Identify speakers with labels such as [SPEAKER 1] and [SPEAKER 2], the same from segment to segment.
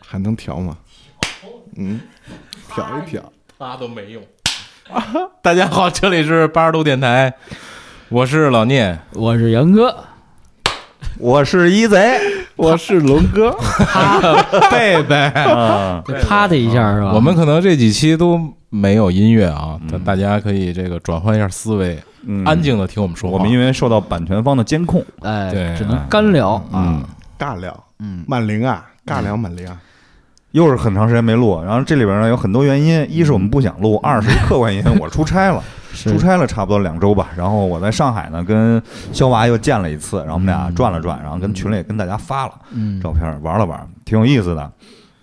[SPEAKER 1] 还能调吗？嗯，调一调。
[SPEAKER 2] 他都没用。 大家好，这里是八十度电台，我是老 聂，
[SPEAKER 3] 我是杨哥，
[SPEAKER 4] 我是一贼，
[SPEAKER 1] 我是龙哥，
[SPEAKER 2] 贝贝。
[SPEAKER 4] 啊，
[SPEAKER 3] 啪的一下是吧？
[SPEAKER 2] 我们可能这几期都没有音乐啊，但大家可以这个转换一下思维，
[SPEAKER 4] 嗯
[SPEAKER 2] 安。静的听我们说话。
[SPEAKER 4] 我们因为受到版权方的监控，
[SPEAKER 3] 哎
[SPEAKER 2] 对，
[SPEAKER 3] 只能干聊
[SPEAKER 2] 嗯
[SPEAKER 3] 啊。
[SPEAKER 1] 尬聊。
[SPEAKER 3] 嗯，
[SPEAKER 1] 满灵啊，尬聊满灵啊。
[SPEAKER 4] 又是很长时间没录，然后这里边呢有很多原因，一是我们不想录，二是客观原因，我出 差了，出
[SPEAKER 3] 是
[SPEAKER 4] 差了差不多两周吧。然后我在上海呢跟肖娃又见了一次，然后我们俩转了转，然后跟群里也跟大家发了
[SPEAKER 3] 嗯，
[SPEAKER 4] 照片，玩了玩，挺有意思的。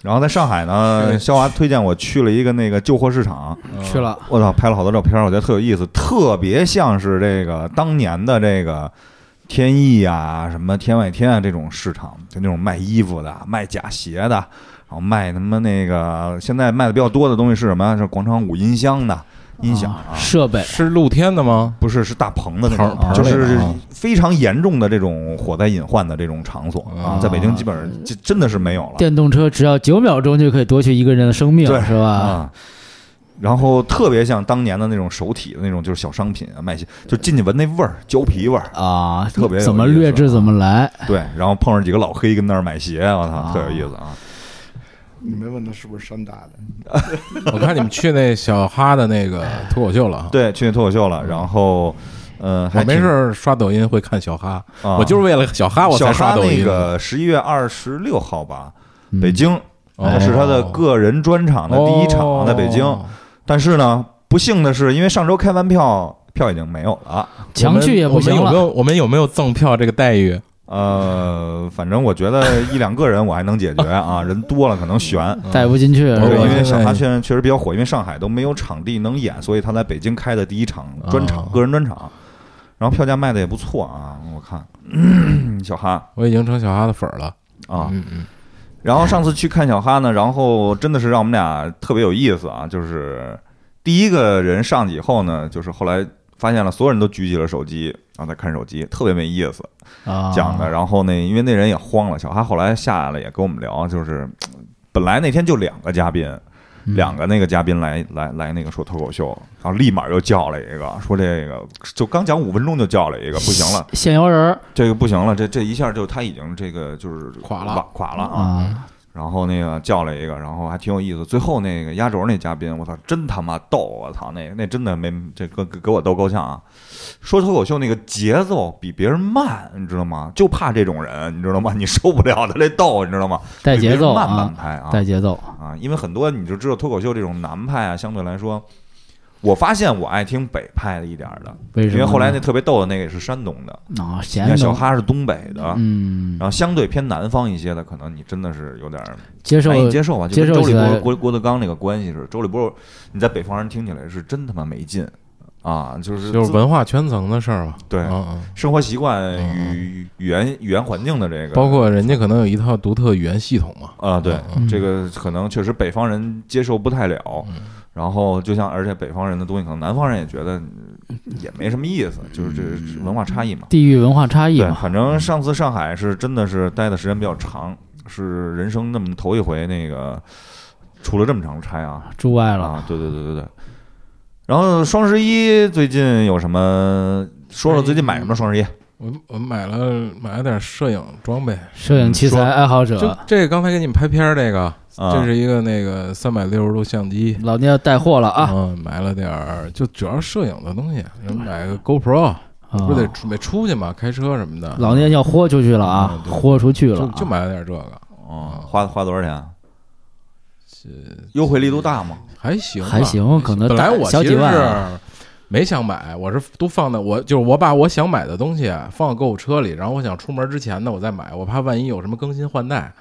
[SPEAKER 4] 然后在上海
[SPEAKER 2] 是
[SPEAKER 4] 呢，肖娃推荐我去了一个那个旧货市场，
[SPEAKER 2] 嗯
[SPEAKER 3] 去了，
[SPEAKER 4] 我操，拍了好多照片，我觉得特有意思，特别像是这个当年的这个天意啊，什么天外天啊这种市场，就那种卖衣服的、卖假鞋的，然后卖他妈那个现在卖的比较多的东西是什么？是广场舞音箱的音响
[SPEAKER 3] 啊
[SPEAKER 4] 啊。
[SPEAKER 3] 设备
[SPEAKER 2] 是露天的 吗？
[SPEAKER 4] 不是，是大棚的那种
[SPEAKER 2] 棚，
[SPEAKER 4] 就
[SPEAKER 2] 棚类
[SPEAKER 4] 是
[SPEAKER 2] 的啊
[SPEAKER 4] 非常严重的这种火灾隐患的这种场所
[SPEAKER 2] 啊
[SPEAKER 4] 啊，在北京基本上就真的是没有了。
[SPEAKER 3] 电动车只要九秒钟就可以夺取一个人的生命，
[SPEAKER 4] 对
[SPEAKER 3] 是吧？
[SPEAKER 4] 啊。然后特别像当年的那种手体的那种，就是小商品啊，卖些就进去闻那味儿，胶皮味儿。
[SPEAKER 3] 啊，
[SPEAKER 4] 特别有
[SPEAKER 3] 怎么
[SPEAKER 4] 意思
[SPEAKER 3] 劣质怎么来，
[SPEAKER 4] 对，然后碰上几个老黑跟那儿买鞋，我
[SPEAKER 3] 啊
[SPEAKER 4] 操，特有意思啊！
[SPEAKER 1] 你没问他是不是山大的？
[SPEAKER 2] 我看你们去那小哈的那个脱口秀了啊。
[SPEAKER 4] 对，去脱口秀了，然后，嗯，还
[SPEAKER 2] 我哦没
[SPEAKER 4] 挺
[SPEAKER 2] 事，儿刷抖音会看小哈，
[SPEAKER 4] 啊
[SPEAKER 2] 我就是为了小哈我
[SPEAKER 4] 小
[SPEAKER 2] 才
[SPEAKER 4] 哈
[SPEAKER 2] 刷抖
[SPEAKER 4] 那
[SPEAKER 2] 音的。
[SPEAKER 4] 个十一月二十六号吧，
[SPEAKER 3] 嗯
[SPEAKER 4] 北京，
[SPEAKER 2] 哦
[SPEAKER 4] 那是他的个人专场的第一场在北京。
[SPEAKER 2] 哦
[SPEAKER 4] 但是呢，不幸的是，因为上周开完票，票已经没有了。
[SPEAKER 3] 强去也不行
[SPEAKER 2] 我们有没
[SPEAKER 3] 了。
[SPEAKER 2] 有我们有没有赠票这个待遇？
[SPEAKER 4] 呃，反正我觉得一两个人我还能解决啊，人多了可能悬。
[SPEAKER 3] 带不进去是
[SPEAKER 2] 我
[SPEAKER 4] 对，
[SPEAKER 2] 我
[SPEAKER 3] 吧？
[SPEAKER 4] 呃因为
[SPEAKER 2] 现
[SPEAKER 4] 小
[SPEAKER 2] 在
[SPEAKER 4] 哈确实确实比较火，因为上海都没有场地能演，所以他在北京开的第一场专场、
[SPEAKER 2] 啊
[SPEAKER 4] 个人专场，然后票价卖的也不错啊，我看， 小哈
[SPEAKER 2] 我已经成小哈的粉儿了
[SPEAKER 4] 啊。
[SPEAKER 2] 嗯嗯，
[SPEAKER 4] 然后上次去看小哈呢，然后真的是让我们俩特别有意思啊，就是第一个人上去以后呢，就是后来发现了所有人都举起了手机，然后在看手机，特别没意思。
[SPEAKER 3] 啊，
[SPEAKER 4] 讲的。然后呢，因为那人也慌了，小哈后来下来也跟我们聊，就是嗯本来那天就两个嘉宾，
[SPEAKER 3] 嗯
[SPEAKER 4] 两个那个嘉宾来来来那个说脱口秀，然后立马又叫了一个说这个就刚讲五分钟就叫了一个不 行了，
[SPEAKER 3] 现摇人儿
[SPEAKER 4] 这个不行了，这这一下就他已经这个就是
[SPEAKER 2] 垮了
[SPEAKER 4] 瓦垮了啊。
[SPEAKER 3] 啊，
[SPEAKER 4] 然后那个叫了一个，然后还挺有意思。最后那个压轴那嘉宾，我操，真他妈逗！我操，那那真的没这给给给我逗够呛啊！说脱口秀那个节奏比别人慢，你知道吗？就怕这种人，你知道吗？你受不了他这逗，你知道吗？
[SPEAKER 3] 带节奏
[SPEAKER 4] 比别人慢半
[SPEAKER 3] 啊，
[SPEAKER 4] 拍啊
[SPEAKER 3] 带节奏。
[SPEAKER 4] 啊！因为很多你就知道脱口秀这种南派啊，相对来说，我发现我爱听北派的一点儿的，
[SPEAKER 3] 为什
[SPEAKER 4] 因
[SPEAKER 3] 么呢？
[SPEAKER 4] 为后来那特别逗的那个也是山东的，
[SPEAKER 3] 啊，
[SPEAKER 4] 你
[SPEAKER 3] 闲
[SPEAKER 4] 看
[SPEAKER 3] 的
[SPEAKER 4] 小，哈是东北的，
[SPEAKER 3] 嗯
[SPEAKER 4] 然，后相对偏南方一些的，可能你真的是有点儿。
[SPEAKER 3] 接受
[SPEAKER 4] 难以接受吧，就
[SPEAKER 3] 接
[SPEAKER 4] 跟
[SPEAKER 3] 受
[SPEAKER 4] 周
[SPEAKER 3] 起
[SPEAKER 4] 立
[SPEAKER 3] 来
[SPEAKER 4] 波、郭郭德纲那个关系是，周立波，你在北方人听起来是真他妈没劲啊，就是
[SPEAKER 2] 就是文化圈层的事儿吧。
[SPEAKER 4] 对
[SPEAKER 2] 嗯嗯，
[SPEAKER 4] 生活习惯
[SPEAKER 3] 嗯
[SPEAKER 4] 与语言语言环境的这个，
[SPEAKER 2] 包括人家可能有一套独特语言系统嘛。
[SPEAKER 4] 啊，对
[SPEAKER 3] 嗯
[SPEAKER 4] 这个可能确实北方人接受不太了。然后，就像而且北方人的东西，可能南方人也觉得也没什么意思，就是这文化差异嘛。
[SPEAKER 3] 地域文化嗯差异
[SPEAKER 4] 对，
[SPEAKER 3] 嘛，嗯
[SPEAKER 4] 反正上次上海是真的是待的时间比较长，是人生那么头一回那个出了这么长差啊，
[SPEAKER 3] 驻外了。
[SPEAKER 4] 啊，对对对对对。然后双十一最近有什么？说说最近买什么双十
[SPEAKER 3] 哎
[SPEAKER 4] 一？
[SPEAKER 2] 我我买了买了点摄影装备，
[SPEAKER 3] 摄影器材
[SPEAKER 4] 说
[SPEAKER 3] 爱好
[SPEAKER 2] 就
[SPEAKER 3] 者，
[SPEAKER 2] 这刚才给你们拍片儿这个，
[SPEAKER 4] 啊
[SPEAKER 2] 这是一个那个三百六十度相机
[SPEAKER 3] 老聂要带货了啊！
[SPEAKER 2] 嗯，买了点儿，就主要是摄影的东西，然后买个 GoPro，
[SPEAKER 3] 啊
[SPEAKER 2] 嗯不是得出得出去嘛，开车什么的，
[SPEAKER 3] 老聂要豁出去了啊，豁出去了
[SPEAKER 2] 嗯就
[SPEAKER 3] 啊，
[SPEAKER 2] 就买了点这个，
[SPEAKER 4] 哦，花花多少钱？优惠力度大吗？
[SPEAKER 2] 还行吧，
[SPEAKER 3] 还行可能
[SPEAKER 2] 本来
[SPEAKER 3] 大
[SPEAKER 2] 我
[SPEAKER 3] 小
[SPEAKER 2] 其
[SPEAKER 3] 几
[SPEAKER 2] 实
[SPEAKER 3] 万
[SPEAKER 2] 是
[SPEAKER 3] 啊
[SPEAKER 2] 没想买，我是都放在我就是我把我想买的东西啊放到购物车里，然后我想出门之前呢我再买，我怕万一有什么更新换代。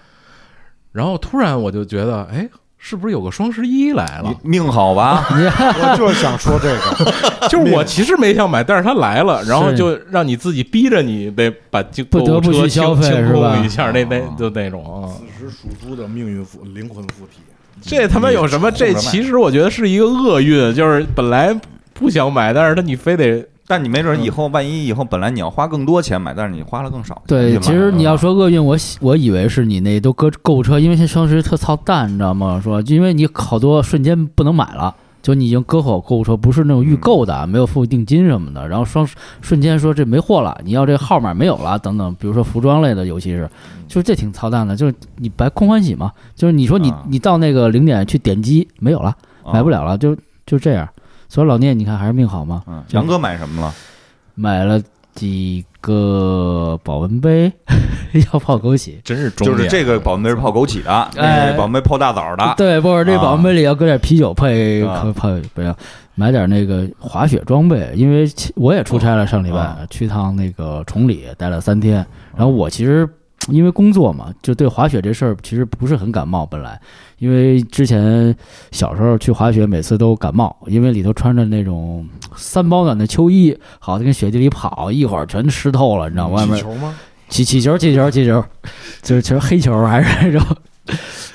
[SPEAKER 2] 然后突然我就觉得，哎，是不是有个双十一来了
[SPEAKER 4] 你？命好吧？
[SPEAKER 1] 我就是想说这个，
[SPEAKER 2] 就是我其实没想买，但是它来了，然后
[SPEAKER 3] 是
[SPEAKER 2] 就让你自己逼着你得把就
[SPEAKER 3] 不得
[SPEAKER 2] 购
[SPEAKER 3] 不
[SPEAKER 2] 物车
[SPEAKER 3] 去消
[SPEAKER 2] 清
[SPEAKER 3] 费
[SPEAKER 2] 清
[SPEAKER 3] 是吧
[SPEAKER 2] 空一下那那就那种啊。
[SPEAKER 1] 此时属猪的命运附灵魂附体，
[SPEAKER 2] 这他妈有什么？
[SPEAKER 4] 冲着
[SPEAKER 2] 这
[SPEAKER 4] 买
[SPEAKER 2] 其实我觉得是一个厄运，就是本来不想买，但是他你非得
[SPEAKER 4] 但你没准以
[SPEAKER 3] 嗯
[SPEAKER 4] 后万一以后本来你要花更多钱买，但是你花了更少钱去
[SPEAKER 3] 对，
[SPEAKER 4] 买
[SPEAKER 3] 其
[SPEAKER 2] 啊
[SPEAKER 3] 实你要
[SPEAKER 4] 了
[SPEAKER 3] 说厄运，我喜我以为是你那都搁购物车，因为现在双十一特操蛋，你知道吗？说因为你好多瞬间不能买了，就你已经搁好购物车，不是那种预购
[SPEAKER 2] 嗯
[SPEAKER 3] 的，啊没有付定金什么的。然后双十瞬间说这没货了，你要这号码没有了等等，比如说服装类的，尤其是，
[SPEAKER 2] 嗯
[SPEAKER 3] 就是这挺操蛋的，就是你白空欢喜嘛，就是你说你、
[SPEAKER 4] 啊
[SPEAKER 3] 你到那个零点去点击没有了，
[SPEAKER 4] 啊
[SPEAKER 3] 买不了了，就就这样。所以老聂，你看还是命好嘛，
[SPEAKER 4] 嗯，杨哥买什么了？
[SPEAKER 3] 买了几个保温杯， 要泡枸杞。
[SPEAKER 2] 真是中
[SPEAKER 4] 就是
[SPEAKER 2] 年
[SPEAKER 4] 这个保温杯是泡枸杞的，
[SPEAKER 3] 哎
[SPEAKER 4] 那个保温杯泡大枣的，
[SPEAKER 3] 对，不是这
[SPEAKER 4] 啊
[SPEAKER 3] 保温杯里要搁点啤酒配，
[SPEAKER 4] 啊
[SPEAKER 3] 可配不要买点那个滑雪装备，因为其我也出差了，上礼
[SPEAKER 4] 啊
[SPEAKER 3] 拜去趟那个崇礼，待了三天。然后我其实因为工作嘛，就对滑雪这事儿其实不是很感冒，本来因为之前小时候去滑雪，每次都感冒，因为里头穿着那种三保暖的秋衣，好跟雪地里跑，一会儿全湿透了，你知道吗
[SPEAKER 4] 嗯
[SPEAKER 3] 外
[SPEAKER 2] 气
[SPEAKER 3] 面
[SPEAKER 2] 球吗？
[SPEAKER 3] 起起球起球起球， 就是球黑球还是那种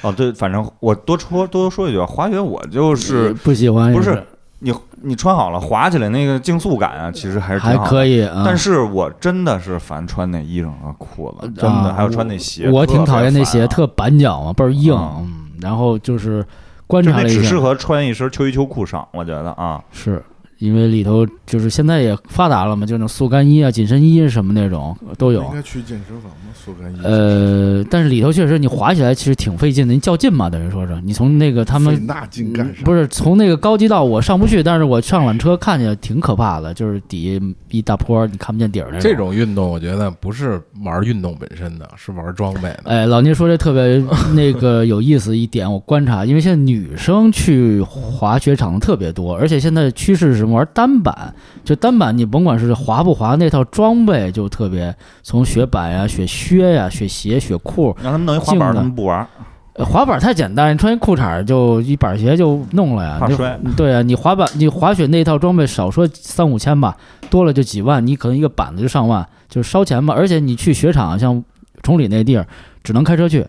[SPEAKER 4] 哦，对，反正我多说多说一句，滑雪我就是
[SPEAKER 3] 不喜欢，
[SPEAKER 4] 不是你你穿好了滑起来那个竞速感啊，其实还是挺
[SPEAKER 3] 还
[SPEAKER 4] 好的
[SPEAKER 3] 可以，嗯
[SPEAKER 4] 但是我真的是烦穿那衣裳和裤子，真的
[SPEAKER 3] 啊
[SPEAKER 4] 还有穿那鞋，
[SPEAKER 3] 我
[SPEAKER 4] 特别
[SPEAKER 3] 挺讨厌那
[SPEAKER 4] 烦
[SPEAKER 3] 鞋，
[SPEAKER 4] 啊
[SPEAKER 3] 特板脚嘛，倍儿硬。
[SPEAKER 4] 啊
[SPEAKER 3] 嗯，然后就是观
[SPEAKER 4] 就
[SPEAKER 3] 察
[SPEAKER 4] 那
[SPEAKER 3] 了一
[SPEAKER 4] 只
[SPEAKER 3] 下
[SPEAKER 4] 适，合穿一身秋衣秋裤上，我觉得啊，
[SPEAKER 3] 是因为里头就是现在也发达了嘛，就那种速干衣啊、紧身衣什么那种都有
[SPEAKER 1] 应。该去健身房吗？速干衣。，
[SPEAKER 3] 呃，但是里头确实你滑起来其实挺费劲的，你较劲嘛，等于说是你从那个他们
[SPEAKER 1] 那劲干啥？
[SPEAKER 3] 不
[SPEAKER 1] 是，
[SPEAKER 3] 是从那个高级道我上不去，但是我上缆车看见挺可怕的，就是底下一大坡你看不见底儿那种。
[SPEAKER 2] 这种运动我觉得不是玩运动本身的，是玩装备的。
[SPEAKER 3] 哎，老聂说这特 别那个有意思一点，我观察，因为现在女生去滑雪场的特别多，而且现在趋势是什么玩单板，就单板你甭管是滑不滑，那套装备就特别，从雪板呀、雪靴呀、雪鞋、雪裤，
[SPEAKER 4] 让他们弄一滑板，
[SPEAKER 3] 静的
[SPEAKER 4] 他们不玩，
[SPEAKER 3] 呃滑板太简单，你穿一裤衩儿就一板鞋就弄了呀，
[SPEAKER 4] 怕
[SPEAKER 3] 那
[SPEAKER 4] 摔。
[SPEAKER 3] 对啊，你滑板、你滑雪那套装备，少说三五千吧，多了就几万，你可能一个板子就上万，就是烧钱吧。而且你去雪场，像崇礼那地儿，只能开车去，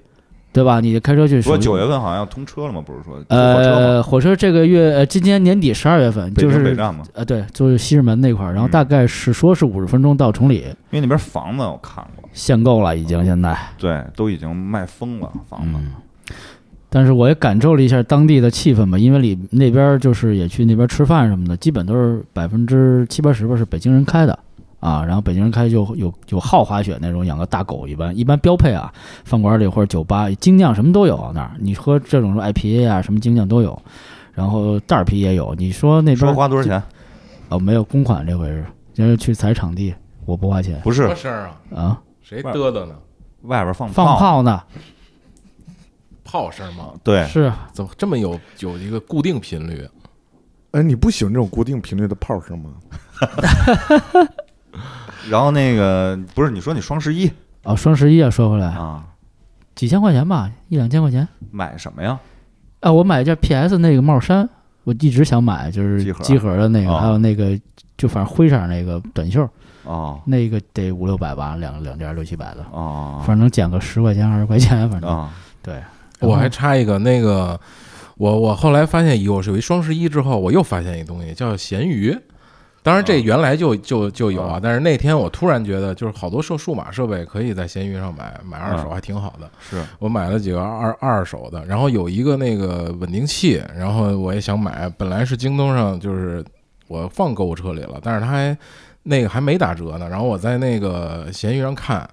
[SPEAKER 3] 对吧？你开车去
[SPEAKER 4] 不
[SPEAKER 3] 属于。
[SPEAKER 4] 过九月份好像要通车了嘛，不是说火车吗？
[SPEAKER 3] 呃，火车这个月，呃，今年年底十二月份，
[SPEAKER 4] 北
[SPEAKER 3] 就
[SPEAKER 4] 京北
[SPEAKER 3] 是
[SPEAKER 4] 站嘛，
[SPEAKER 3] 呃，对，就是西直门那块儿，然后
[SPEAKER 4] 嗯
[SPEAKER 3] 大概是说是五十分钟到崇礼，
[SPEAKER 4] 因为那边房子我看过，
[SPEAKER 3] 限购了已
[SPEAKER 4] 哦
[SPEAKER 3] 经现在。
[SPEAKER 4] 对，都已经卖疯了房子。
[SPEAKER 3] 嗯，但是我也感受了一下当地的气氛吧，因为里那边儿就是也去那边儿吃饭什么的，基本都是百分之七八十吧是北京人开的啊，然后北京人开就有有好滑雪那种，养个大狗一般，一般标配啊，饭馆里或者酒吧精酿什么都有啊那儿，你喝这种什么 IPA 啊什么精酿都有，然后袋儿啤也有，你说那
[SPEAKER 4] 你
[SPEAKER 3] 边
[SPEAKER 4] 说
[SPEAKER 3] 儿
[SPEAKER 4] 花多少钱？
[SPEAKER 3] 哦没有公款这回是，就是去踩场地我不花钱
[SPEAKER 4] 不
[SPEAKER 2] 什
[SPEAKER 4] 是
[SPEAKER 2] 么声儿啊？
[SPEAKER 3] 啊，
[SPEAKER 2] 谁嘚嘚呢？
[SPEAKER 4] 外边放
[SPEAKER 3] 放炮呢
[SPEAKER 2] 炮声吗？
[SPEAKER 4] 对，
[SPEAKER 3] 是啊
[SPEAKER 2] 怎么这么有有一个固定频率？啊
[SPEAKER 1] 哎，你不喜欢这种固定频率的炮声吗？
[SPEAKER 4] 然后那个不是你说你双十一
[SPEAKER 3] 啊双十一啊说回来
[SPEAKER 4] 啊，
[SPEAKER 3] 几千块钱吧，一两千块钱。
[SPEAKER 4] 买什么呀？
[SPEAKER 3] 啊，我买一件 PS 那个帽衫，我一直想买，就是
[SPEAKER 4] 集合
[SPEAKER 3] 集合的那个，
[SPEAKER 4] 啊
[SPEAKER 3] 还有那个就反正灰色那个短袖，
[SPEAKER 4] 哦
[SPEAKER 3] 那个得五六百吧，两两件六七百的，
[SPEAKER 4] 哦
[SPEAKER 3] 反正能减个十块钱二十块钱，反正、
[SPEAKER 4] 啊
[SPEAKER 3] 对。
[SPEAKER 2] 我还插一个，那个我我后来发现有有一双十一之后，我又发现一东西叫闲鱼。当然，这原来就就就有啊，但是那天我突然觉得，就是好多数数码设备可以在闲鱼上买买二手，
[SPEAKER 4] 嗯
[SPEAKER 2] 还挺好的。
[SPEAKER 4] 是
[SPEAKER 2] 我买了几个二二手的，然后有一个那个稳定器，然后我也想买，本来是京东上就是我放购物车里了，但是它还那个还没打折呢，然后我在那个闲鱼上看，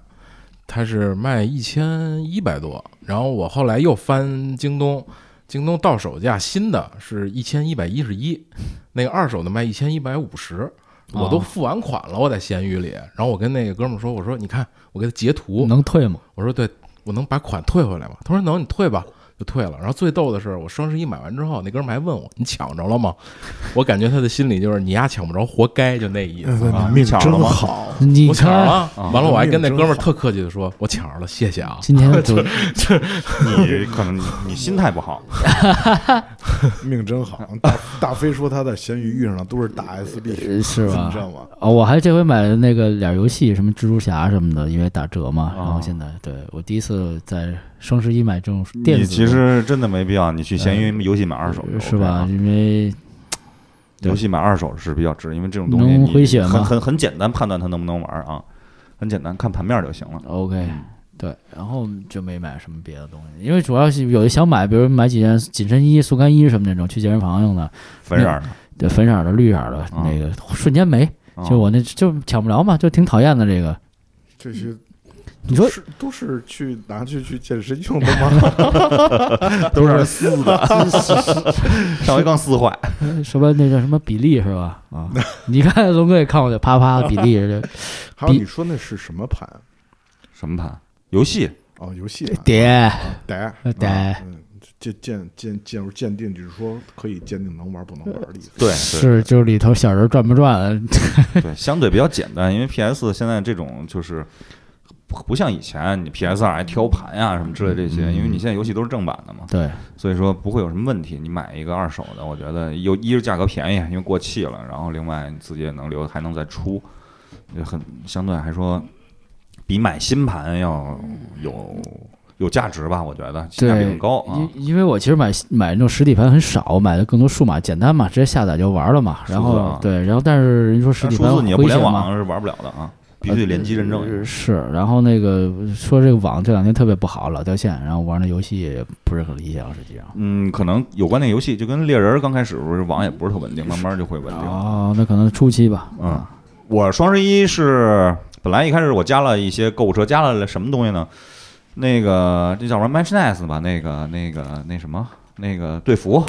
[SPEAKER 2] 它是卖一千一百多，然后我后来又翻京东，京东到手价新的是一千一百一十一，那个二手的卖一千一百五十。我都
[SPEAKER 3] 哦
[SPEAKER 2] 付完款了，我在闲鱼里，然后我跟那个哥们儿说，我说你看，我给他截图，
[SPEAKER 3] 能退吗？
[SPEAKER 2] 我说对，我能把款退回来吗？他说能，你退吧，就退了。然后最逗的是，我双十一买完之后，那哥们儿还问我你抢着了吗？我感觉他的心里就是你丫抢不着，活该，就那意思。
[SPEAKER 1] 哎
[SPEAKER 4] 啊
[SPEAKER 1] 你命
[SPEAKER 4] 巧了
[SPEAKER 1] 真
[SPEAKER 4] 吗
[SPEAKER 1] 好，
[SPEAKER 3] 嗯你啊
[SPEAKER 2] 我啊抢着
[SPEAKER 3] 看
[SPEAKER 2] 了，完了我还跟那哥们儿特客气的说，我抢着了，谢谢啊。
[SPEAKER 3] 今天主
[SPEAKER 4] 你可能你你心态不好，
[SPEAKER 1] 命真好。大大飞说他在闲鱼遇上的都是大 SB，
[SPEAKER 3] 呃是吧
[SPEAKER 1] 你知道吗？
[SPEAKER 3] 啊，我还这回买了那个俩游戏，什么蜘蛛侠什么的，因为打折嘛。然后
[SPEAKER 4] 啊
[SPEAKER 3] 现在对我第一次在双十一买这种电
[SPEAKER 4] 你
[SPEAKER 3] 子的，呃
[SPEAKER 4] 其实真的没必要，你去闲鱼游戏买二手
[SPEAKER 3] 是吧？？因为对
[SPEAKER 4] 啊游戏买二手是比较值，因为这种东西
[SPEAKER 3] 能
[SPEAKER 4] 你
[SPEAKER 3] 回血吗
[SPEAKER 4] 很很很简单判断它能不能玩啊，很简单看盘面就行了。
[SPEAKER 3] OK，对，
[SPEAKER 4] 嗯
[SPEAKER 3] 然后就没买什么别的东西，因为主要是有的想买，比如买几件紧身衣、速干衣什么那种去健身房用的，
[SPEAKER 4] 分色儿的，
[SPEAKER 3] 对，粉色儿的、绿色儿的，那个瞬间没，
[SPEAKER 4] 啊
[SPEAKER 3] 就我那就抢不着嘛，就挺讨厌的这个。
[SPEAKER 1] 这些
[SPEAKER 3] 你说
[SPEAKER 1] 是都是去拿去去健身用的吗？
[SPEAKER 4] 都是撕的，上回刚撕坏，
[SPEAKER 3] 什么那叫什么比例是吧？
[SPEAKER 4] 嗯
[SPEAKER 3] 啊，你看龙哥也看过的，啪啪的比例， 这
[SPEAKER 1] 还有
[SPEAKER 3] 比
[SPEAKER 1] 你说那是什么盘？
[SPEAKER 4] 什么盘？游戏
[SPEAKER 1] 哦，游戏盘。
[SPEAKER 3] 点
[SPEAKER 1] 得
[SPEAKER 3] 得
[SPEAKER 1] 嗯，鉴鉴鉴鉴入鉴定，就是说可以鉴定能玩不能玩的意思。
[SPEAKER 4] 对
[SPEAKER 3] 是就是里头小人转不转？
[SPEAKER 4] 对，相对比较简单，因为 PS 现在这种就是不不像以前你 PS 二还挑盘呀、什么之类这些，因为你现在游戏都是正版的嘛，
[SPEAKER 3] 对，
[SPEAKER 4] 所以说不会有什么问题。你买一个二手的，我觉得有一是价格便宜，因为过气了，然后另外你自己也能留，还能再出，也很相对来说比买新盘要有有价值吧，我觉得性价比更高啊。
[SPEAKER 3] 因因为我其实买买那种实体盘很少，我买的更多数码，简单嘛，直接下载就玩了嘛。然
[SPEAKER 4] 数字啊
[SPEAKER 3] 后对，然后但是人说实
[SPEAKER 4] 但
[SPEAKER 3] 体
[SPEAKER 4] 数
[SPEAKER 3] 盘
[SPEAKER 4] 字你也不
[SPEAKER 3] 回血
[SPEAKER 4] 联
[SPEAKER 3] 嘛
[SPEAKER 4] 网，是玩不了的啊，必须得联机认证。
[SPEAKER 3] 呃是，然后那个说这个网这两天特别不好，老掉线，然后玩那游戏也不是很理想，实际上。
[SPEAKER 4] 嗯，可能有关那游戏，就跟猎人刚开始不是网也不是特稳定，慢慢就会稳定。
[SPEAKER 3] 哦，那可能初期吧。啊
[SPEAKER 4] 嗯，我双十一是本来一开始我加了一些购物车，加了什么东西呢？那个这叫什么 Matchnice 吧？那个那个那什么那个队服。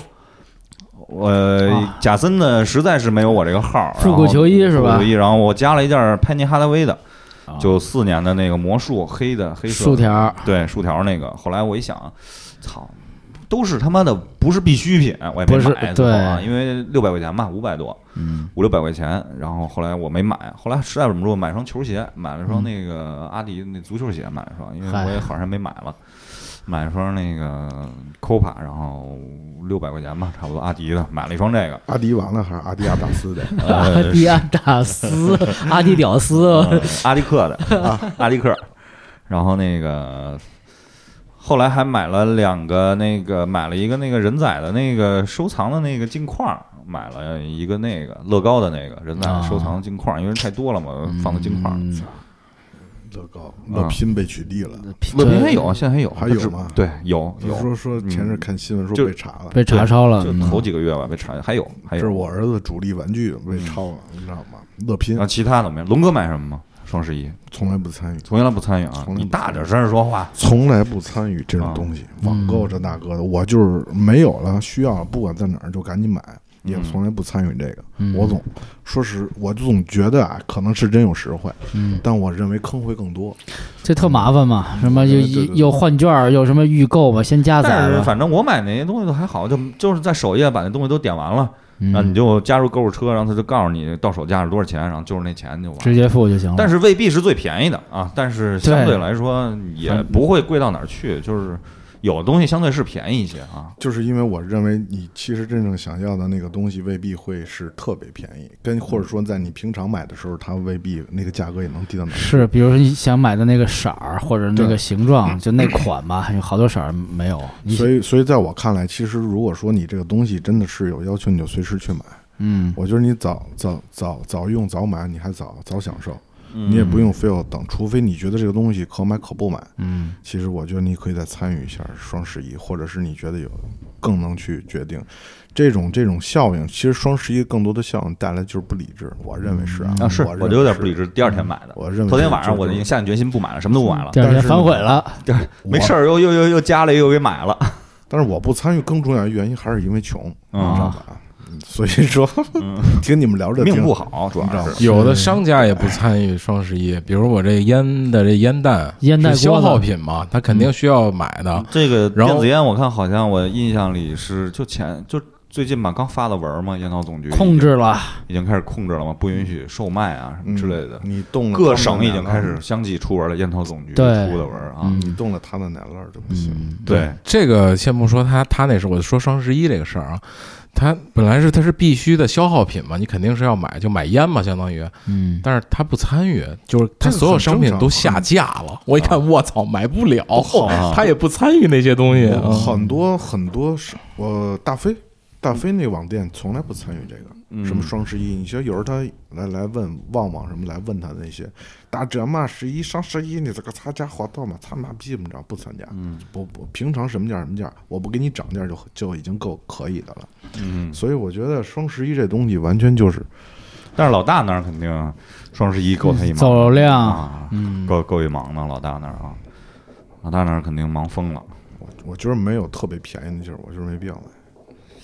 [SPEAKER 4] 我、
[SPEAKER 3] 啊
[SPEAKER 4] 贾森呢，实在是没有我这个号儿，
[SPEAKER 3] 复古
[SPEAKER 4] 然后
[SPEAKER 3] 球衣是吧
[SPEAKER 4] 复古球衣，然后我加了一件潘尼哈达威的，
[SPEAKER 3] 啊
[SPEAKER 4] 九四年的那个魔术黑的黑色
[SPEAKER 3] 竖
[SPEAKER 4] 的
[SPEAKER 3] 条儿，
[SPEAKER 4] 对，竖条那个。后来我一想，操，都是他妈的不是必需品，我也没
[SPEAKER 3] 不是
[SPEAKER 4] 买，最后啊，
[SPEAKER 3] 对
[SPEAKER 4] 因为六百块钱吧，五百多，
[SPEAKER 3] 嗯，
[SPEAKER 4] 五六百块钱。然后后来我没买，后来实在忍不住买双球鞋，买了双那个阿迪那足球鞋，买了双，因为
[SPEAKER 3] 嗯嗨
[SPEAKER 4] 我也好像没买了，买了双那个 Copa，然后六百块钱吧，差不多阿迪的，买了一双这个。
[SPEAKER 1] 阿迪完了还是阿迪亚达斯的？
[SPEAKER 3] 阿
[SPEAKER 4] 呃
[SPEAKER 3] 迪亚达 斯，阿迪屌丝，
[SPEAKER 4] 嗯阿迪 克的，啊阿迪克。然后那个后来还买了两个那个买了一个那个人仔的那个收藏的那个镜框，买了一个那个乐高的那个人仔的收藏镜框，因为太多了嘛，放的镜框。
[SPEAKER 3] 嗯
[SPEAKER 1] 乐高乐拼被取缔了。
[SPEAKER 4] 乐平还有，现在还有，
[SPEAKER 1] 还有
[SPEAKER 4] 它只
[SPEAKER 1] 吗
[SPEAKER 4] 对，有
[SPEAKER 1] 嗯有
[SPEAKER 4] 有，
[SPEAKER 1] 说说前阵看新闻说
[SPEAKER 4] 就
[SPEAKER 1] 被查了，
[SPEAKER 3] 被查抄了，
[SPEAKER 4] 就
[SPEAKER 3] 嗯
[SPEAKER 4] 头几个月吧，被查，还有还
[SPEAKER 1] 这是
[SPEAKER 4] 有。
[SPEAKER 1] 我儿子主力玩具被抄了，你知道吗？乐拼
[SPEAKER 4] 然后其他怎么样？龙哥买什么吗？双十一
[SPEAKER 1] 从来不参与，
[SPEAKER 4] 从来不参与啊！
[SPEAKER 1] 从来不参与
[SPEAKER 4] 你大点声说话。
[SPEAKER 1] 从来不参与这种东西，
[SPEAKER 3] 啊
[SPEAKER 1] 网购这那个的，我就是没有了需要，不管在哪儿就赶紧买，
[SPEAKER 3] 嗯
[SPEAKER 1] 也从来不参与这个。我总说实，我就总觉得啊，可能是真有实惠，
[SPEAKER 3] 嗯
[SPEAKER 1] 但我认为坑会更多。
[SPEAKER 3] 这特麻烦嘛，什么又
[SPEAKER 1] 对对对对
[SPEAKER 3] 又换券儿，又什么预购嘛，先加载
[SPEAKER 4] 但是
[SPEAKER 3] 了，
[SPEAKER 4] 反正我买那些东西都还好，就就是在首页把那东西都点完了，然后你
[SPEAKER 3] 嗯，
[SPEAKER 4] 就加入购物车，然后他就告诉你到手价是多少钱，然后就是那钱就完了。
[SPEAKER 3] 直接付就行了。
[SPEAKER 4] 但是未必是最便宜的啊，但是相对来说也不会贵到哪儿去，就是有的东西相对是便宜一些啊。
[SPEAKER 1] 就是因为我认为你其实真正想要的那个东西未必会是特别便宜，跟或者说在你平常买的时候，它未必那个价格也能低到哪儿。
[SPEAKER 3] 是，比如说你想买的那个色儿或者那
[SPEAKER 1] 对
[SPEAKER 3] 个形状，就那款吧，有好多色儿没有。你
[SPEAKER 1] 所以，所以在我看来，其实如果说你这个东西真的是有要求，你就随时去买。
[SPEAKER 3] 嗯，
[SPEAKER 1] 我觉得你早早早早用早买，你还早早享受，
[SPEAKER 4] 嗯
[SPEAKER 1] 你也不用非要等，除非你觉得这个东西可买可不买。
[SPEAKER 3] 嗯，
[SPEAKER 1] 其实我觉得你可以再参与一下双十一，或者是你觉得有更能去决定这种这种效应。其实双十一更多的效应带来就是不理智，我认为是啊，
[SPEAKER 4] 啊，是，
[SPEAKER 1] 我
[SPEAKER 4] 我就有点不理智。第二天买的，
[SPEAKER 1] 我认为
[SPEAKER 4] 昨天
[SPEAKER 1] 是
[SPEAKER 4] 晚上
[SPEAKER 1] 就是
[SPEAKER 4] 我已经下定决心不买了，什么都不买了
[SPEAKER 3] 第，二
[SPEAKER 1] 但
[SPEAKER 3] 天
[SPEAKER 1] 是
[SPEAKER 3] 反
[SPEAKER 1] 呢
[SPEAKER 3] 悔了，
[SPEAKER 4] 第二
[SPEAKER 1] 嗯
[SPEAKER 4] 没事儿又又又又加了又给买了。
[SPEAKER 1] 但是我不参与，更重要的原因还是因为穷，你
[SPEAKER 4] 嗯
[SPEAKER 1] 知道吧？嗯所以说，听你们聊着
[SPEAKER 4] 命
[SPEAKER 1] 挺
[SPEAKER 4] 不，好，主
[SPEAKER 1] 你知道
[SPEAKER 4] 要
[SPEAKER 1] 吗
[SPEAKER 4] 是
[SPEAKER 2] 有的商家也不参与双十一，比如我这烟的这烟弹，
[SPEAKER 3] 烟袋
[SPEAKER 2] 是消
[SPEAKER 3] 锅子嗯
[SPEAKER 2] 耗品嘛，他肯定需要买的。
[SPEAKER 3] 啊
[SPEAKER 4] 这个
[SPEAKER 2] 然后
[SPEAKER 4] 电子烟，我看好像我印象里是就前就最近吧，刚发的文儿嘛，烟草总局已经
[SPEAKER 3] 控制了。
[SPEAKER 4] 已经开始控制了嘛，不允许售卖啊什
[SPEAKER 1] 嗯
[SPEAKER 4] 么之类的。
[SPEAKER 1] 你动了
[SPEAKER 4] 各
[SPEAKER 1] 他们
[SPEAKER 4] 省
[SPEAKER 1] 的
[SPEAKER 4] 已经
[SPEAKER 1] 奶酪
[SPEAKER 4] 开始，相继出文了，烟草总局出
[SPEAKER 3] 啊对
[SPEAKER 4] 的文啊。
[SPEAKER 3] 嗯
[SPEAKER 1] 你动了他的奶酪就不行。
[SPEAKER 3] 嗯，
[SPEAKER 4] 对，
[SPEAKER 2] 这个先不说他他那是我说双十一这个事儿啊，他本来是他是必须的消耗品嘛，你肯定是要买，就买烟嘛，相当于，
[SPEAKER 3] 嗯，
[SPEAKER 2] 但是他不参与，就是他
[SPEAKER 1] 这个
[SPEAKER 2] 所有
[SPEAKER 1] 很
[SPEAKER 2] 商
[SPEAKER 1] 正
[SPEAKER 2] 品
[SPEAKER 1] 常啊嗯
[SPEAKER 2] 都下架了。我一看，我操，买不了
[SPEAKER 4] 啊，
[SPEAKER 1] 嗯
[SPEAKER 2] 他也不参与那些东西。啊
[SPEAKER 1] 很多很多是，我大飞，大飞那网店从来不参与这个，
[SPEAKER 4] 嗯
[SPEAKER 1] 什么双十一，你说有时候他来来问旺旺什么来问他那些打折嘛，十一双十一你这个参加活动嘛，他妈逼么着不参加，
[SPEAKER 4] 嗯
[SPEAKER 1] 不不平常什么价儿什么价儿，我不给你涨价儿就就已经够可以的了。
[SPEAKER 4] 嗯，
[SPEAKER 1] 所以我觉得双十一这东西完全就是
[SPEAKER 4] 但是老大那儿肯定双十一够他一忙，
[SPEAKER 3] 走量
[SPEAKER 4] 啊，
[SPEAKER 3] 嗯，
[SPEAKER 4] 够够一忙的，老大那儿啊，老大那儿肯定忙疯了。
[SPEAKER 1] 我我觉得没有特别便宜的劲儿，我就是没必要买。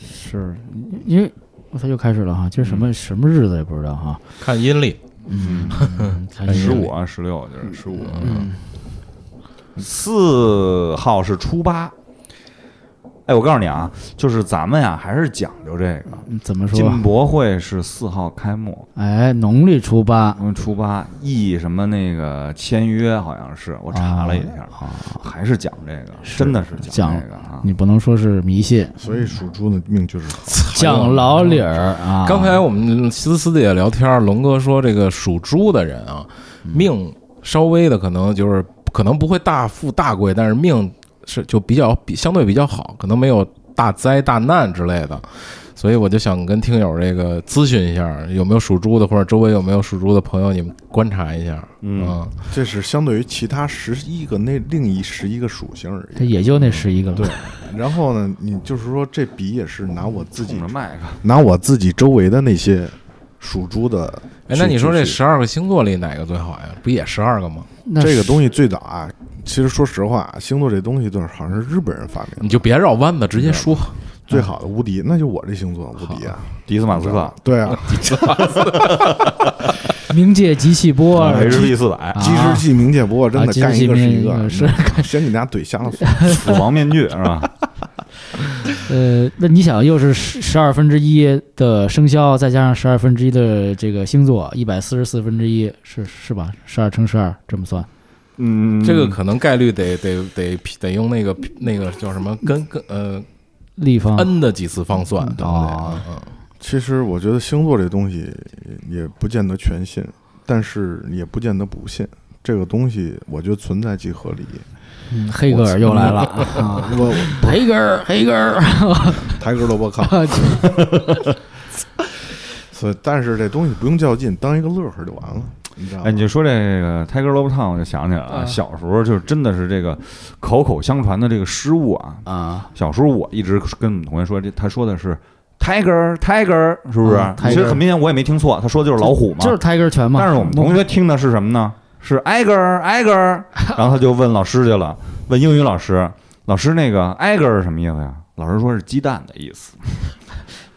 [SPEAKER 3] 是因为他又开始了哈，今儿什么、什么日子也不知道哈，
[SPEAKER 2] 看阴历，
[SPEAKER 3] 嗯，看一眼
[SPEAKER 4] 十五啊，十六就是十五。啊
[SPEAKER 3] 嗯
[SPEAKER 4] 四号是初八。哎，我告诉你啊，就是咱们呀，还是讲究这个。
[SPEAKER 3] 怎么说？
[SPEAKER 4] 金博会是四号开幕，
[SPEAKER 3] 哎，农历初八，
[SPEAKER 4] 嗯，初八易什么那个签约好像是，我查了一
[SPEAKER 3] 啊
[SPEAKER 4] 下，还是讲这个，真的是
[SPEAKER 3] 讲
[SPEAKER 4] 这个啊。
[SPEAKER 3] 你不能说是迷信，
[SPEAKER 1] 所以属猪的命就是好，
[SPEAKER 3] 讲老理儿啊。
[SPEAKER 2] 刚才我们私私底下聊天，龙哥说这个属猪的人啊，命稍微的可能就是可能不会大富大贵，但是命是就比较比相对比较好，可能没有大灾大难之类的。所以我就想跟听友这个咨询一下，有没有属猪的，或者周围有没有属猪的朋友，你们观察一下。啊
[SPEAKER 4] 嗯，
[SPEAKER 1] 这是相对于其他十一个那另一十一个属性而
[SPEAKER 3] 他
[SPEAKER 1] 已。
[SPEAKER 3] 也就那十一个了，
[SPEAKER 1] 对，然后呢，你就是说这笔也是拿我自
[SPEAKER 4] 自己
[SPEAKER 1] 己
[SPEAKER 4] 着麦克，
[SPEAKER 1] 拿我自己周围的那些属猪的去。
[SPEAKER 2] 哎，那你说这
[SPEAKER 1] 去
[SPEAKER 2] 十二个星座里哪个最好呀？不也十二个吗？
[SPEAKER 3] 那
[SPEAKER 1] 这个
[SPEAKER 3] 西
[SPEAKER 1] 东西最早啊，其实说实话，星座这东西就是好像是日本人发明
[SPEAKER 2] 你
[SPEAKER 1] 的，
[SPEAKER 2] 就别绕弯子，直接说。
[SPEAKER 1] 最好的无敌，那就我这星座无敌啊！
[SPEAKER 4] 迪斯马斯 克，
[SPEAKER 1] 对啊，
[SPEAKER 3] 冥界集气波，
[SPEAKER 4] ，HP 四 百，
[SPEAKER 1] 及时记冥界波真
[SPEAKER 3] 啊
[SPEAKER 1] 的
[SPEAKER 3] 及时
[SPEAKER 1] 干
[SPEAKER 3] 记
[SPEAKER 1] 一个是一
[SPEAKER 3] 冥
[SPEAKER 1] 个，嗯
[SPEAKER 3] 是
[SPEAKER 1] 先给大家怼瞎了算。
[SPEAKER 4] 死亡面具是吧？
[SPEAKER 3] 呃，那你想，又是十十二分之一的生肖，再加上十二分之一的这个星座，一百四十四分之一是是吧？十二乘十二这么算，
[SPEAKER 4] 嗯，
[SPEAKER 2] 这个可能概率得得得得用那个那个叫什么跟跟呃
[SPEAKER 3] 立方
[SPEAKER 2] n 的几次方算，对不对？
[SPEAKER 3] 嗯哦
[SPEAKER 2] 嗯？
[SPEAKER 1] 其实我觉得星座这东西也不见得全信，但是也不见得不信。这个东西我觉得存在即合理。
[SPEAKER 3] 嗯黑格尔又来 了啊！
[SPEAKER 1] 我我
[SPEAKER 3] 黑格尔，黑格尔，
[SPEAKER 1] 抬根萝卜炕，所以但是这东西不用较劲，当一个乐呵就完了，你知道吗？
[SPEAKER 4] 哎，你就说这个 Tiger Love Town，我就想起来
[SPEAKER 3] 啊
[SPEAKER 4] 了，小时候就是真的是这个口口相传的这个失误啊。
[SPEAKER 3] 啊，
[SPEAKER 4] 小时候我一直跟我们同学说，这他说的是 Tiger Tiger，是不是
[SPEAKER 3] 嗯？
[SPEAKER 4] 其实很明显我也没听错，他说的就是老虎嘛。
[SPEAKER 3] 就是 Tiger 拳嘛。
[SPEAKER 4] 但是我们同学听的是什么呢？是 Tiger Tiger，然后他就问老师去了，问英语老师，老师那个 Tiger 是什么意思呀？老师说是鸡蛋的意思。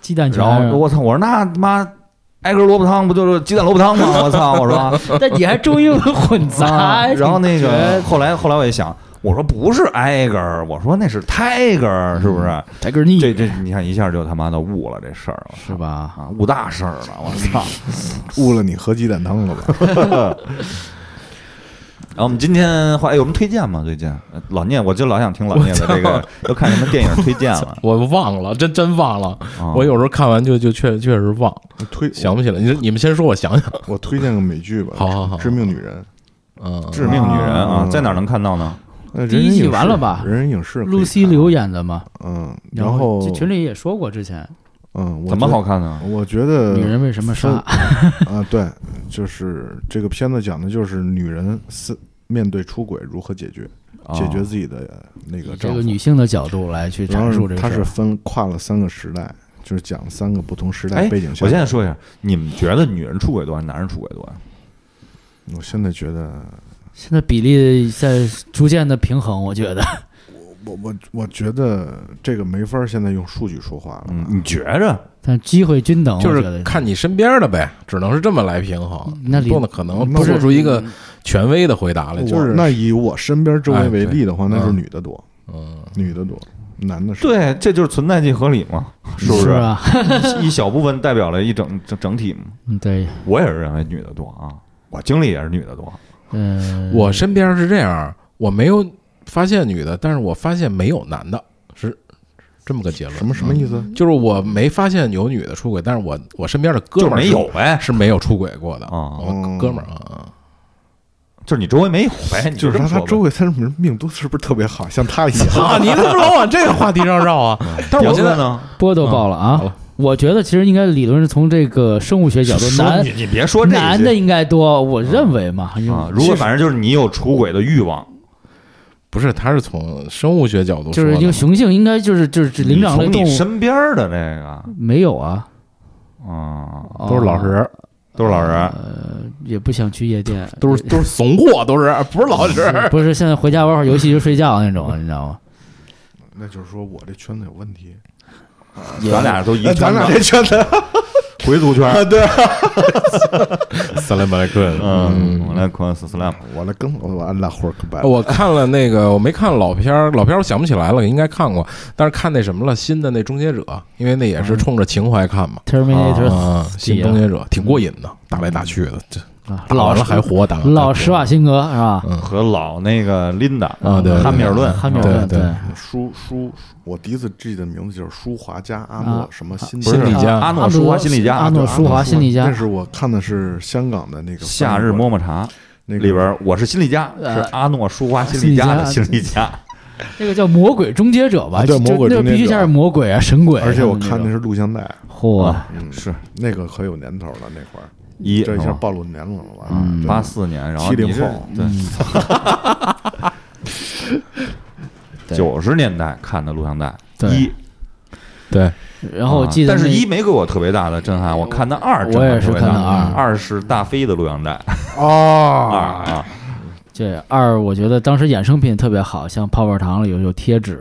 [SPEAKER 3] 鸡蛋拳
[SPEAKER 4] 然
[SPEAKER 3] 啊，
[SPEAKER 4] 后我操，我说那他妈。挨个萝卜汤不就是鸡蛋萝卜汤吗？我操！我说，
[SPEAKER 3] 但你还中英文 混杂
[SPEAKER 4] 啊，然后那个
[SPEAKER 3] 你
[SPEAKER 4] 后来后来我也想，我说不是 Tiger，我说那是 Tiger，是不是？
[SPEAKER 3] 觉得 Tiger 逆
[SPEAKER 4] 这这你看一下就他妈的悟了这事儿了
[SPEAKER 3] 是吧？
[SPEAKER 4] 啊，悟大事儿了，我操！
[SPEAKER 1] 误了你喝鸡蛋汤了 吧？
[SPEAKER 4] 然后我们今天话哎有什么推荐吗？最近呃老聂，我就老想听老聂的这个，都看什么电影推荐了
[SPEAKER 2] 我忘了，真真忘了。
[SPEAKER 4] 啊
[SPEAKER 2] 我有时候看完就就确确实忘，
[SPEAKER 1] 推
[SPEAKER 2] 想不起来。你你们先说，我想想。
[SPEAKER 1] 我推荐个美剧吧，
[SPEAKER 2] 好好好
[SPEAKER 1] 《致命女人
[SPEAKER 2] 嗯，
[SPEAKER 4] 致命女人啊，
[SPEAKER 1] 嗯
[SPEAKER 4] 在哪儿能看到呢？》
[SPEAKER 1] 呃。
[SPEAKER 3] 第一
[SPEAKER 1] 人人
[SPEAKER 3] 季
[SPEAKER 1] 影视
[SPEAKER 3] 完了吧
[SPEAKER 1] 人人影视可以
[SPEAKER 3] 露西
[SPEAKER 4] 啊
[SPEAKER 1] 看啊
[SPEAKER 3] 刘演的嘛。
[SPEAKER 1] 嗯，
[SPEAKER 3] 然
[SPEAKER 1] 然后
[SPEAKER 3] 这群里也说过，之前
[SPEAKER 1] 嗯，我
[SPEAKER 4] 怎么
[SPEAKER 1] 觉得
[SPEAKER 4] 好？看呢？
[SPEAKER 1] 我觉得
[SPEAKER 4] 呃
[SPEAKER 3] 女人为什么杀
[SPEAKER 1] 分？啊，对，就是这个片子讲的就是女人是面对出轨如何解决，
[SPEAKER 4] 啊
[SPEAKER 1] 解决自己的那个
[SPEAKER 3] 以哦这
[SPEAKER 1] 丈夫
[SPEAKER 3] 个。女性的角度来去
[SPEAKER 1] 然
[SPEAKER 3] 阐述
[SPEAKER 1] 后
[SPEAKER 3] 这个
[SPEAKER 1] 它
[SPEAKER 3] 事
[SPEAKER 1] 是
[SPEAKER 3] 儿。
[SPEAKER 1] 分跨了三个时代，就是讲三个不同时代
[SPEAKER 4] 哎
[SPEAKER 1] 背景下。
[SPEAKER 4] 我现在说一下，你们觉得女人出轨多还是男人出轨多呀？
[SPEAKER 1] 我现在觉得，
[SPEAKER 3] 现在比例在逐渐的平衡，我觉得。
[SPEAKER 1] 我我我觉得这个没法儿现在用数据说话了。
[SPEAKER 4] 嗯，你觉着？
[SPEAKER 3] 但机会均等，
[SPEAKER 2] 就
[SPEAKER 3] 我觉
[SPEAKER 2] 是
[SPEAKER 3] 得
[SPEAKER 2] 看你身边的呗，只能是这么来平衡。
[SPEAKER 3] 那里
[SPEAKER 2] 不能可能
[SPEAKER 1] 不是
[SPEAKER 2] 做出一个
[SPEAKER 3] 嗯
[SPEAKER 2] 权威的回答来，就
[SPEAKER 1] 我
[SPEAKER 2] 是
[SPEAKER 1] 那以我身边周围为例的话，
[SPEAKER 2] 哎对
[SPEAKER 1] 那就是女的多，
[SPEAKER 2] 嗯，
[SPEAKER 1] 女的多，男的少。
[SPEAKER 4] 对，这就是存在即合理嘛，是不
[SPEAKER 3] 是
[SPEAKER 4] 是？
[SPEAKER 3] 啊？
[SPEAKER 4] 一小部分代表了一整整整体嘛。
[SPEAKER 3] 嗯对，
[SPEAKER 4] 我也是认为女的多啊，我经历也是女的多。
[SPEAKER 3] 嗯，
[SPEAKER 2] 我身边是这样，我没有发现女的，但是我发现没有男的，是这么个结论。嗯
[SPEAKER 1] 什么什么意思？
[SPEAKER 3] 嗯
[SPEAKER 2] 就是我没发现有女的出轨，但是我我身边的哥
[SPEAKER 4] 就
[SPEAKER 2] 们儿
[SPEAKER 4] 没
[SPEAKER 2] 是
[SPEAKER 4] 有呗。
[SPEAKER 2] 是没有出轨过的
[SPEAKER 4] 哦
[SPEAKER 2] 我哥们儿啊，啊
[SPEAKER 4] 就是你周围没有呗，你
[SPEAKER 1] 就是
[SPEAKER 4] 这
[SPEAKER 1] 他
[SPEAKER 4] 么
[SPEAKER 1] 他
[SPEAKER 4] 说吧
[SPEAKER 1] 周围他们命都是不是特别好，像他一
[SPEAKER 2] 啊，
[SPEAKER 1] 样。
[SPEAKER 2] 你怎么老往这个话题上绕 啊？但是我
[SPEAKER 4] 杨
[SPEAKER 2] 现
[SPEAKER 4] 哥
[SPEAKER 2] 在
[SPEAKER 4] 呢？
[SPEAKER 3] 波都爆了啊！
[SPEAKER 2] 好了
[SPEAKER 3] 我觉得其实应该理论是从这个生物学角度，
[SPEAKER 4] 说
[SPEAKER 3] 男
[SPEAKER 4] 你你别说这
[SPEAKER 3] 男
[SPEAKER 4] 些
[SPEAKER 3] 的应该多，我认为嘛，因为
[SPEAKER 4] 啊，如果反正就是你有出轨的欲望，
[SPEAKER 2] 不是，他是从生物学角度
[SPEAKER 3] 就
[SPEAKER 2] 说
[SPEAKER 3] 是
[SPEAKER 2] 的
[SPEAKER 3] 一个雄性应该就是就是灵长类
[SPEAKER 4] 你
[SPEAKER 3] 动
[SPEAKER 4] 从你
[SPEAKER 3] 物
[SPEAKER 4] 身边儿的这个
[SPEAKER 3] 没有啊，
[SPEAKER 4] 啊，
[SPEAKER 3] 啊
[SPEAKER 2] 都是老实，人，
[SPEAKER 4] 都是老人，
[SPEAKER 3] 也不想去夜店，
[SPEAKER 2] 都是都是怂货，都是不是老实人。
[SPEAKER 3] 不是现在回家玩会儿游戏就睡觉那种，你知道吗？
[SPEAKER 1] 那就是说我这圈子有问题，
[SPEAKER 4] 咱俩都一
[SPEAKER 1] 哎咱
[SPEAKER 4] 圈
[SPEAKER 1] 俩
[SPEAKER 4] 的
[SPEAKER 1] 这圈子
[SPEAKER 4] 回族圈儿，
[SPEAKER 1] 啊，对，
[SPEAKER 2] 萨莱马莱克，
[SPEAKER 4] 嗯，我来昆斯斯拉姆，
[SPEAKER 1] 我来跟我俺俩伙儿可白
[SPEAKER 4] 哦
[SPEAKER 1] 了。
[SPEAKER 2] 我看了那个，我没看老片儿，老片儿我想不起来了，应该看过，但是看那什么了，新的那《终结者》，因为那也是冲着情怀看嘛。
[SPEAKER 3] Terminator
[SPEAKER 2] 啊，新《终结者》挺过瘾的，打来打去的，这
[SPEAKER 3] 啊
[SPEAKER 2] 打完了还活，打完了还活
[SPEAKER 3] 老施瓦辛格是吧？
[SPEAKER 4] 和老那个琳达
[SPEAKER 2] 啊对对
[SPEAKER 4] 汉密尔顿，
[SPEAKER 3] 汉密尔顿
[SPEAKER 2] 对对
[SPEAKER 1] 舒舒，我第一次记的名字就是舒华加阿诺
[SPEAKER 3] 啊
[SPEAKER 1] 什么新
[SPEAKER 2] 不是
[SPEAKER 1] 的
[SPEAKER 2] 你
[SPEAKER 1] 啊
[SPEAKER 2] 家
[SPEAKER 4] 阿诺舒华心理家
[SPEAKER 3] 阿诺舒华心理家
[SPEAKER 1] 但啊是我看的是香港的那个
[SPEAKER 4] 夏日摸摸茶
[SPEAKER 1] 那个
[SPEAKER 4] 里边儿，我是心理家，是
[SPEAKER 3] 呃
[SPEAKER 4] 阿诺舒华心理家的
[SPEAKER 3] 心
[SPEAKER 4] 心 理家，
[SPEAKER 3] 那个叫魔鬼终结者吧？
[SPEAKER 1] 啊对
[SPEAKER 3] 就
[SPEAKER 1] 魔鬼
[SPEAKER 3] 那个
[SPEAKER 1] 终结者
[SPEAKER 3] 必须像是魔鬼啊，神鬼啊。
[SPEAKER 1] 而且我
[SPEAKER 3] 他们
[SPEAKER 1] 看
[SPEAKER 3] 那
[SPEAKER 1] 的
[SPEAKER 3] 种
[SPEAKER 1] 是录像带，
[SPEAKER 3] 嚯，
[SPEAKER 1] 嗯，
[SPEAKER 4] 是
[SPEAKER 1] 那个可有年头了，那会儿
[SPEAKER 4] 啊一
[SPEAKER 1] 这一下
[SPEAKER 4] 是吧
[SPEAKER 1] 暴露年龄了吧？
[SPEAKER 3] 嗯
[SPEAKER 1] 对
[SPEAKER 4] 哦八四年，然后
[SPEAKER 1] 70
[SPEAKER 4] 你是
[SPEAKER 1] 后
[SPEAKER 4] 对，
[SPEAKER 3] 嗯对
[SPEAKER 4] 九十年代看的录像带
[SPEAKER 3] 对
[SPEAKER 4] 一，
[SPEAKER 2] 对，
[SPEAKER 3] 然哦后我记得
[SPEAKER 4] 啊但是
[SPEAKER 3] 那
[SPEAKER 4] 一没给我特别大的震撼，我看的二，
[SPEAKER 3] 我也是看的二
[SPEAKER 4] 二是大飞的录像带
[SPEAKER 3] 啊
[SPEAKER 4] 二
[SPEAKER 1] 哦，
[SPEAKER 4] 啊，
[SPEAKER 3] 这二，我觉得当时衍生品特别好，像泡泡糖里有有贴纸，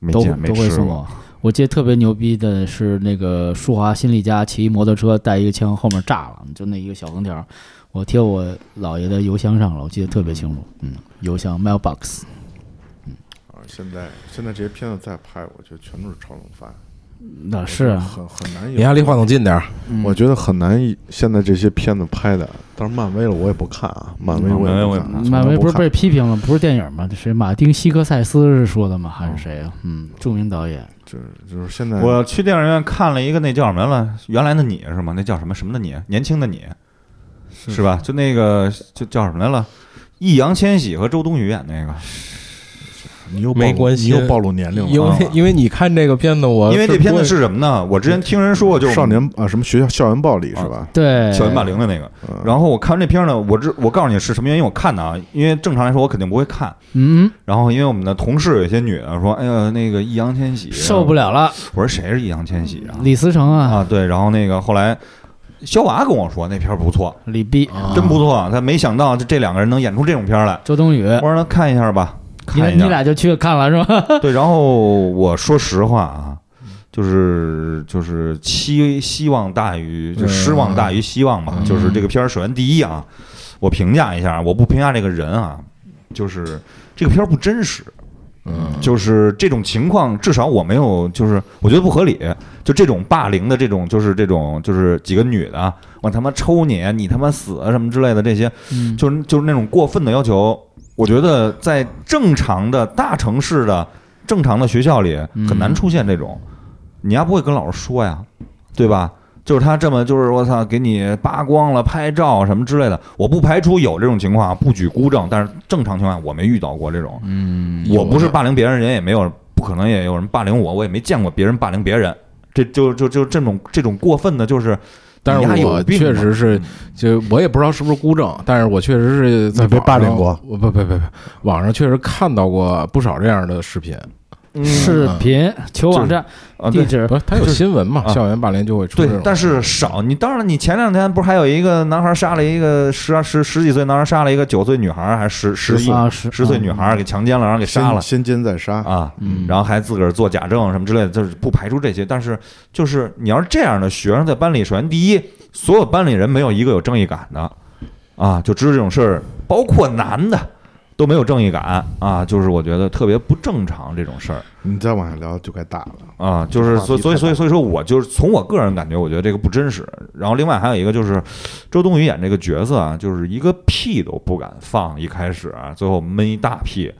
[SPEAKER 4] 没
[SPEAKER 3] 都
[SPEAKER 4] 见没
[SPEAKER 3] 都会
[SPEAKER 4] 吃
[SPEAKER 3] 送
[SPEAKER 4] 过
[SPEAKER 3] 我。我记得特别牛逼的是那个舒华新力家骑一摩托车带一个枪，后面炸了，就那一个小横条，我贴我姥爷的邮箱上了，我记得特别清楚。嗯，邮箱 mailbox
[SPEAKER 1] 现在现在这些片子再拍，我觉得全都是炒冷饭，
[SPEAKER 3] 那是啊，
[SPEAKER 1] 很很难
[SPEAKER 2] 你
[SPEAKER 1] 有。
[SPEAKER 2] 还离话筒近点儿。
[SPEAKER 1] 我觉得很难以，现在这些片子拍的，但是漫威了我也不看啊，漫威我
[SPEAKER 4] 漫威我
[SPEAKER 1] 也
[SPEAKER 4] 也不
[SPEAKER 1] 不看，
[SPEAKER 4] 看
[SPEAKER 1] 啊
[SPEAKER 3] 漫
[SPEAKER 1] 从来
[SPEAKER 3] 威不是
[SPEAKER 1] 看
[SPEAKER 3] 被批评了，不是电影吗？这谁马丁·西克塞斯是说的吗？还
[SPEAKER 4] 哦
[SPEAKER 3] 是谁啊？嗯，著名导演。
[SPEAKER 1] 就是就是现在
[SPEAKER 4] 我去电影院看了一个那叫什么来了？原来的你是吗？那叫什么什么的你？年轻的你是吧？就那个就叫什么来了？易烊千玺和周冬雨演那个，
[SPEAKER 1] 你又暴
[SPEAKER 2] 没
[SPEAKER 1] 露
[SPEAKER 2] 关系
[SPEAKER 1] 你又暴露年龄
[SPEAKER 2] 因
[SPEAKER 1] 了啊。
[SPEAKER 2] 为因为你看这个片子，我
[SPEAKER 4] 因为这片子
[SPEAKER 2] 呃不会
[SPEAKER 4] 是什么呢？我之前听人说过，就是
[SPEAKER 1] 少年啊，什么学校校园暴力是吧？
[SPEAKER 3] 对，
[SPEAKER 4] 校园霸凌的那个。
[SPEAKER 1] 嗯
[SPEAKER 4] 然后我看完这片儿呢，我知我告诉你是什么原因，我看的啊，因为正常来说我肯定不会看。
[SPEAKER 3] 嗯，
[SPEAKER 4] 然后因为我们的同事有些女的说，哎呀，那个易烊千玺啊
[SPEAKER 3] 受不，了了，
[SPEAKER 4] 我说谁是易烊千玺啊？
[SPEAKER 3] 李思成啊，
[SPEAKER 4] 啊，对，然后那个后来肖娃跟我说那片儿不错，
[SPEAKER 3] 李碧，
[SPEAKER 4] 真不错，他没想到这这两个人能演出这种片儿来。
[SPEAKER 3] 周冬雨，
[SPEAKER 4] 我说那看一下吧，
[SPEAKER 3] 你
[SPEAKER 4] 看一
[SPEAKER 3] 哎你
[SPEAKER 4] 下。
[SPEAKER 3] 俩就去看了是吧？
[SPEAKER 4] 对，然后我说实话啊，就是就是期希望大于就失望大于希望吧。
[SPEAKER 3] 嗯
[SPEAKER 4] 就是这个片儿，首先第一啊，我评价一下，我不评价这个人啊，就是这个片儿不真实。
[SPEAKER 2] 嗯，
[SPEAKER 4] 就是这种情况，至少我没有，就是我觉得不合理。就这种霸凌的这种，就是这种，就是几个女的啊，我他妈抽你，你他妈死啊什么之类的这些，
[SPEAKER 3] 嗯，
[SPEAKER 4] 就是就是那种过分的要求，我觉得在正常的大城市的正常的学校里
[SPEAKER 3] 嗯
[SPEAKER 4] 很难出现这种，你丫不会跟老师说呀，对吧？就是他这么就是我操，给你扒光了拍照什么之类的，我不排除有这种情况，不举孤证，但是正常情况下我没遇到过这种。
[SPEAKER 2] 嗯
[SPEAKER 4] 我不是霸凌别人，人也没有，不可能也有人霸凌我，我也没见过别人霸凌别人。这就就就这种这种过分的，就是
[SPEAKER 2] 但
[SPEAKER 4] 你丫
[SPEAKER 2] 是
[SPEAKER 4] 有
[SPEAKER 2] 我
[SPEAKER 4] 病
[SPEAKER 2] 确
[SPEAKER 4] 吧
[SPEAKER 2] 实是，就我也不知道是不是孤证，但是我确实是在
[SPEAKER 1] 你被
[SPEAKER 2] 网
[SPEAKER 1] 霸凌
[SPEAKER 2] 上
[SPEAKER 1] 过
[SPEAKER 2] 我不不不不，网上确实看到过不少这样的视
[SPEAKER 4] 嗯
[SPEAKER 2] 频。
[SPEAKER 3] 视频求网站
[SPEAKER 4] 啊，对
[SPEAKER 3] 地址
[SPEAKER 2] 不是，他有
[SPEAKER 4] 就是
[SPEAKER 2] 新闻嘛？
[SPEAKER 4] 啊
[SPEAKER 2] 校园霸凌就会出这
[SPEAKER 4] 对
[SPEAKER 2] 种，。
[SPEAKER 4] 但是少。你当然了，你前两天不是还有一个男孩杀了一个十二十十几岁男孩杀了一个九岁女孩，还是十十一
[SPEAKER 3] 啊十
[SPEAKER 4] 十岁女
[SPEAKER 2] 嗯
[SPEAKER 4] 孩给强奸了，然后给杀了
[SPEAKER 1] 先先奸再杀，
[SPEAKER 4] 啊，
[SPEAKER 3] 嗯
[SPEAKER 4] 然后还自个儿做假证什么之类的，就是不排除这些。但是就是你要是这样的学生在班里，首先第一，所有班里人没有一个有正义感的啊，就知道这种事儿，包括男的都没有正义感啊，就是我觉得特别不正常这种事儿。
[SPEAKER 1] 你再往下聊就该大了。
[SPEAKER 4] 啊，就是
[SPEAKER 1] 话
[SPEAKER 4] 所
[SPEAKER 1] 题
[SPEAKER 4] 所以
[SPEAKER 1] 太
[SPEAKER 4] 所以所以说，我就是从我个人感觉，我觉得这个不真实。然后另外还有一个就是，周冬雨演这个角色啊，就是一个屁都不敢放，一开始啊，最后闷一大屁，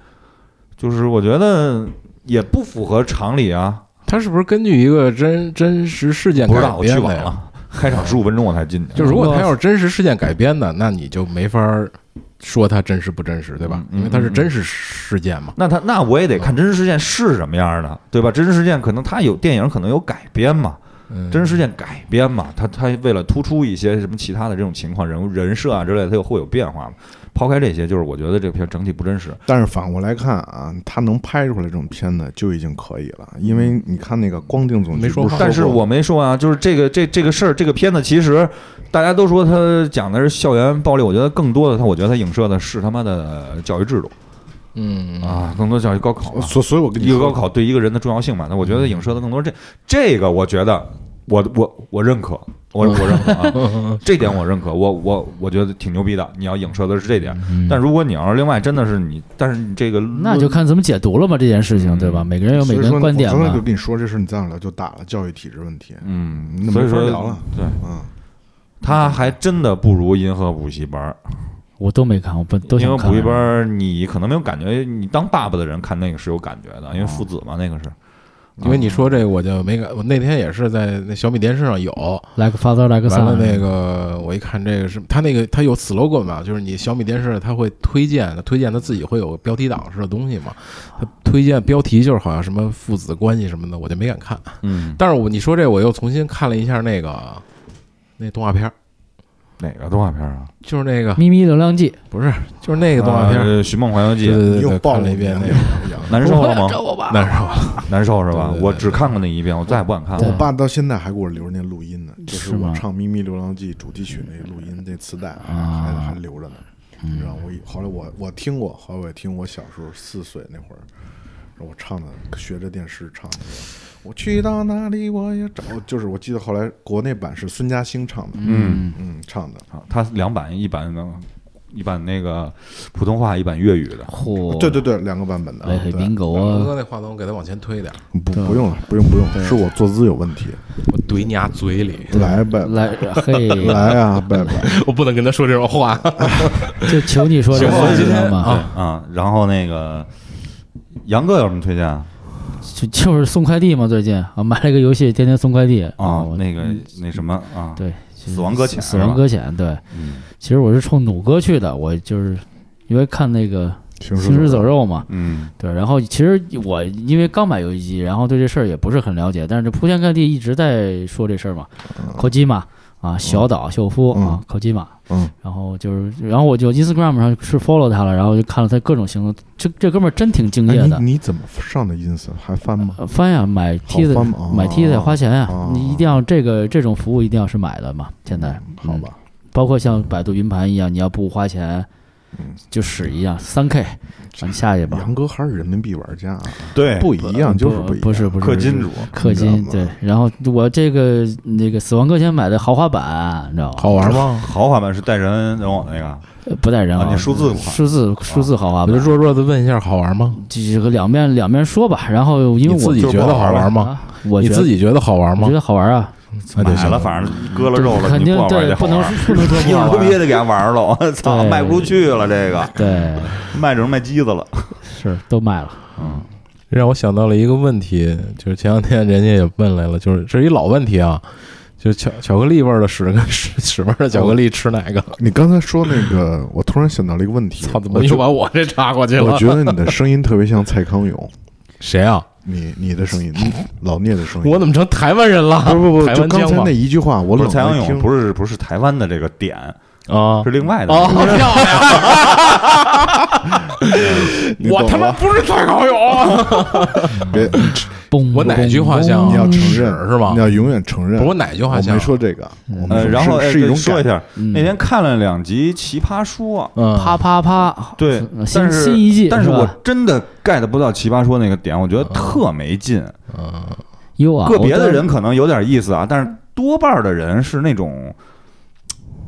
[SPEAKER 4] 就是我觉得也不符合常理啊。
[SPEAKER 2] 他是不是根据一个真真实事件
[SPEAKER 4] 不
[SPEAKER 2] 改
[SPEAKER 4] 知道我去
[SPEAKER 2] 编
[SPEAKER 4] 晚
[SPEAKER 2] 的呀？
[SPEAKER 4] 了，开场十五分钟我才进去。
[SPEAKER 2] 就如果他要是真实事件改编的，那你就没法儿说它真实不真实，对吧？
[SPEAKER 4] 嗯嗯
[SPEAKER 2] 因为它是真实事件嘛。
[SPEAKER 4] 那他那我也得看真实事件是什么样的，对吧？真实事件可能他有电影可能有改编嘛，
[SPEAKER 2] 嗯，
[SPEAKER 4] 真实事件改编嘛，他他为了突出一些什么其他的这种情况、人物人设啊之类的，他又会有变化嘛。抛开这些，就是我觉得这片整体不真实。
[SPEAKER 1] 但是反过来看啊，他能拍出来这种片子就已经可以了，因为你看那个光腚总局
[SPEAKER 2] 没说
[SPEAKER 1] 不是
[SPEAKER 2] 话
[SPEAKER 4] 但是
[SPEAKER 1] 过
[SPEAKER 4] 我没说啊，就是这个这这个事儿，这个片子其实大家都说他讲的是校园暴力，我觉得更多的他，我觉得他影射的是他妈的教育制度
[SPEAKER 2] 嗯，
[SPEAKER 4] 啊，更多教育高考啊、
[SPEAKER 1] 所所以，我跟你
[SPEAKER 4] 一个
[SPEAKER 1] 说
[SPEAKER 4] 高考对一个人的重要性嘛。那我觉得影射的更多是这这个，我觉得我我我认可，我我认可 啊，这点我认可，我我我觉得挺牛逼的。你要影射的是这点，
[SPEAKER 3] 嗯
[SPEAKER 4] 但如果你要是另外真的是你，但是你这个
[SPEAKER 3] 那就看怎么解读了吧，这件事情，对吧？
[SPEAKER 4] 嗯
[SPEAKER 3] 每个人有每
[SPEAKER 1] 所
[SPEAKER 3] 个
[SPEAKER 1] 以说
[SPEAKER 3] 人观点
[SPEAKER 1] 我刚才就
[SPEAKER 3] 嘛。
[SPEAKER 1] 跟你说这事，你咱俩聊就打了教育体制问题，
[SPEAKER 4] 嗯，
[SPEAKER 1] 那
[SPEAKER 4] 所以
[SPEAKER 1] 没法
[SPEAKER 4] 说
[SPEAKER 1] 聊了
[SPEAKER 4] 对。
[SPEAKER 1] 嗯，
[SPEAKER 4] 他还真的不如银河补习班儿，
[SPEAKER 3] 我都没看，我不都
[SPEAKER 4] 因
[SPEAKER 3] 想
[SPEAKER 4] 为
[SPEAKER 3] 看。
[SPEAKER 4] 补习班儿你可能没有感觉，你当爸爸的人看那个是有感觉的，因为父子嘛，那个是。
[SPEAKER 2] 因
[SPEAKER 4] 啊
[SPEAKER 2] 为你说这个我就没敢，我那天也是在那小米电视上有，
[SPEAKER 3] 来个 father 来个
[SPEAKER 2] 完了
[SPEAKER 3] son，
[SPEAKER 2] 那个我一看这个是他那个他有 slogan 嘛，就是你小米电视它会推荐的，推荐它自己会有个标题党似的东西嘛，它推荐标题就是好像什么父子关系什么的，我就没敢看。
[SPEAKER 4] 嗯，
[SPEAKER 2] 但是我你说这我又重新看了一下那个那动画片儿，
[SPEAKER 4] 哪个动画片啊？
[SPEAKER 2] 就是那个
[SPEAKER 3] 咪咪流浪记，
[SPEAKER 2] 不是就是那个动画片儿，
[SPEAKER 4] 呃《寻梦环游
[SPEAKER 2] 对
[SPEAKER 4] 记》，
[SPEAKER 2] 对对，
[SPEAKER 1] 又
[SPEAKER 2] 对
[SPEAKER 1] 暴
[SPEAKER 2] 看了一遍那个，
[SPEAKER 1] 个。
[SPEAKER 4] 难受了吗？
[SPEAKER 2] 那是 吧？
[SPEAKER 4] 难受是吧
[SPEAKER 2] 对对？对
[SPEAKER 4] 我只看过那一遍，我再也不敢看
[SPEAKER 1] 我
[SPEAKER 4] 了。
[SPEAKER 1] 爸到现在还给我留着那录音呢，就是是
[SPEAKER 3] 吗
[SPEAKER 1] 我唱《咪咪流浪记》主题曲那录音那磁带还，还还留着呢。你知道，我以后来我我听过，后来我也听我小时候四岁那会儿，我唱的学着电视唱的。我去到哪里我也找，就是我记得后来国内版是孙嘉欣唱的，
[SPEAKER 4] 嗯，
[SPEAKER 1] 嗯，唱的，
[SPEAKER 4] 啊它两版，一版能，一版那个普通话，一版粤语的。
[SPEAKER 3] 嚯，
[SPEAKER 1] 对对对，两个版本的，
[SPEAKER 3] 哎，嘿，
[SPEAKER 1] 对
[SPEAKER 3] 宾狗
[SPEAKER 2] 龙
[SPEAKER 3] 啊，
[SPEAKER 2] 哥那话筒给他往前推点儿，
[SPEAKER 1] 不不用了，不用不用，是我坐姿有问题，
[SPEAKER 2] 我怼你丫嘴 里，
[SPEAKER 1] 来呗，
[SPEAKER 3] 来 嘿，
[SPEAKER 1] 来啊，拜拜。
[SPEAKER 2] 我不能跟他说这种话。
[SPEAKER 3] 就求你说这
[SPEAKER 4] 行
[SPEAKER 3] 话，
[SPEAKER 4] 我
[SPEAKER 3] 你
[SPEAKER 4] 今
[SPEAKER 3] 知道
[SPEAKER 4] 天
[SPEAKER 3] 吗？
[SPEAKER 4] 啊啊，然后那个杨哥有什么推荐啊？
[SPEAKER 3] 就就是送快递嘛，最近啊，买了个游戏，天天送快递
[SPEAKER 4] 啊
[SPEAKER 3] 我，
[SPEAKER 4] 那个那什么啊？
[SPEAKER 3] 对，
[SPEAKER 4] 死亡搁浅
[SPEAKER 3] 死亡搁浅，对，
[SPEAKER 4] 嗯
[SPEAKER 3] 其实我是冲弩哥去的，我就是因为看那个
[SPEAKER 1] 行
[SPEAKER 3] 《行尸走肉》嘛，
[SPEAKER 4] 嗯
[SPEAKER 3] 对，然后其实我因为刚买游戏机，然后对这事儿也不是很了解，但是这铺天盖地一直在说这事儿嘛，科基玛啊，小岛秀夫啊
[SPEAKER 1] 嗯，
[SPEAKER 3] 科基玛，
[SPEAKER 1] 嗯，
[SPEAKER 3] 然后就是，然后我就 Instagram 上是 follow 他了，然后就看了他各种行动，这这哥们儿真挺敬业
[SPEAKER 1] 哎，
[SPEAKER 3] 的。
[SPEAKER 1] 你你怎么上的 ins 还翻吗？
[SPEAKER 3] 呃翻呀，买
[SPEAKER 1] 好
[SPEAKER 3] T 子
[SPEAKER 1] 翻吗
[SPEAKER 3] 买 T 子得花钱呀
[SPEAKER 1] 哦，
[SPEAKER 3] 你一定要这个这种服务一定要是买的嘛，现在
[SPEAKER 1] 好吧，
[SPEAKER 3] 包括像百度云盘一样，你要不花钱
[SPEAKER 1] 嗯，
[SPEAKER 3] 就使一样，三 K，咱下去吧。
[SPEAKER 1] 杨哥还是人民币玩家啊，
[SPEAKER 4] 对
[SPEAKER 1] 不一样就是
[SPEAKER 3] 嗯哎不
[SPEAKER 1] 一样。
[SPEAKER 3] 不是不是
[SPEAKER 4] 氪金主，
[SPEAKER 3] 氪
[SPEAKER 1] 你知
[SPEAKER 3] 金
[SPEAKER 1] 道
[SPEAKER 3] 对
[SPEAKER 1] 吗，
[SPEAKER 3] 然后我这个那个《死亡搁浅》买的豪华版，你知道吧？
[SPEAKER 2] 好玩吗？
[SPEAKER 4] 豪华版是带人人网那个
[SPEAKER 3] 呃不带人
[SPEAKER 4] 啊你数字款
[SPEAKER 3] 数字数字豪华
[SPEAKER 2] 我就
[SPEAKER 3] 版，
[SPEAKER 2] 弱弱的问一下，好玩吗？
[SPEAKER 3] 这个两面两面说吧。然后因为
[SPEAKER 2] 你
[SPEAKER 3] 我
[SPEAKER 2] 自己觉得好玩吗？
[SPEAKER 3] 啊我
[SPEAKER 2] 你
[SPEAKER 3] 觉得
[SPEAKER 2] 自己觉得好玩
[SPEAKER 3] 我
[SPEAKER 2] 吗
[SPEAKER 3] 觉？得好玩啊，
[SPEAKER 2] 那就
[SPEAKER 4] 买
[SPEAKER 2] 行
[SPEAKER 4] 了，反正割了肉了，
[SPEAKER 3] 肯
[SPEAKER 4] 你
[SPEAKER 3] 定
[SPEAKER 4] 不好玩
[SPEAKER 3] 对
[SPEAKER 4] 就，好
[SPEAKER 3] 不能
[SPEAKER 4] 玩
[SPEAKER 3] 不能说不
[SPEAKER 4] 硬
[SPEAKER 3] 好
[SPEAKER 4] 着
[SPEAKER 3] 玩
[SPEAKER 4] 逼也得给他玩了，我操，
[SPEAKER 3] 对
[SPEAKER 4] 卖不出去了，这个
[SPEAKER 3] 对，
[SPEAKER 4] 卖成卖鸡子了。
[SPEAKER 3] 是都卖了。
[SPEAKER 4] 嗯
[SPEAKER 2] 让我想到了一个问题，就是前两天人家也问来了，就是这是一老问题啊，就是巧巧克力味儿的屎跟屎屎味儿的巧克力吃哪个？
[SPEAKER 1] 你刚才说那 个，我突然想到了一个问题，
[SPEAKER 2] 操，怎
[SPEAKER 1] 我
[SPEAKER 2] 么
[SPEAKER 1] 觉
[SPEAKER 2] 又把我这插过去
[SPEAKER 1] 我
[SPEAKER 2] 了？
[SPEAKER 1] 觉得你的声音特别像蔡康永，
[SPEAKER 2] 谁啊？
[SPEAKER 1] 你你的 声音，你老聂的声音。
[SPEAKER 2] 我怎么成台湾人了？
[SPEAKER 1] 不是不不，
[SPEAKER 2] 台
[SPEAKER 1] 就
[SPEAKER 2] 湾
[SPEAKER 1] 刚
[SPEAKER 2] 腔
[SPEAKER 1] 才那一句话，我
[SPEAKER 4] 不
[SPEAKER 1] 冷
[SPEAKER 4] 是蔡康
[SPEAKER 1] 了
[SPEAKER 4] 永，
[SPEAKER 1] 听，
[SPEAKER 4] 不是不是台湾的这个点，
[SPEAKER 2] 那啊
[SPEAKER 4] 是另外的。
[SPEAKER 2] 啊，好漂亮！
[SPEAKER 1] 你懂
[SPEAKER 2] 我他妈
[SPEAKER 1] 了
[SPEAKER 2] 不是蔡康永，
[SPEAKER 1] 别，
[SPEAKER 3] 嘣，
[SPEAKER 2] 啊我哪句话像
[SPEAKER 1] 你要承认
[SPEAKER 4] 哦
[SPEAKER 2] 屎是吗
[SPEAKER 1] 你？要永远承认。
[SPEAKER 2] 不是我哪句话
[SPEAKER 1] 我
[SPEAKER 2] 像？
[SPEAKER 1] 没说这个，我
[SPEAKER 3] 嗯
[SPEAKER 1] 没
[SPEAKER 4] 呃，
[SPEAKER 1] 说
[SPEAKER 4] 然后
[SPEAKER 1] 是
[SPEAKER 4] 哎
[SPEAKER 1] 是一
[SPEAKER 4] 对
[SPEAKER 1] 种
[SPEAKER 4] 说一
[SPEAKER 1] 感
[SPEAKER 4] 下，那天看了两集《奇葩说》，
[SPEAKER 2] 嗯，
[SPEAKER 3] 啪啪啪，
[SPEAKER 4] 对
[SPEAKER 3] 嗯，
[SPEAKER 4] 但
[SPEAKER 3] 新
[SPEAKER 4] 是
[SPEAKER 3] 新一季，
[SPEAKER 4] 但是我
[SPEAKER 3] 吧
[SPEAKER 4] 真的 get 不到《奇葩说》那个点，我觉得特没劲。
[SPEAKER 3] 哟啊，
[SPEAKER 4] 个别
[SPEAKER 3] 我
[SPEAKER 4] 的
[SPEAKER 3] 都
[SPEAKER 4] 人可能有点意思啊，但是多半的人是那种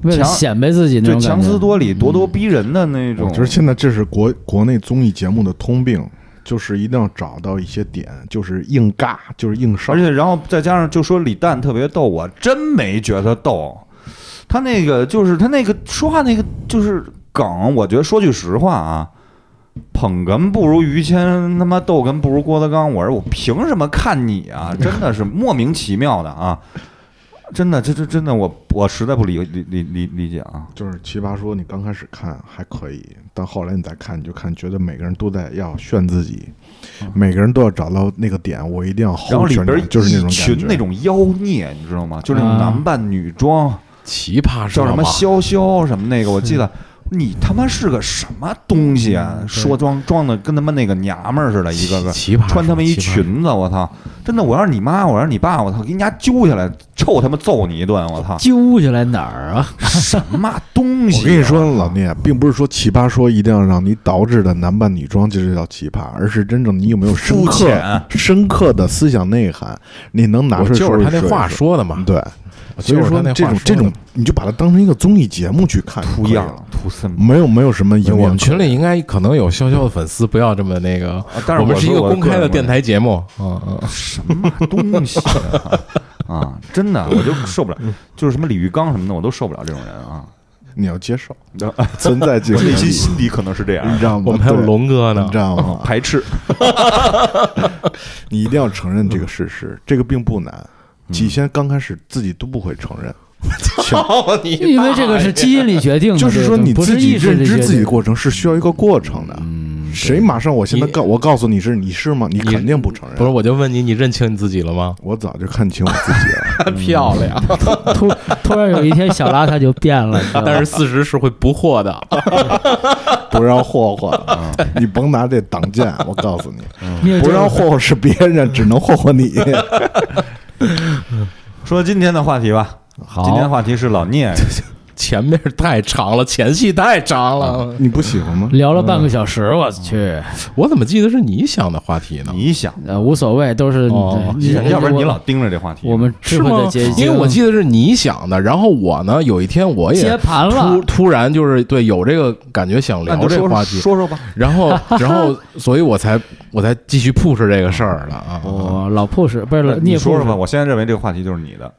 [SPEAKER 3] 为了
[SPEAKER 4] 强
[SPEAKER 3] 显摆自己那
[SPEAKER 4] 就
[SPEAKER 3] 种感
[SPEAKER 4] 强
[SPEAKER 3] 觉
[SPEAKER 4] 词夺理、咄咄逼人的那
[SPEAKER 1] 嗯我
[SPEAKER 4] 种
[SPEAKER 1] 觉。得现在这是国国内综艺节目的通病，就是一定要找到一些点，就是硬尬，就是硬上
[SPEAKER 4] 而。且然后再加上就说李诞特别逗，我真没觉得逗。他那个就是他那个说话那个就是梗，我觉得说句实话啊，捧哏不如于谦，他妈逗哏不如郭德纲。我说我凭什么看你啊？真的是莫名其妙的啊！真的，这这真的，我我实在不理理理理理解啊！
[SPEAKER 1] 就是奇葩说，你刚开始看还可以，但后来你再看，你就看觉得每个人都在要炫自己，每个人都要找到那个点，我一定要
[SPEAKER 4] 嗯然后
[SPEAKER 1] 后
[SPEAKER 4] 里
[SPEAKER 1] 旋
[SPEAKER 4] 边
[SPEAKER 1] 转，就是那种
[SPEAKER 4] 一
[SPEAKER 1] 感
[SPEAKER 4] 群
[SPEAKER 1] 觉。
[SPEAKER 4] 那种妖孽，你知道吗？就那
[SPEAKER 3] 啊！
[SPEAKER 4] 种男扮女装，
[SPEAKER 2] 奇葩说
[SPEAKER 4] 叫什么
[SPEAKER 2] 吧
[SPEAKER 4] 潇潇什么那个，我记得。你他妈是个什么东西啊？
[SPEAKER 1] 嗯
[SPEAKER 4] 说装装的跟他妈那个娘们儿似的，一个个
[SPEAKER 2] 奇奇葩说
[SPEAKER 4] 穿他妈一
[SPEAKER 2] 奇葩说
[SPEAKER 4] 裙子，我操！真的，我要是你妈，我要是你爸，我操，给人家揪下来，臭他妈揍你一顿，我操
[SPEAKER 3] 揪下来哪儿啊？
[SPEAKER 4] 什么东西啊、
[SPEAKER 1] 我跟你说，老聂，并不是说奇葩说一定要让你导致的男扮女装就是叫奇葩，而是真正你有没有深
[SPEAKER 4] 肤
[SPEAKER 1] 刻
[SPEAKER 4] 浅
[SPEAKER 1] 深刻的思想内涵，你能拿
[SPEAKER 2] 我
[SPEAKER 1] 出来
[SPEAKER 2] 就
[SPEAKER 1] 说
[SPEAKER 2] 是
[SPEAKER 1] 一
[SPEAKER 2] 他那
[SPEAKER 1] 说一
[SPEAKER 2] 话
[SPEAKER 1] 说
[SPEAKER 2] 说的嘛，
[SPEAKER 1] 对，
[SPEAKER 2] 我
[SPEAKER 1] 所
[SPEAKER 2] 就
[SPEAKER 1] 以
[SPEAKER 2] 啊是他
[SPEAKER 1] 说
[SPEAKER 2] 那话
[SPEAKER 1] 这种这
[SPEAKER 2] 说的
[SPEAKER 1] 种
[SPEAKER 2] 嘛，
[SPEAKER 1] 你就把它当成一个综艺节目去看，
[SPEAKER 4] 图
[SPEAKER 1] 样
[SPEAKER 4] 样，图森。
[SPEAKER 1] 没有没有什么营
[SPEAKER 2] 我
[SPEAKER 1] 养可言。
[SPEAKER 2] 们群里应该可能有潇潇的粉丝，不要这么那个。
[SPEAKER 4] 但是
[SPEAKER 2] 我们是一
[SPEAKER 4] 说
[SPEAKER 2] 个
[SPEAKER 4] 我
[SPEAKER 2] 公开
[SPEAKER 4] 个
[SPEAKER 2] 的
[SPEAKER 4] 人
[SPEAKER 2] 电台节目，嗯嗯，
[SPEAKER 4] 什么东西啊啊！真的，我就受不了，
[SPEAKER 1] 嗯
[SPEAKER 4] 就是什么李玉刚什么的，我都受不了这种人啊。
[SPEAKER 1] 你要接受
[SPEAKER 4] 然后
[SPEAKER 1] 存在即
[SPEAKER 4] 我
[SPEAKER 1] 合
[SPEAKER 4] 内
[SPEAKER 1] 理，
[SPEAKER 4] 心心底可能是这样
[SPEAKER 1] 你
[SPEAKER 4] 的，
[SPEAKER 1] 知道吗？
[SPEAKER 2] 我们还有
[SPEAKER 1] 对嗯
[SPEAKER 2] 龙哥呢
[SPEAKER 1] 你知，道 吗？
[SPEAKER 4] 排斥。
[SPEAKER 1] 你一定要承认这个事
[SPEAKER 2] 嗯
[SPEAKER 1] 实，这个并不难。起先刚开始自己都不会承 认，
[SPEAKER 2] 操你大爷！
[SPEAKER 3] 因为这个是基因里决定的，
[SPEAKER 1] 就是说
[SPEAKER 3] 这个
[SPEAKER 1] 你
[SPEAKER 3] 不
[SPEAKER 1] 自
[SPEAKER 3] 是
[SPEAKER 1] 己
[SPEAKER 3] 意识
[SPEAKER 1] 认
[SPEAKER 3] 里
[SPEAKER 1] 知
[SPEAKER 3] 决
[SPEAKER 1] 自己
[SPEAKER 3] 定
[SPEAKER 1] 的
[SPEAKER 3] 的。
[SPEAKER 1] 过程是需要一个过程的。
[SPEAKER 3] 嗯，
[SPEAKER 1] 谁马上我现在
[SPEAKER 2] 你
[SPEAKER 1] 告我告诉你是你是吗？你
[SPEAKER 2] 你
[SPEAKER 1] 肯定不承认。
[SPEAKER 2] 不是，，我就问你，你认清你自己了吗？
[SPEAKER 1] 我早就看清我自己了。
[SPEAKER 2] 漂亮，
[SPEAKER 3] 突突然有一天小邋遢就变了，你知道吗
[SPEAKER 2] 但是事实是会不惑的。
[SPEAKER 1] 不让霍霍，啊你甭拿这挡箭，我告诉你，
[SPEAKER 3] 灭
[SPEAKER 1] 不
[SPEAKER 3] 绝
[SPEAKER 1] 让霍霍是别人，只能霍霍你。
[SPEAKER 4] 说今天的话题吧，
[SPEAKER 3] 好
[SPEAKER 4] 今天的话题是老聂，
[SPEAKER 2] 前面太长了，前戏太长了。
[SPEAKER 1] 你不喜欢吗？
[SPEAKER 3] 聊了半个小时，我去，
[SPEAKER 2] 我怎么记得是你想的话题呢？
[SPEAKER 4] 你想，
[SPEAKER 3] 呃，无所谓，都是
[SPEAKER 2] 哦
[SPEAKER 3] 你
[SPEAKER 4] 要不然你
[SPEAKER 3] 我
[SPEAKER 4] 老盯着这话题，
[SPEAKER 3] 我们智
[SPEAKER 2] 是
[SPEAKER 3] 慧
[SPEAKER 2] 吗
[SPEAKER 3] 的结？晶，
[SPEAKER 2] 因为我记得是你想的，然后我呢，有一天我
[SPEAKER 3] 接
[SPEAKER 2] 也
[SPEAKER 3] 盘了
[SPEAKER 2] 突，突然就是对有这个感觉想
[SPEAKER 4] 那你
[SPEAKER 2] 聊
[SPEAKER 4] 就
[SPEAKER 2] 这
[SPEAKER 4] 说
[SPEAKER 2] 个
[SPEAKER 4] 说
[SPEAKER 2] 话题，
[SPEAKER 4] 说说吧。
[SPEAKER 2] 然后 然后所以我才我才继续 push 这个事儿的啊。
[SPEAKER 3] 我哦老 push 不是
[SPEAKER 4] 那
[SPEAKER 3] 老
[SPEAKER 4] 你
[SPEAKER 3] 聂
[SPEAKER 4] 说说吧，
[SPEAKER 3] 吧，
[SPEAKER 4] 我现在认为这个话题就是你的，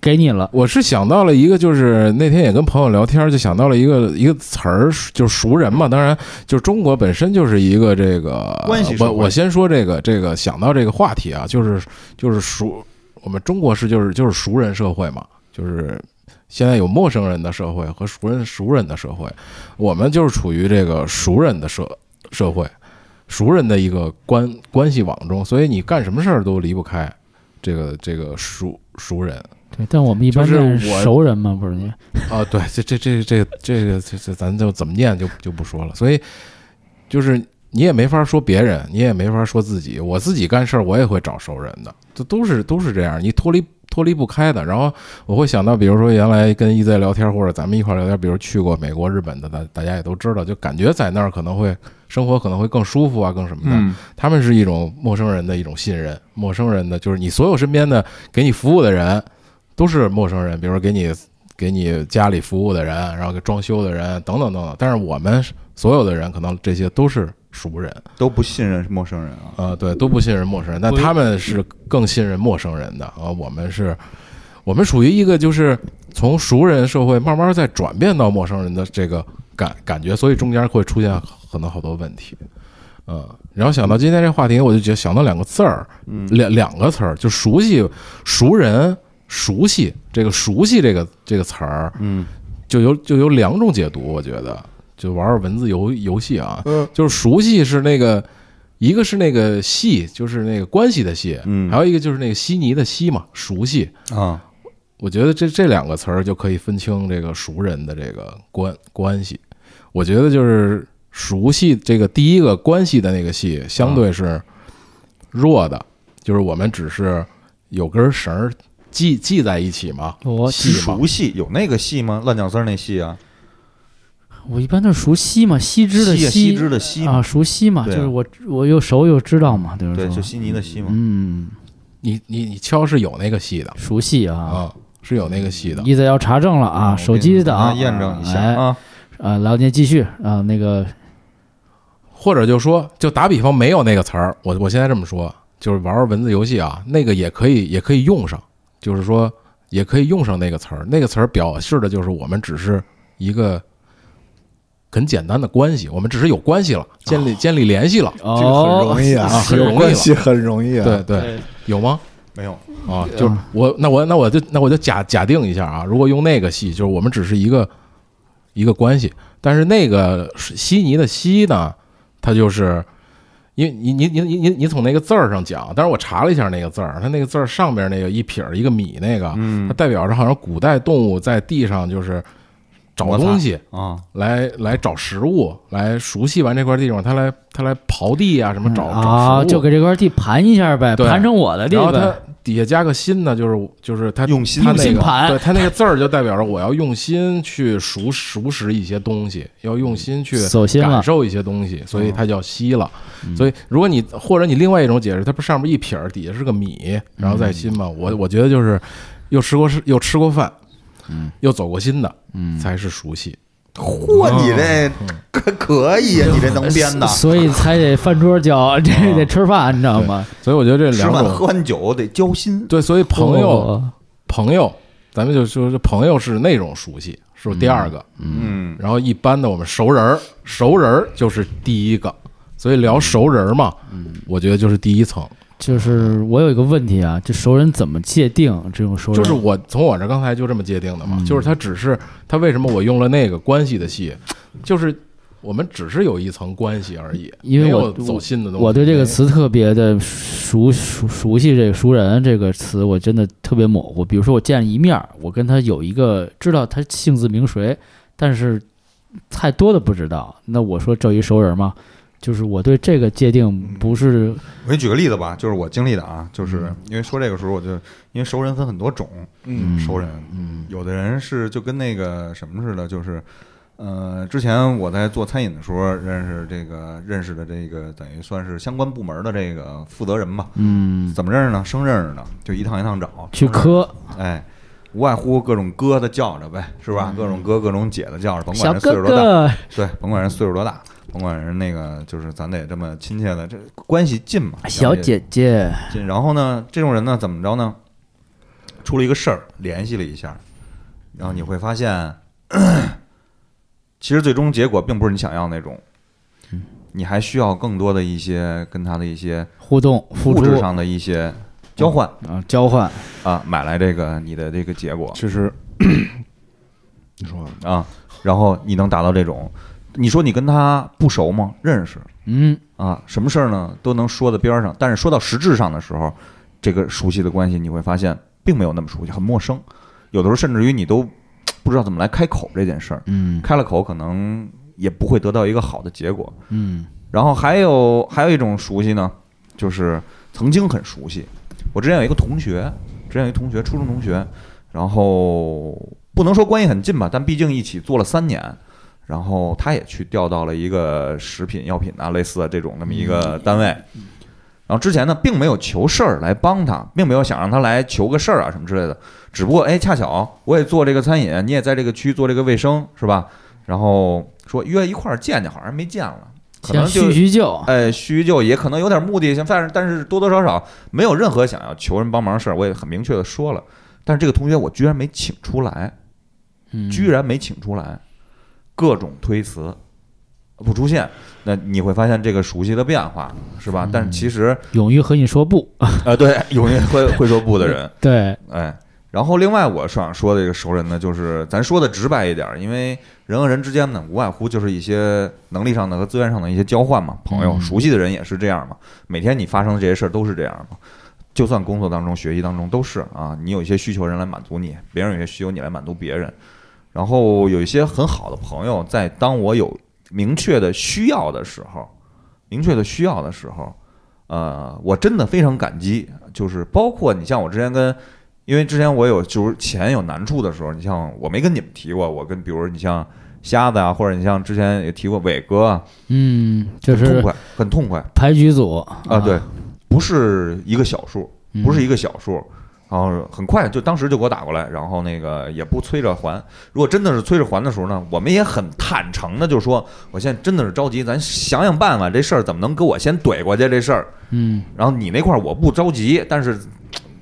[SPEAKER 3] 给你了，
[SPEAKER 2] 我是想到了一个，就是那天也跟朋友聊天，就想到了一个一个词儿，就是熟人嘛。当然，就是中国本身就是一个这个
[SPEAKER 4] 关系社
[SPEAKER 2] 我
[SPEAKER 4] 会
[SPEAKER 2] 我先说这个这个想到这个话题啊，就是就是熟，我们中国是就是就是熟人社会嘛，就是现在有陌生人的社会和熟人熟人的社会，我们就是处于这个熟人的社社会，熟人的一个关关系网中，所以你干什么事儿都离不开这个这个熟熟人。
[SPEAKER 3] 对，但我们一般
[SPEAKER 2] 就是
[SPEAKER 3] 念
[SPEAKER 2] 我
[SPEAKER 3] 熟人嘛，不是你
[SPEAKER 2] 啊，对，这这这这这个这这，咱就怎么念就就不说了。所以就是你也没法说别人，你也没法说自己。我自己干事儿，我也会找熟人的，这都是都是这样，你脱离脱离不开的。然后我会想到，比如说原来跟一在聊天，或者咱们一块儿聊天，比如去过美国、日本的，大大家也都知道，就感觉在那儿可能会生活可能会更舒服啊，更什么的。
[SPEAKER 4] 嗯，
[SPEAKER 2] 他们是一种陌生人的一种信任，陌生人的就是你所有身边的给你服务的人都是陌生人，比如说给你给你家里服务的人，然后给装修的人等等等等。但是我们所有的人可能这些都是熟人，
[SPEAKER 4] 都不信任陌生人啊。
[SPEAKER 2] 呃，对，都不信任陌生人，但他们是更信任陌生人的啊、我们是，我们属于一个就是从熟人社会慢慢在转变到陌生人的这个感感觉，所以中间会出现很多好多问题。嗯，然后想到今天这话题，我就觉得想到两个字儿，两两个词儿，就熟悉、熟人、熟悉这个熟悉这个这个词儿，
[SPEAKER 4] 嗯，
[SPEAKER 2] 就有就有两种解读，我觉得就玩玩文字游游戏啊，
[SPEAKER 1] 嗯
[SPEAKER 2] 就是熟悉是那个，一个是那个系，就是那个关系的系，
[SPEAKER 4] 嗯
[SPEAKER 2] 还有一个就是那个悉尼的悉嘛，熟悉。
[SPEAKER 4] 啊，
[SPEAKER 2] 我觉得这这两个词儿就可以分清这个熟人的这个关关系。我觉得就是熟悉这个第一个关系的那个系，相对是弱的，就是我们只是有根绳儿系系在一起嘛。
[SPEAKER 3] 我
[SPEAKER 2] 系嘛
[SPEAKER 4] 熟悉有那个戏吗？烂酱丝儿那戏啊，
[SPEAKER 3] 我一般都是熟悉嘛，悉知的
[SPEAKER 4] 西呀西知
[SPEAKER 3] 悉
[SPEAKER 4] 的西
[SPEAKER 3] 啊，，熟悉嘛，就
[SPEAKER 4] 对啊
[SPEAKER 3] 是我我又熟又知道嘛，就是
[SPEAKER 4] 对，
[SPEAKER 3] 说
[SPEAKER 4] 就悉尼的悉嘛。
[SPEAKER 3] 嗯，
[SPEAKER 2] 你你你敲是有那个系的
[SPEAKER 3] 熟悉啊。
[SPEAKER 2] 啊，是有那个系的。
[SPEAKER 3] 一则要查证了
[SPEAKER 4] 我
[SPEAKER 3] 啊，
[SPEAKER 4] 给
[SPEAKER 3] 手机的啊，
[SPEAKER 4] 你验证一下
[SPEAKER 3] 哎
[SPEAKER 4] 啊，
[SPEAKER 3] 啊，老聂继续啊，那个
[SPEAKER 2] 或者就说，就打比方，没有那个词儿，我我现在这么说，就是玩玩文字游戏啊，那个也可以，也可以用上，就是说也可以用上那个词儿，那个词儿表示的就是我们只是一个很简单的关系，我们只是有关系了，建立建立联系了，
[SPEAKER 3] 哦
[SPEAKER 1] 这个很容易啊，
[SPEAKER 2] 很
[SPEAKER 1] 有
[SPEAKER 2] 容易
[SPEAKER 1] 关
[SPEAKER 2] 了
[SPEAKER 1] 系很容易啊。
[SPEAKER 3] 嗯
[SPEAKER 2] 对对，有吗？
[SPEAKER 4] 没有，
[SPEAKER 2] 啊，就是我那我那我就那我就假假定一下啊，如果用那个戏，就是我们只是一个一个关系，但是那个悉尼的悉呢，它就是因为你你你你你你从那个字儿上讲，但是我查了一下那个字儿，它那个字儿上边那个一撇儿一个米那个，
[SPEAKER 4] 嗯
[SPEAKER 2] 它代表着好像古代动物在地上就是找
[SPEAKER 4] 摩擦
[SPEAKER 2] 东西，
[SPEAKER 4] 啊，
[SPEAKER 2] 来来找食物，来熟悉完这块地方，它来它来刨地啊什么找找
[SPEAKER 3] 啊，
[SPEAKER 2] 食物，
[SPEAKER 3] 就给这块地盘一下呗，
[SPEAKER 2] 对
[SPEAKER 3] 盘成我的地
[SPEAKER 2] 然后它
[SPEAKER 3] 呗。
[SPEAKER 2] 底下加个心呢，就是就是它
[SPEAKER 4] 用心
[SPEAKER 2] 它
[SPEAKER 3] 用
[SPEAKER 2] 那
[SPEAKER 3] 心
[SPEAKER 2] 个
[SPEAKER 3] 盘
[SPEAKER 2] 对它那个字儿就代表着我要用心去熟熟食一些东西，要用心去
[SPEAKER 3] 走心了
[SPEAKER 2] 感受一些东西，所以它叫西了。
[SPEAKER 3] 嗯
[SPEAKER 2] 所以如果你或者你另外一种解释，它不是上面一撇儿，底下是个米，然后再心嘛，我我觉得就是又吃过又吃过饭，
[SPEAKER 3] 嗯，
[SPEAKER 2] 又走过心的，
[SPEAKER 3] 嗯
[SPEAKER 2] 才是熟悉。
[SPEAKER 4] 嚯，你这可可以啊，你这能编的，
[SPEAKER 3] 所以才得饭桌交，这得吃饭，你知道吗？
[SPEAKER 2] 所以我觉得这
[SPEAKER 4] 吃
[SPEAKER 2] 两
[SPEAKER 4] 饭
[SPEAKER 2] 种
[SPEAKER 4] 喝完酒得交心，
[SPEAKER 2] 对，所以朋友，
[SPEAKER 3] 哦，
[SPEAKER 2] 朋友，咱们就说这朋友是那种熟悉，是不是第二个？
[SPEAKER 4] 嗯，
[SPEAKER 2] 然后一般的我们熟人儿，熟人儿就是第一个，所以聊熟人儿嘛，我觉得就是第一层，
[SPEAKER 3] 就是我有一个问题啊，这熟人怎么界定这种熟人？
[SPEAKER 2] 就是我从我这刚才就这么界定的嘛，啊嗯就是他只是他为什么我用了那个关系的戏，就是我们只是有一层关系而已，
[SPEAKER 3] 因为
[SPEAKER 2] 没
[SPEAKER 3] 我
[SPEAKER 2] 有走心的东西。
[SPEAKER 3] 我对这
[SPEAKER 2] 没
[SPEAKER 3] 个
[SPEAKER 2] 有
[SPEAKER 3] 词特别的熟熟熟悉，这个“熟人”这个词我真的特别模糊。比如说，我见一面儿，我跟他有一个知道他姓字名谁，但是太多的不知道。那我说这一熟人嘛，就是我对这个界
[SPEAKER 4] 嗯
[SPEAKER 3] 定不是
[SPEAKER 4] 我给你举个例子吧，就是我经历的啊，就是因为说这个时候，我就因为熟人分很多种，
[SPEAKER 1] 嗯
[SPEAKER 4] 熟人，
[SPEAKER 3] 嗯
[SPEAKER 4] 有的人是就跟那个什么似的，就是，呃，之前我在做餐饮的时候认识这个认识的这个等于算是相关部门的这个负责人吧，
[SPEAKER 3] 嗯，
[SPEAKER 4] 怎么认识呢？生认识的，就一趟一趟找，
[SPEAKER 3] 去
[SPEAKER 4] 生认
[SPEAKER 3] 磕
[SPEAKER 4] 识，哎，无外乎各种哥的叫着呗，是吧？各种哥各种姐的叫着，
[SPEAKER 3] 嗯
[SPEAKER 4] 甭管
[SPEAKER 3] 小
[SPEAKER 4] 人岁
[SPEAKER 3] 哥
[SPEAKER 4] 数多大，
[SPEAKER 3] 哥，
[SPEAKER 4] 对，甭管人岁数多大，甭管人那个就是咱得这么亲切的，这关系近嘛，
[SPEAKER 3] 小
[SPEAKER 4] 了解
[SPEAKER 3] 姐姐，
[SPEAKER 4] 这然后呢，这种人呢，怎么着呢？出了一个事儿，联系了一下，然后你会发现，其实最终结果并不是你想要那种，
[SPEAKER 3] 嗯
[SPEAKER 4] 你还需要更多的一些跟他的一些
[SPEAKER 3] 互动付
[SPEAKER 4] 物
[SPEAKER 3] 出
[SPEAKER 4] 质上的一些交换
[SPEAKER 3] 啊，交换
[SPEAKER 4] 啊，买来这个你的这个结果
[SPEAKER 1] 其实 你说吧
[SPEAKER 4] 啊，然后你能达到这种，你说你跟他不熟吗？认识
[SPEAKER 3] 嗯，
[SPEAKER 4] 啊，什么事儿呢都能说到边儿上，但是说到实质上的时候，这个熟悉的关系你会发现并没有那么熟悉，很陌生，有的时候甚至于你都不知道怎么来开口这件事儿，
[SPEAKER 3] 嗯
[SPEAKER 4] 开了口可能也不会得到一个好的结果。
[SPEAKER 3] 嗯
[SPEAKER 4] 然后还有还有一种熟悉呢，就是曾经很熟悉。我之前有一个同学，之前有一同学，初中同学，然后不能说关系很近吧，但毕竟一起做了三年。然后他也去调到了一个食品药品啊类似的这种那么一个单位。然后之前呢，并没有求事儿来帮他，并没有想让他来求个事儿啊什么之类的。只不过哎，恰巧我也做这个餐饮，你也在这个区做这个卫生，是吧？然后说约一块儿见见，好像没见了，可能
[SPEAKER 3] 像
[SPEAKER 4] 就
[SPEAKER 3] 叙叙旧，
[SPEAKER 4] 哎，叙旧也可能有点目的性，但是但是多多少少没有任何想要求人帮忙的事儿，我也很明确的说了。但是这个同学我居然没请出来，
[SPEAKER 3] 嗯
[SPEAKER 4] 居然没请出来，各种推辞不出现，那你会发现这个熟悉的变化，是吧？但是其实，
[SPEAKER 3] 嗯勇于和你说不，
[SPEAKER 4] 呃，对，有些会会说不的人，
[SPEAKER 3] 对，
[SPEAKER 4] 哎，然后另外我想说的一个熟人呢，就是咱说的直白一点儿，因为人和人之间呢，无外乎就是一些能力上的和资源上的一些交换嘛。朋友、
[SPEAKER 3] 嗯
[SPEAKER 4] 熟悉的人也是这样嘛，每天你发生的这些事儿都是这样嘛。就算工作当中、学习当中都是啊，你有一些需求人来满足你，别人有些需求你来满足别人。然后有一些很好的朋友，在当我有明确的需要的时候，明确的需要的时候，呃，我真的非常感激。就是包括你像我之前跟，因为之前我有就是钱有难处的时候，你像我没跟你们提过，我跟比如你像瞎子啊，或者你像之前也提过伟哥啊，
[SPEAKER 3] 嗯，就
[SPEAKER 4] 痛
[SPEAKER 3] 是
[SPEAKER 4] 快，很痛快
[SPEAKER 3] 牌局组
[SPEAKER 4] 啊，对，，不是一个小数，
[SPEAKER 3] 嗯
[SPEAKER 4] 不是一个小数。然后很快就当时就给我打过来，然后那个也不催着还。如果真的是催着还的时候呢，我们也很坦诚的就说，我现在真的是着急，咱想想办法，这事儿怎么能给我先怼过去这事儿？
[SPEAKER 3] 嗯
[SPEAKER 4] 然后你那块儿我不着急，但是，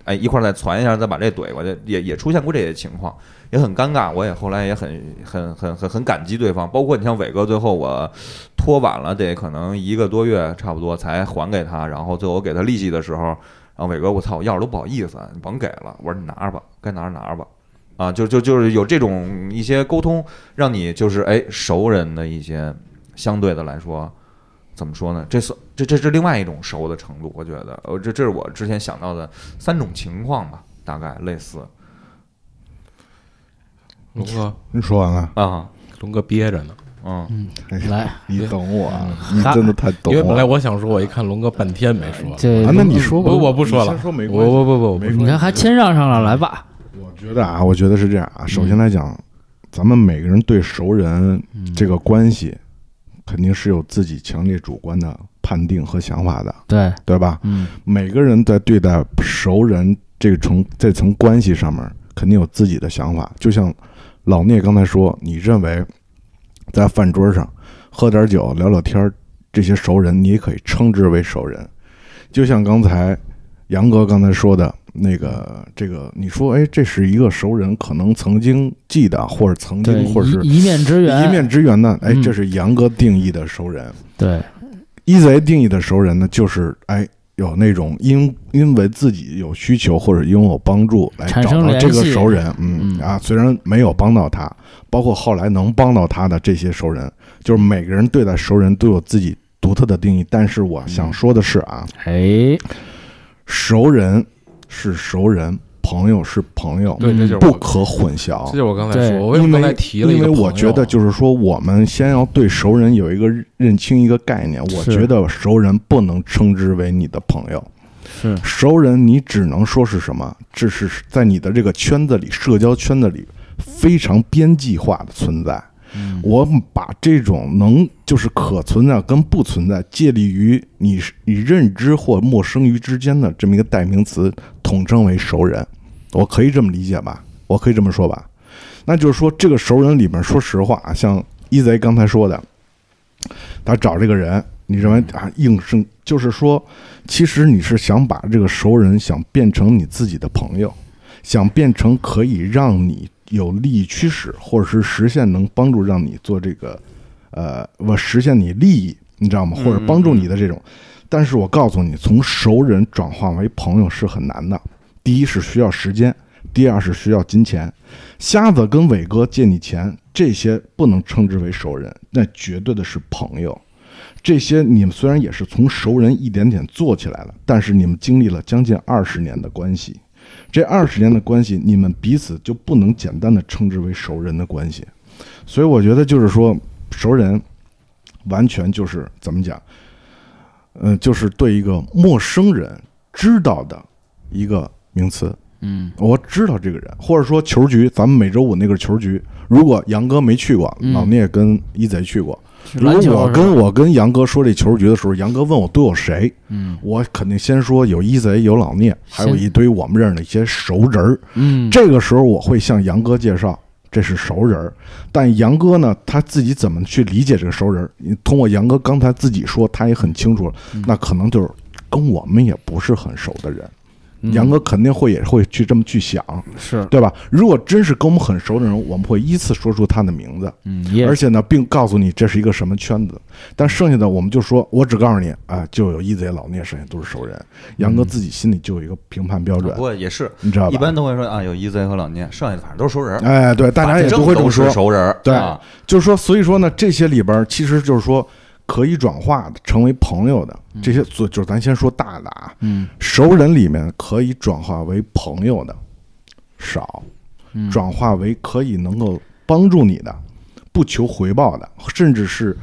[SPEAKER 4] 哎，一块儿再传一下，再把这怼过去，也也出现过这些情况，也很尴尬。我也后来也很很很很很感激对方，包括你像伟哥，最后我拖晚了得可能一个多月差不多才还给他，然后最后我给他利息的时候。啊，伟哥，我操，我钥匙都不好意思，你甭给了。我说你拿着吧，该拿着拿着吧。啊，就就就是有这种一些沟通，让你就是哎熟人的一些相对的来说，怎么说呢？这是这这是另外一种熟的程度，我觉得，呃，这这是我之前想到的三种情况吧，大概类似
[SPEAKER 2] 龙哥，
[SPEAKER 1] 你说完了，
[SPEAKER 4] 啊，
[SPEAKER 2] 龙哥憋着呢，
[SPEAKER 4] 嗯，
[SPEAKER 1] 哎呀
[SPEAKER 3] 来，
[SPEAKER 1] 你等我啊，你真的太懂
[SPEAKER 2] 嗯因为本来
[SPEAKER 1] 我。
[SPEAKER 2] 我想说，我一看龙哥半天没说，
[SPEAKER 3] 这
[SPEAKER 1] 啊，那你说吧，
[SPEAKER 2] 不我不说
[SPEAKER 1] 你
[SPEAKER 2] 了
[SPEAKER 1] 先说没
[SPEAKER 2] 我
[SPEAKER 1] 关系。
[SPEAKER 2] 不不不，我不
[SPEAKER 1] 没
[SPEAKER 3] 你看还谦让上了，来吧，
[SPEAKER 1] 我觉得啊，我觉得是这样啊。首先来讲，咱们每个人对熟人
[SPEAKER 3] 嗯
[SPEAKER 1] 这个关系，肯定是有自己强烈主观的判定和想法的，
[SPEAKER 3] 对，
[SPEAKER 1] 对吧？
[SPEAKER 3] 嗯，
[SPEAKER 1] 每个人在对待熟人这层这层关系上面，肯定有自己的想法。就像老聂刚才说，你认为在饭桌上喝点酒聊聊天儿，这些熟人你也可以称之为熟人。就像刚才杨哥刚才说的那个，这个你说，哎，这是一个熟人，可能曾经记得，或者曾
[SPEAKER 3] 对，
[SPEAKER 1] 经，或者是
[SPEAKER 3] 一一面之缘，
[SPEAKER 1] 一面之缘呢？哎，
[SPEAKER 3] 嗯
[SPEAKER 1] 这是杨哥定义的熟人。
[SPEAKER 3] 对，
[SPEAKER 1] 一贼定义的熟人呢，就是哎有那种因因为自己有需求或者拥有帮助来
[SPEAKER 3] 产
[SPEAKER 1] 找
[SPEAKER 3] 生
[SPEAKER 1] 到这
[SPEAKER 3] 联
[SPEAKER 1] 个
[SPEAKER 3] 系
[SPEAKER 1] 熟人，嗯
[SPEAKER 3] 嗯
[SPEAKER 1] 啊，虽然没有帮到他，包括后来能帮到他的这些熟人，就是每个人对待熟人都有自己独特的定义。但是我
[SPEAKER 3] 嗯
[SPEAKER 1] 想说的是啊，
[SPEAKER 3] 哎，
[SPEAKER 1] 熟人是熟人，朋友是朋友，
[SPEAKER 2] 对，这就是
[SPEAKER 1] 不
[SPEAKER 2] 我，
[SPEAKER 1] 可混
[SPEAKER 2] 这
[SPEAKER 1] 淆
[SPEAKER 2] 就。是我刚才
[SPEAKER 3] 对
[SPEAKER 2] 说，我为什
[SPEAKER 1] 因
[SPEAKER 2] 么
[SPEAKER 1] 为
[SPEAKER 2] 刚才提了一
[SPEAKER 1] 因
[SPEAKER 2] 个
[SPEAKER 1] 为
[SPEAKER 2] 朋友
[SPEAKER 1] 我觉得就是说，我们先要对熟人有一个认清一个概念。我
[SPEAKER 3] 是
[SPEAKER 1] 觉得熟人不能称之为你的朋友，
[SPEAKER 3] 是
[SPEAKER 1] 熟人你只能说是什么？这是在你的这个圈子里，社交圈子里非常边际化的存在。
[SPEAKER 3] 嗯
[SPEAKER 1] 我把这种能就是可存在跟不存在借力于你是你认知或陌生于之间的这么一个代名词，统称为熟人。我可以这么理解吧？我可以这么说吧？那就是说，这个熟人里面，说实话，像一贼刚才说的，他找这个人，你认为啊，硬生就是说，其实你是想把这个熟人想变成你自己的朋友，想变成可以让你有利益驱使，或者是实现能帮助让你做这个，呃，我实现你利益，你知道吗？或者帮助你的这种。但是我告诉你，从熟人转化为朋友是很难的。第一是需要时间，第二是需要金钱。瞎子跟伟哥借你钱，这些不能称之为熟人，那绝对的是朋友。这些你们虽然也是从熟人一点点做起来了，但是你们经历了将近二十年的关系，这二十年的关系，你们彼此就不能简单的称之为熟人的关系。所以我觉得就是说，熟人完全就是怎么讲，嗯、就是对一个陌生人知道的一个名词。
[SPEAKER 3] 嗯，
[SPEAKER 1] 我知道这个人，或者说球局，咱们每周五那个球局，如果杨哥没去过，
[SPEAKER 3] 嗯
[SPEAKER 1] 老聂跟一贼去过。
[SPEAKER 3] 是
[SPEAKER 1] 如
[SPEAKER 3] 篮球
[SPEAKER 1] 果我
[SPEAKER 3] 是吧
[SPEAKER 1] 跟我跟杨哥说这球局的时候，杨哥问我都有谁，
[SPEAKER 3] 嗯
[SPEAKER 1] 我肯定先说有一贼，有老聂，还有
[SPEAKER 3] 先
[SPEAKER 1] 一堆我们认识的一些熟人儿。
[SPEAKER 3] 嗯，
[SPEAKER 1] 这个时候我会向杨哥介绍，这是熟人儿。但杨哥呢，他自己怎么去理解这个熟人儿？你通过杨哥刚才自己说，他也很清楚了，那可能就是跟我们也不是很熟的人。
[SPEAKER 3] 嗯
[SPEAKER 1] 杨哥肯定会也会去这么去想，
[SPEAKER 3] 是，
[SPEAKER 1] 对吧？如果真是跟我们很熟的人，我们会依次说出他的名字，
[SPEAKER 3] 嗯，也
[SPEAKER 1] 而且呢，并告诉你这是一个什么圈子。但剩下的我们就说，我只告诉你啊，就有一贼老聂，剩下都是熟人。杨哥自己心里就有一个评判标准
[SPEAKER 4] 不，过也是，
[SPEAKER 1] 你知道吧？
[SPEAKER 4] 啊一般都会说啊，有一 Z 和老聂，剩下的反正都是熟人儿，
[SPEAKER 1] 哎，对，大家也
[SPEAKER 4] 反
[SPEAKER 1] 都
[SPEAKER 4] 正
[SPEAKER 1] 会这
[SPEAKER 4] 都
[SPEAKER 1] 么
[SPEAKER 4] 是
[SPEAKER 1] 说。
[SPEAKER 4] 熟人儿，
[SPEAKER 1] 对
[SPEAKER 4] 啊
[SPEAKER 1] 就是说，所以说呢，这些里边儿其实就是说可以转化的，成为朋友的这些，就就是咱先说大的啊，
[SPEAKER 3] 嗯，
[SPEAKER 1] 熟人里面可以转化为朋友的少，
[SPEAKER 3] 嗯
[SPEAKER 1] 转化为可以能够帮助你的、不求回报的，甚至是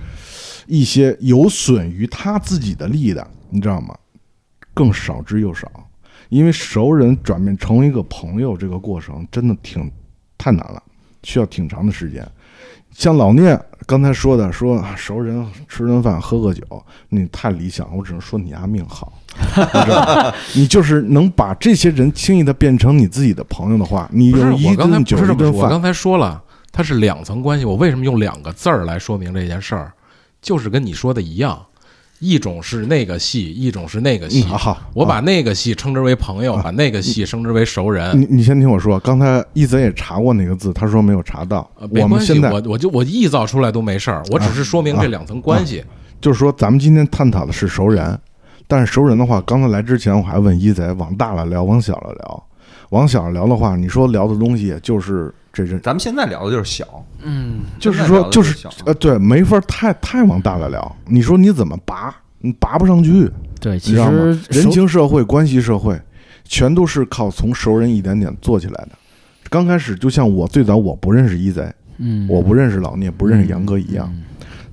[SPEAKER 1] 一些有损于他自己的利益的，你知道吗？更少之又少，因为熟人转变成为一个朋友这个过程真的挺太难了，需要挺长的时间。像老聂刚才说的，说啊熟人吃顿饭喝个酒，你太理想了，我只能说你丫命好。你知道吗你就是能把这些人轻易的变成你自己的朋友的话，你
[SPEAKER 2] 不是
[SPEAKER 1] 用一
[SPEAKER 2] 我刚才
[SPEAKER 1] 顿酒
[SPEAKER 2] 不是这
[SPEAKER 1] 一
[SPEAKER 2] 么说，
[SPEAKER 1] 顿
[SPEAKER 2] 我
[SPEAKER 1] 饭
[SPEAKER 2] 刚才说了，它是两层关系。我为什么用两个字儿来说明这件事儿？就是跟你说的一样，一种是那个戏，一种是那个戏
[SPEAKER 1] 嗯。好啊嗯好
[SPEAKER 2] 我把那个戏称之为朋友，把那个戏称之为熟人。
[SPEAKER 1] 你你先听我说，刚才一泽也查过那个字，他说没有查到
[SPEAKER 2] 呃。没
[SPEAKER 1] 我们
[SPEAKER 2] 关系，
[SPEAKER 1] 现在啊
[SPEAKER 2] 我我就我臆造出来都没事儿，我只是说明这两层关系。
[SPEAKER 1] 就是说，咱们今天探讨的是熟人，但是熟人的话，刚才来之前我还问一贼，往大了聊，往小了聊。往小了聊的话，你说聊的东西也就是这这，
[SPEAKER 4] 咱们现在聊的就是小，
[SPEAKER 3] 嗯，
[SPEAKER 1] 就是
[SPEAKER 4] 现在聊
[SPEAKER 1] 说
[SPEAKER 4] 的
[SPEAKER 1] 就
[SPEAKER 4] 就是
[SPEAKER 1] 是呃，对，没法太太往大了聊。你说你怎么拔？你拔不上去，
[SPEAKER 3] 对，
[SPEAKER 1] 你
[SPEAKER 3] 其
[SPEAKER 1] 知道吗
[SPEAKER 3] 实？
[SPEAKER 1] 人
[SPEAKER 3] 熟
[SPEAKER 1] 情社会、关系社会，全都是靠从熟人一点点做起来的。刚开始就像我最早我不认识一贼，
[SPEAKER 3] 嗯，
[SPEAKER 1] 我不认识老聂，不认识杨哥一样。
[SPEAKER 3] 嗯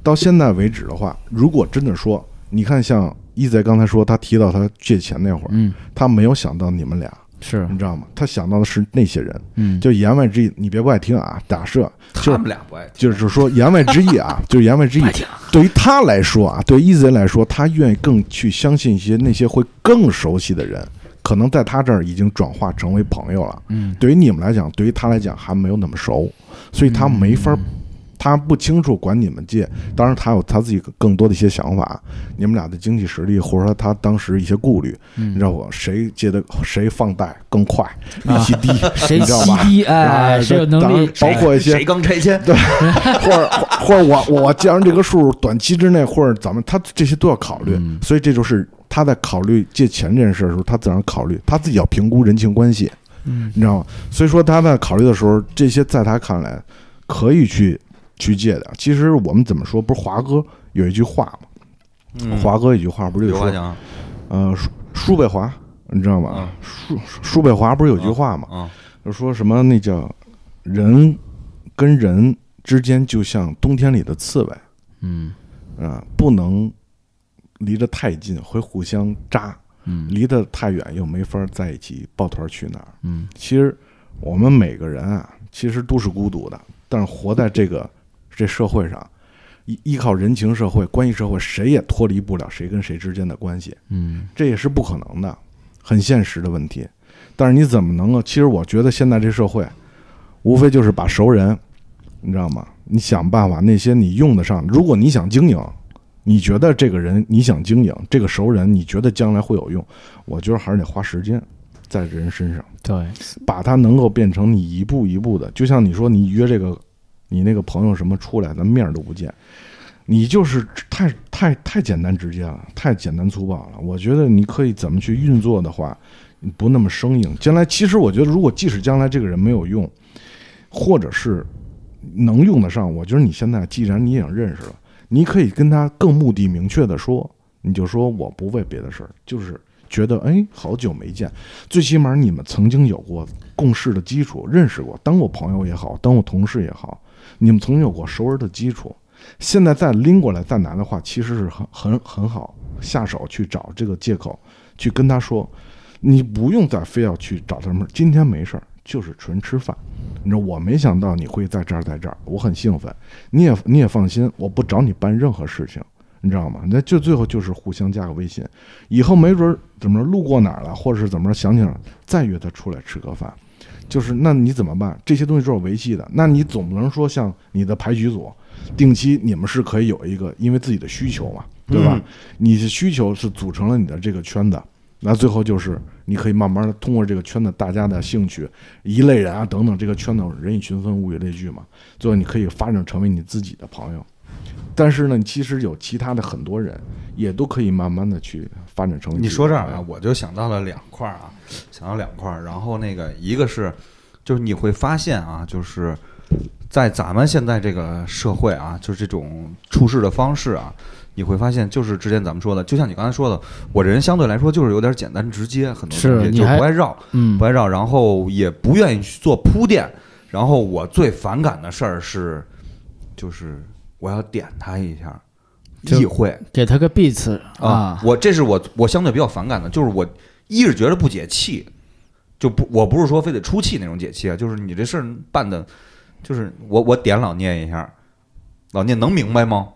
[SPEAKER 1] 到现在为止的话，如果真的说，你看像一贼刚才说他提到他借钱那会儿，
[SPEAKER 3] 嗯，
[SPEAKER 1] 他没有想到你们俩，
[SPEAKER 3] 是，
[SPEAKER 1] 你知道吗？他想到的是那些人，
[SPEAKER 3] 嗯，
[SPEAKER 1] 就言外之意，你别不爱听啊。假设
[SPEAKER 4] 他们俩不爱听，
[SPEAKER 1] 就是说言外之意啊，就是言外之意
[SPEAKER 3] 不爱听，
[SPEAKER 1] 对于他来说啊，对于一贼来说，他愿意更去相信一些那些会更熟悉的人，可能在他这儿已经转化成为朋友了。
[SPEAKER 3] 嗯，
[SPEAKER 1] 对于你们来讲，对于他来讲还没有那么熟，所以他没法，他不清楚管你们借。当然，他有他自己更多的一些想法，你们俩的经济实力，或者说他当时一些顾虑，你知道我谁借的谁放贷更快，利息低，
[SPEAKER 3] 谁
[SPEAKER 1] 你知道
[SPEAKER 3] 吸
[SPEAKER 1] 吧？ 啊
[SPEAKER 3] 低，哎，谁有
[SPEAKER 1] 当
[SPEAKER 3] 能
[SPEAKER 1] 然
[SPEAKER 3] 力，哎
[SPEAKER 1] 包括一些
[SPEAKER 4] 谁刚拆迁，
[SPEAKER 1] 或者或或者我我我既然这个数短期之内，或者咱们他这些都要考虑，
[SPEAKER 3] 嗯
[SPEAKER 1] 所以这就是他在考虑借钱这件事的时候，他自然考虑他自己要评估人情关系，
[SPEAKER 3] 嗯
[SPEAKER 1] 你知道吗？所以说他在考虑的时候，这些在他看来可以去去借的。其实我们怎么说，不是华哥有一句话吗？华嗯哥有一句话不是就
[SPEAKER 4] 刘华
[SPEAKER 1] 说，啊
[SPEAKER 4] 强，
[SPEAKER 1] 呃，叔叔北华，你知道吗
[SPEAKER 4] 啊嗯？
[SPEAKER 1] 叔叔北华不是有句话吗？
[SPEAKER 4] 啊，
[SPEAKER 1] 就说什么那叫人跟人之间就像冬天里的刺猬。
[SPEAKER 3] 嗯
[SPEAKER 1] 啊，不能离得太近，会互相扎；
[SPEAKER 3] 嗯
[SPEAKER 1] 离得太远又没法在一起抱团取暖。
[SPEAKER 3] 嗯，
[SPEAKER 1] 其实我们每个人啊，其实都是孤独的，但是活在这个这社会上，依依靠人情社会、关系社会，谁也脱离不了谁跟谁之间的关系，
[SPEAKER 3] 嗯，
[SPEAKER 1] 这也是不可能的，很现实的问题。但是你怎么能够？其实我觉得现在这社会，无非就是把熟人，你知道吗？你想办法那些你用得上，如果你想经营，你觉得这个人你想经营，这个熟人你觉得将来会有用，我觉得还是得花时间在人身上，
[SPEAKER 3] 对，
[SPEAKER 1] 把它能够变成你一步一步的。就像你说，你约这个你那个朋友什么出来，咱面儿都不见，你就是太太太简单直接了，太简单粗暴了。我觉得你可以怎么去运作的话，你不那么生硬。将来其实我觉得，如果即使将来这个人没有用，或者是能用得上，我觉得你现在既然你也认识了，你可以跟他更目的明确的说，你就说我不为别的事儿，就是觉得哎好久没见，最起码你们曾经有过共事的基础，认识过，当过朋友也好，当过同事也好，你们曾经有过熟人的基础。现在再拎过来再拿的话，其实是很很很好下手去找这个借口，去跟他说，你不用再非要去找他们，今天没事儿，就是纯吃饭。你说我没想到你会在这儿，在这儿，我很兴奋。你也你也放心，我不找你办任何事情，你知道吗？那就最后就是互相加个微信，以后没准儿怎么着路过哪儿了，或者是怎么着想起来了，再约他出来吃个饭。就是那你怎么办？这些东西都是维系的，那你总不能说像你的牌局组，定期你们是可以有一个，因为自己的需求嘛，对吧？你的需求是组成了你的这个圈子，那最后就是你可以慢慢的通过这个圈子大家的兴趣，一类人啊等等，这个圈子人以群分，物以类聚嘛，最后你可以发展成为你自己的朋友。但是呢，其实有其他的很多人也都可以慢慢的去发展成为
[SPEAKER 4] 你
[SPEAKER 1] 自己
[SPEAKER 4] 说这
[SPEAKER 1] 的
[SPEAKER 4] 儿
[SPEAKER 1] 朋
[SPEAKER 4] 啊
[SPEAKER 1] 友，，
[SPEAKER 4] 我就想到了两块儿啊，想到两块儿。然后那个一个是，就是你会发现啊，就是在咱们现在这个社会啊，就是这种处事的方式啊，你会发现就是之前咱们说的，就像你刚才说的，我人相对来说就是有点简单直接，很多
[SPEAKER 3] 是
[SPEAKER 4] 东西
[SPEAKER 3] 你
[SPEAKER 4] 就
[SPEAKER 3] 还
[SPEAKER 4] 不爱绕，
[SPEAKER 3] 嗯
[SPEAKER 4] 不爱绕，然后也不愿意去做铺垫。然后我最反感的事儿是，就是我要点他一下，
[SPEAKER 3] 就
[SPEAKER 4] 意会。
[SPEAKER 3] 给他个 beats
[SPEAKER 4] 啊，
[SPEAKER 3] 啊，
[SPEAKER 4] 我这是我我相对比较反感的，就是我一是觉得不解气，就不我不是说非得出气那种解气啊，就是你这事儿办的，就是我我点老聂一下，老聂能明白吗？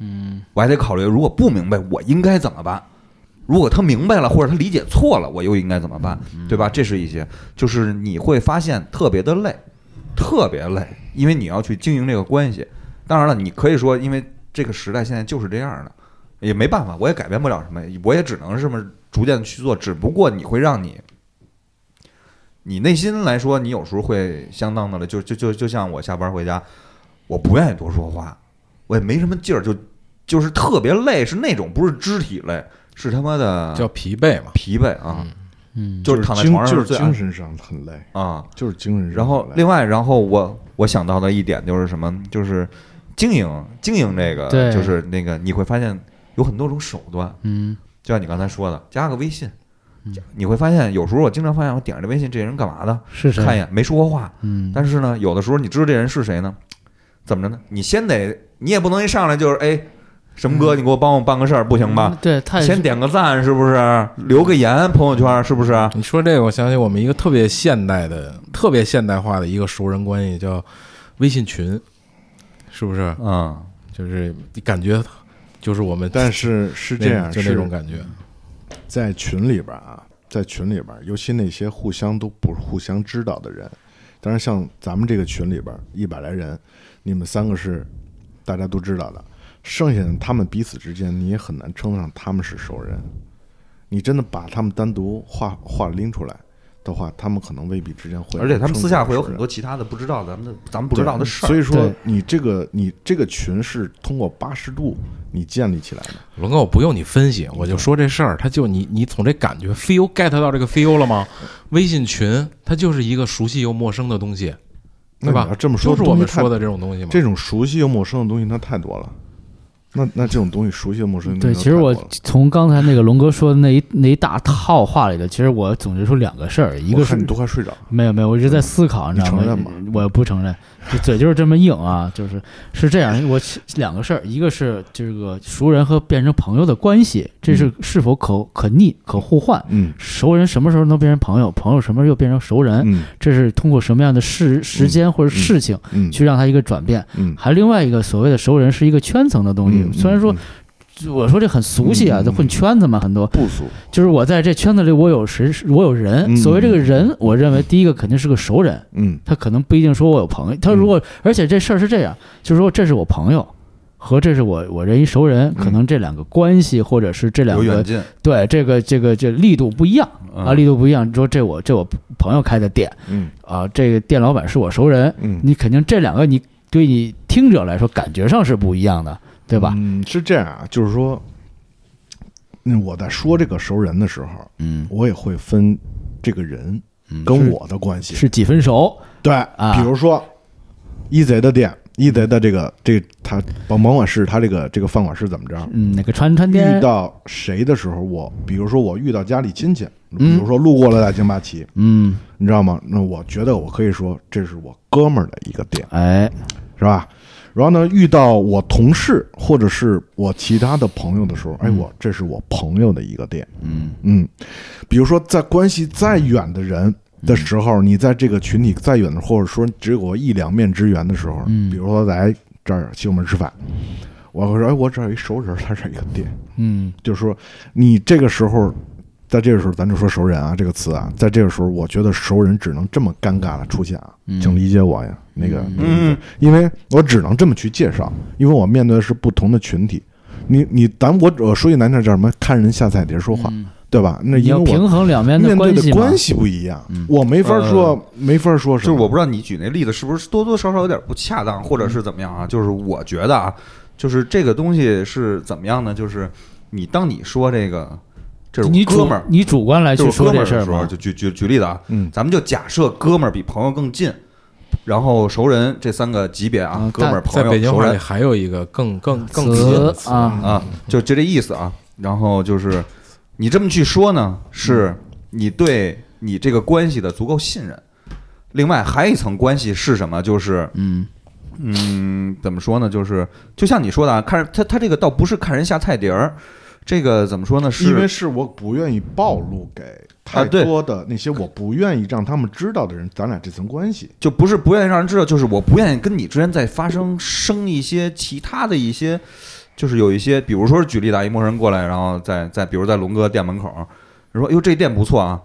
[SPEAKER 4] 嗯，我还得考虑，如果不明白，我应该怎么办？如果他明白了，或者他理解错了，我又应该怎么办？对吧？这是一些，就是你会发现特别的累，特别累，因为你要去经营这个关系。当然了，你可以说，因为这个时代现在就是这样的，也没办法，我也改变不了什么，我也只能这么逐渐地去做。只不过你会让你，你内心来说，你有时候会相当的了，就就就就像我下班回家，我不愿意多说话，我也没什么劲儿，就就是特别累，是那种不是肢体累，是他妈的
[SPEAKER 2] 叫疲惫嘛，
[SPEAKER 4] 疲惫啊，
[SPEAKER 3] 嗯，
[SPEAKER 4] 就是躺在床上
[SPEAKER 1] 精就是
[SPEAKER 4] 最
[SPEAKER 1] 精
[SPEAKER 4] 安
[SPEAKER 1] 神上很累，
[SPEAKER 4] 啊。
[SPEAKER 1] 就是精神上很累。
[SPEAKER 4] 然后另外，然后我我想到的一点就是什么，就是经营经营这个，
[SPEAKER 3] 对
[SPEAKER 4] 就是那个你会发现有很多种手段，
[SPEAKER 3] 嗯
[SPEAKER 4] 就像你刚才说的，加个微信。加你会发现，有时候我经常发现，我点开这微信，这人干嘛的？
[SPEAKER 3] 是谁？
[SPEAKER 4] 看一眼，没说过话，
[SPEAKER 3] 嗯，
[SPEAKER 4] 但是呢，有的时候你知道这人是谁呢？怎么着呢？你先得，你也不能一上来就是哎，什么哥，你给我帮我办个事儿，不行吧？
[SPEAKER 3] 嗯？对，太
[SPEAKER 4] 先点个赞是不是？留个言，朋友圈是不是？
[SPEAKER 3] 嗯
[SPEAKER 2] 你说这个，我想起我们一个特别现代的、特别现代化的一个熟人关系，叫微信群，是不是？
[SPEAKER 4] 嗯，
[SPEAKER 2] 就是你感觉就是我们
[SPEAKER 1] 但是是
[SPEAKER 2] 那
[SPEAKER 1] 这样，
[SPEAKER 2] 就那种
[SPEAKER 1] 是
[SPEAKER 2] 感觉，
[SPEAKER 1] 在群里边啊，在群里边，尤其那些互相都不互相知道的人，当然像咱们这个群里边一百来人，你们三个是大家都知道的，剩下的他们彼此之间，你也很难称得上他们是熟人。你真的把他们单独话话拎出来的话，他们可能未必之间会，
[SPEAKER 4] 而且他们私下会有很多其他的不知道咱们的咱们不知道的事
[SPEAKER 1] 所
[SPEAKER 4] 儿。
[SPEAKER 1] 以说
[SPEAKER 3] 对
[SPEAKER 1] 你这个你这个群是通过八十度你建立起来的。
[SPEAKER 2] 龙哥，我不用你分析，我就说这事儿，他就你你从这感觉 feel get 到这个 feel 了吗？微信群它就是一个熟悉又陌生的东西，
[SPEAKER 1] 那你
[SPEAKER 2] 对吧
[SPEAKER 1] 要？这么说，
[SPEAKER 2] 就是我们
[SPEAKER 1] 东西太
[SPEAKER 2] 说的这种东西嘛。
[SPEAKER 1] 这种熟悉又陌生的东西，那太多了。那那这种东西熟悉又陌生的东
[SPEAKER 3] 对，
[SPEAKER 1] 西
[SPEAKER 3] 其实我
[SPEAKER 1] 嗯太多了
[SPEAKER 3] 从刚才那个龙哥说的那一那一大套话里头，其实我总结出两个事儿，一
[SPEAKER 1] 我
[SPEAKER 3] 个是
[SPEAKER 1] 看你都快睡着了。
[SPEAKER 3] 没有没有，我一直在思考，你知道吗？
[SPEAKER 1] 你承认吗
[SPEAKER 3] 我不承认，这嘴就是这么硬啊，就是是这样。我两个事儿，一个是这个熟人和变成朋友的关系，这是是否可可逆、可互换。
[SPEAKER 1] 嗯
[SPEAKER 3] 熟人什么时候能变成朋友？朋友什么时候又变成熟人？
[SPEAKER 1] 嗯
[SPEAKER 3] 这是通过什么样的事时间或者事情
[SPEAKER 1] 嗯
[SPEAKER 3] 去让他一个转变？
[SPEAKER 1] 嗯，
[SPEAKER 3] 还有另外一个所谓的熟人是一个圈层的东西，
[SPEAKER 1] 嗯
[SPEAKER 3] 虽然说
[SPEAKER 1] 嗯
[SPEAKER 3] 我说这很俗气啊，
[SPEAKER 1] 嗯
[SPEAKER 3] 这混圈子嘛，很多
[SPEAKER 1] 不俗，
[SPEAKER 3] 就是我在这圈子里，我有谁，我有人。
[SPEAKER 1] 嗯
[SPEAKER 3] 所谓这个人，我认为第一个肯定是个熟人，
[SPEAKER 1] 嗯
[SPEAKER 3] 他可能不一定说我有朋友，他如果、而且这事儿是这样，就是说这是我朋友。和这是我我这一熟人，
[SPEAKER 1] 嗯
[SPEAKER 3] 可能这两个关系或者是这两
[SPEAKER 4] 有
[SPEAKER 3] 个
[SPEAKER 4] 远近嗯
[SPEAKER 3] 对这个这个这力度不一样啊，力度不一样。你说这我这我朋友开的店
[SPEAKER 1] 嗯
[SPEAKER 3] 啊，这个店老板是我熟人，
[SPEAKER 1] 嗯，
[SPEAKER 3] 你肯定这两个你对你听者来说感觉上是不一样的，对吧？
[SPEAKER 1] 嗯，是这样啊，就是说，那我在说这个熟人的时候，
[SPEAKER 3] 嗯，
[SPEAKER 1] 我也会分这个人
[SPEAKER 3] 嗯
[SPEAKER 1] 跟
[SPEAKER 3] 是
[SPEAKER 1] 我的关系。
[SPEAKER 3] 是几啊分熟？
[SPEAKER 1] 对，比如说一贼的店，一贼的这个这个他甭甭管是他这个这个饭馆是怎么着，
[SPEAKER 3] 嗯，那个川川
[SPEAKER 1] 遇
[SPEAKER 3] 店，
[SPEAKER 1] 到谁的时候，我比如说我遇到家里亲戚，比
[SPEAKER 3] 嗯
[SPEAKER 1] 如说路过了大京八旗，
[SPEAKER 3] 嗯，
[SPEAKER 1] 你知道吗？那我觉得我可以说这是我哥们儿的一个店，
[SPEAKER 3] 哎，
[SPEAKER 1] 是吧？然后呢，遇到我同事或者是我其他的朋友的时候，哎，我这是我朋友的一个店，
[SPEAKER 3] 嗯
[SPEAKER 1] 嗯，比如说在关系再远的人的时候，你在这个群体再远的，或者说只有一两面之缘的时候，
[SPEAKER 3] 嗯
[SPEAKER 1] 比如说来这儿西红门吃饭，我会说，哎，我这儿有一熟人，他这儿有一个店，
[SPEAKER 3] 嗯
[SPEAKER 1] 就是说你这个时候，在这个时候，咱就说熟人啊这个词啊，在这个时候，我觉得熟人只能这么尴尬的出现啊，
[SPEAKER 3] 嗯
[SPEAKER 1] 请理解我呀，那个，
[SPEAKER 4] 嗯，
[SPEAKER 1] 因为我只能这么去介绍，因为我面对的是不同的群体。你你，咱我我说句难听，叫什么？看人下菜碟说
[SPEAKER 4] 嗯
[SPEAKER 1] 话，对吧？那
[SPEAKER 3] 嗯你
[SPEAKER 1] 因
[SPEAKER 3] 要
[SPEAKER 1] 为我
[SPEAKER 3] 平衡两边
[SPEAKER 1] 面对
[SPEAKER 3] 关
[SPEAKER 1] 的
[SPEAKER 3] 系嘛，呃
[SPEAKER 1] 关系不一样，我没法说，没法说
[SPEAKER 4] 嗯就
[SPEAKER 1] 什
[SPEAKER 4] 是
[SPEAKER 1] 么。
[SPEAKER 4] 我不知道你举那例子是不是多多少少有点不恰当，或者是怎么样啊？就是我觉得啊，就是这个东西是怎么样呢？就是你当你说这个，这是
[SPEAKER 3] 你
[SPEAKER 4] 我
[SPEAKER 3] 主
[SPEAKER 4] 哥们儿，
[SPEAKER 3] 你主观来
[SPEAKER 4] 就
[SPEAKER 3] 去
[SPEAKER 4] 是哥
[SPEAKER 3] 说
[SPEAKER 4] 们
[SPEAKER 3] 这
[SPEAKER 4] 儿
[SPEAKER 3] 事
[SPEAKER 4] 的
[SPEAKER 3] 儿
[SPEAKER 4] 时候，
[SPEAKER 3] 嘛，
[SPEAKER 4] 就举举举例子啊，
[SPEAKER 1] 嗯
[SPEAKER 4] 咱们就假设哥们儿比朋友更近，然后熟人这三个级别啊
[SPEAKER 3] 嗯，
[SPEAKER 4] 哥们儿、
[SPEAKER 2] 在
[SPEAKER 4] 朋
[SPEAKER 2] 北
[SPEAKER 4] 友、
[SPEAKER 2] 京
[SPEAKER 4] 熟
[SPEAKER 2] 话里
[SPEAKER 4] 人
[SPEAKER 2] 还有一个更更更新
[SPEAKER 3] 词
[SPEAKER 2] 的词
[SPEAKER 3] 啊，
[SPEAKER 4] 啊，就就这意思啊。然后就是你这么去说呢，是你对你这个关系的足够信任。另外还有一层关系是什么？就是
[SPEAKER 3] 嗯
[SPEAKER 4] 嗯，怎么说呢？就是就像你说的啊，看他他这个倒不是看人下菜碟儿，这个怎么说呢？是
[SPEAKER 1] 因为是我不愿意暴露给太
[SPEAKER 4] 啊对
[SPEAKER 1] 多的那些我不愿意让他们知道的人，咱俩这层关系。
[SPEAKER 4] 就不是不愿意让人知道，就是我不愿意跟你之间再发生生一些其他的一些，就是有一些，比如哎说举例子啊，一陌生人过来，然后在在比如在龙哥店门口，你说哟这店不错啊，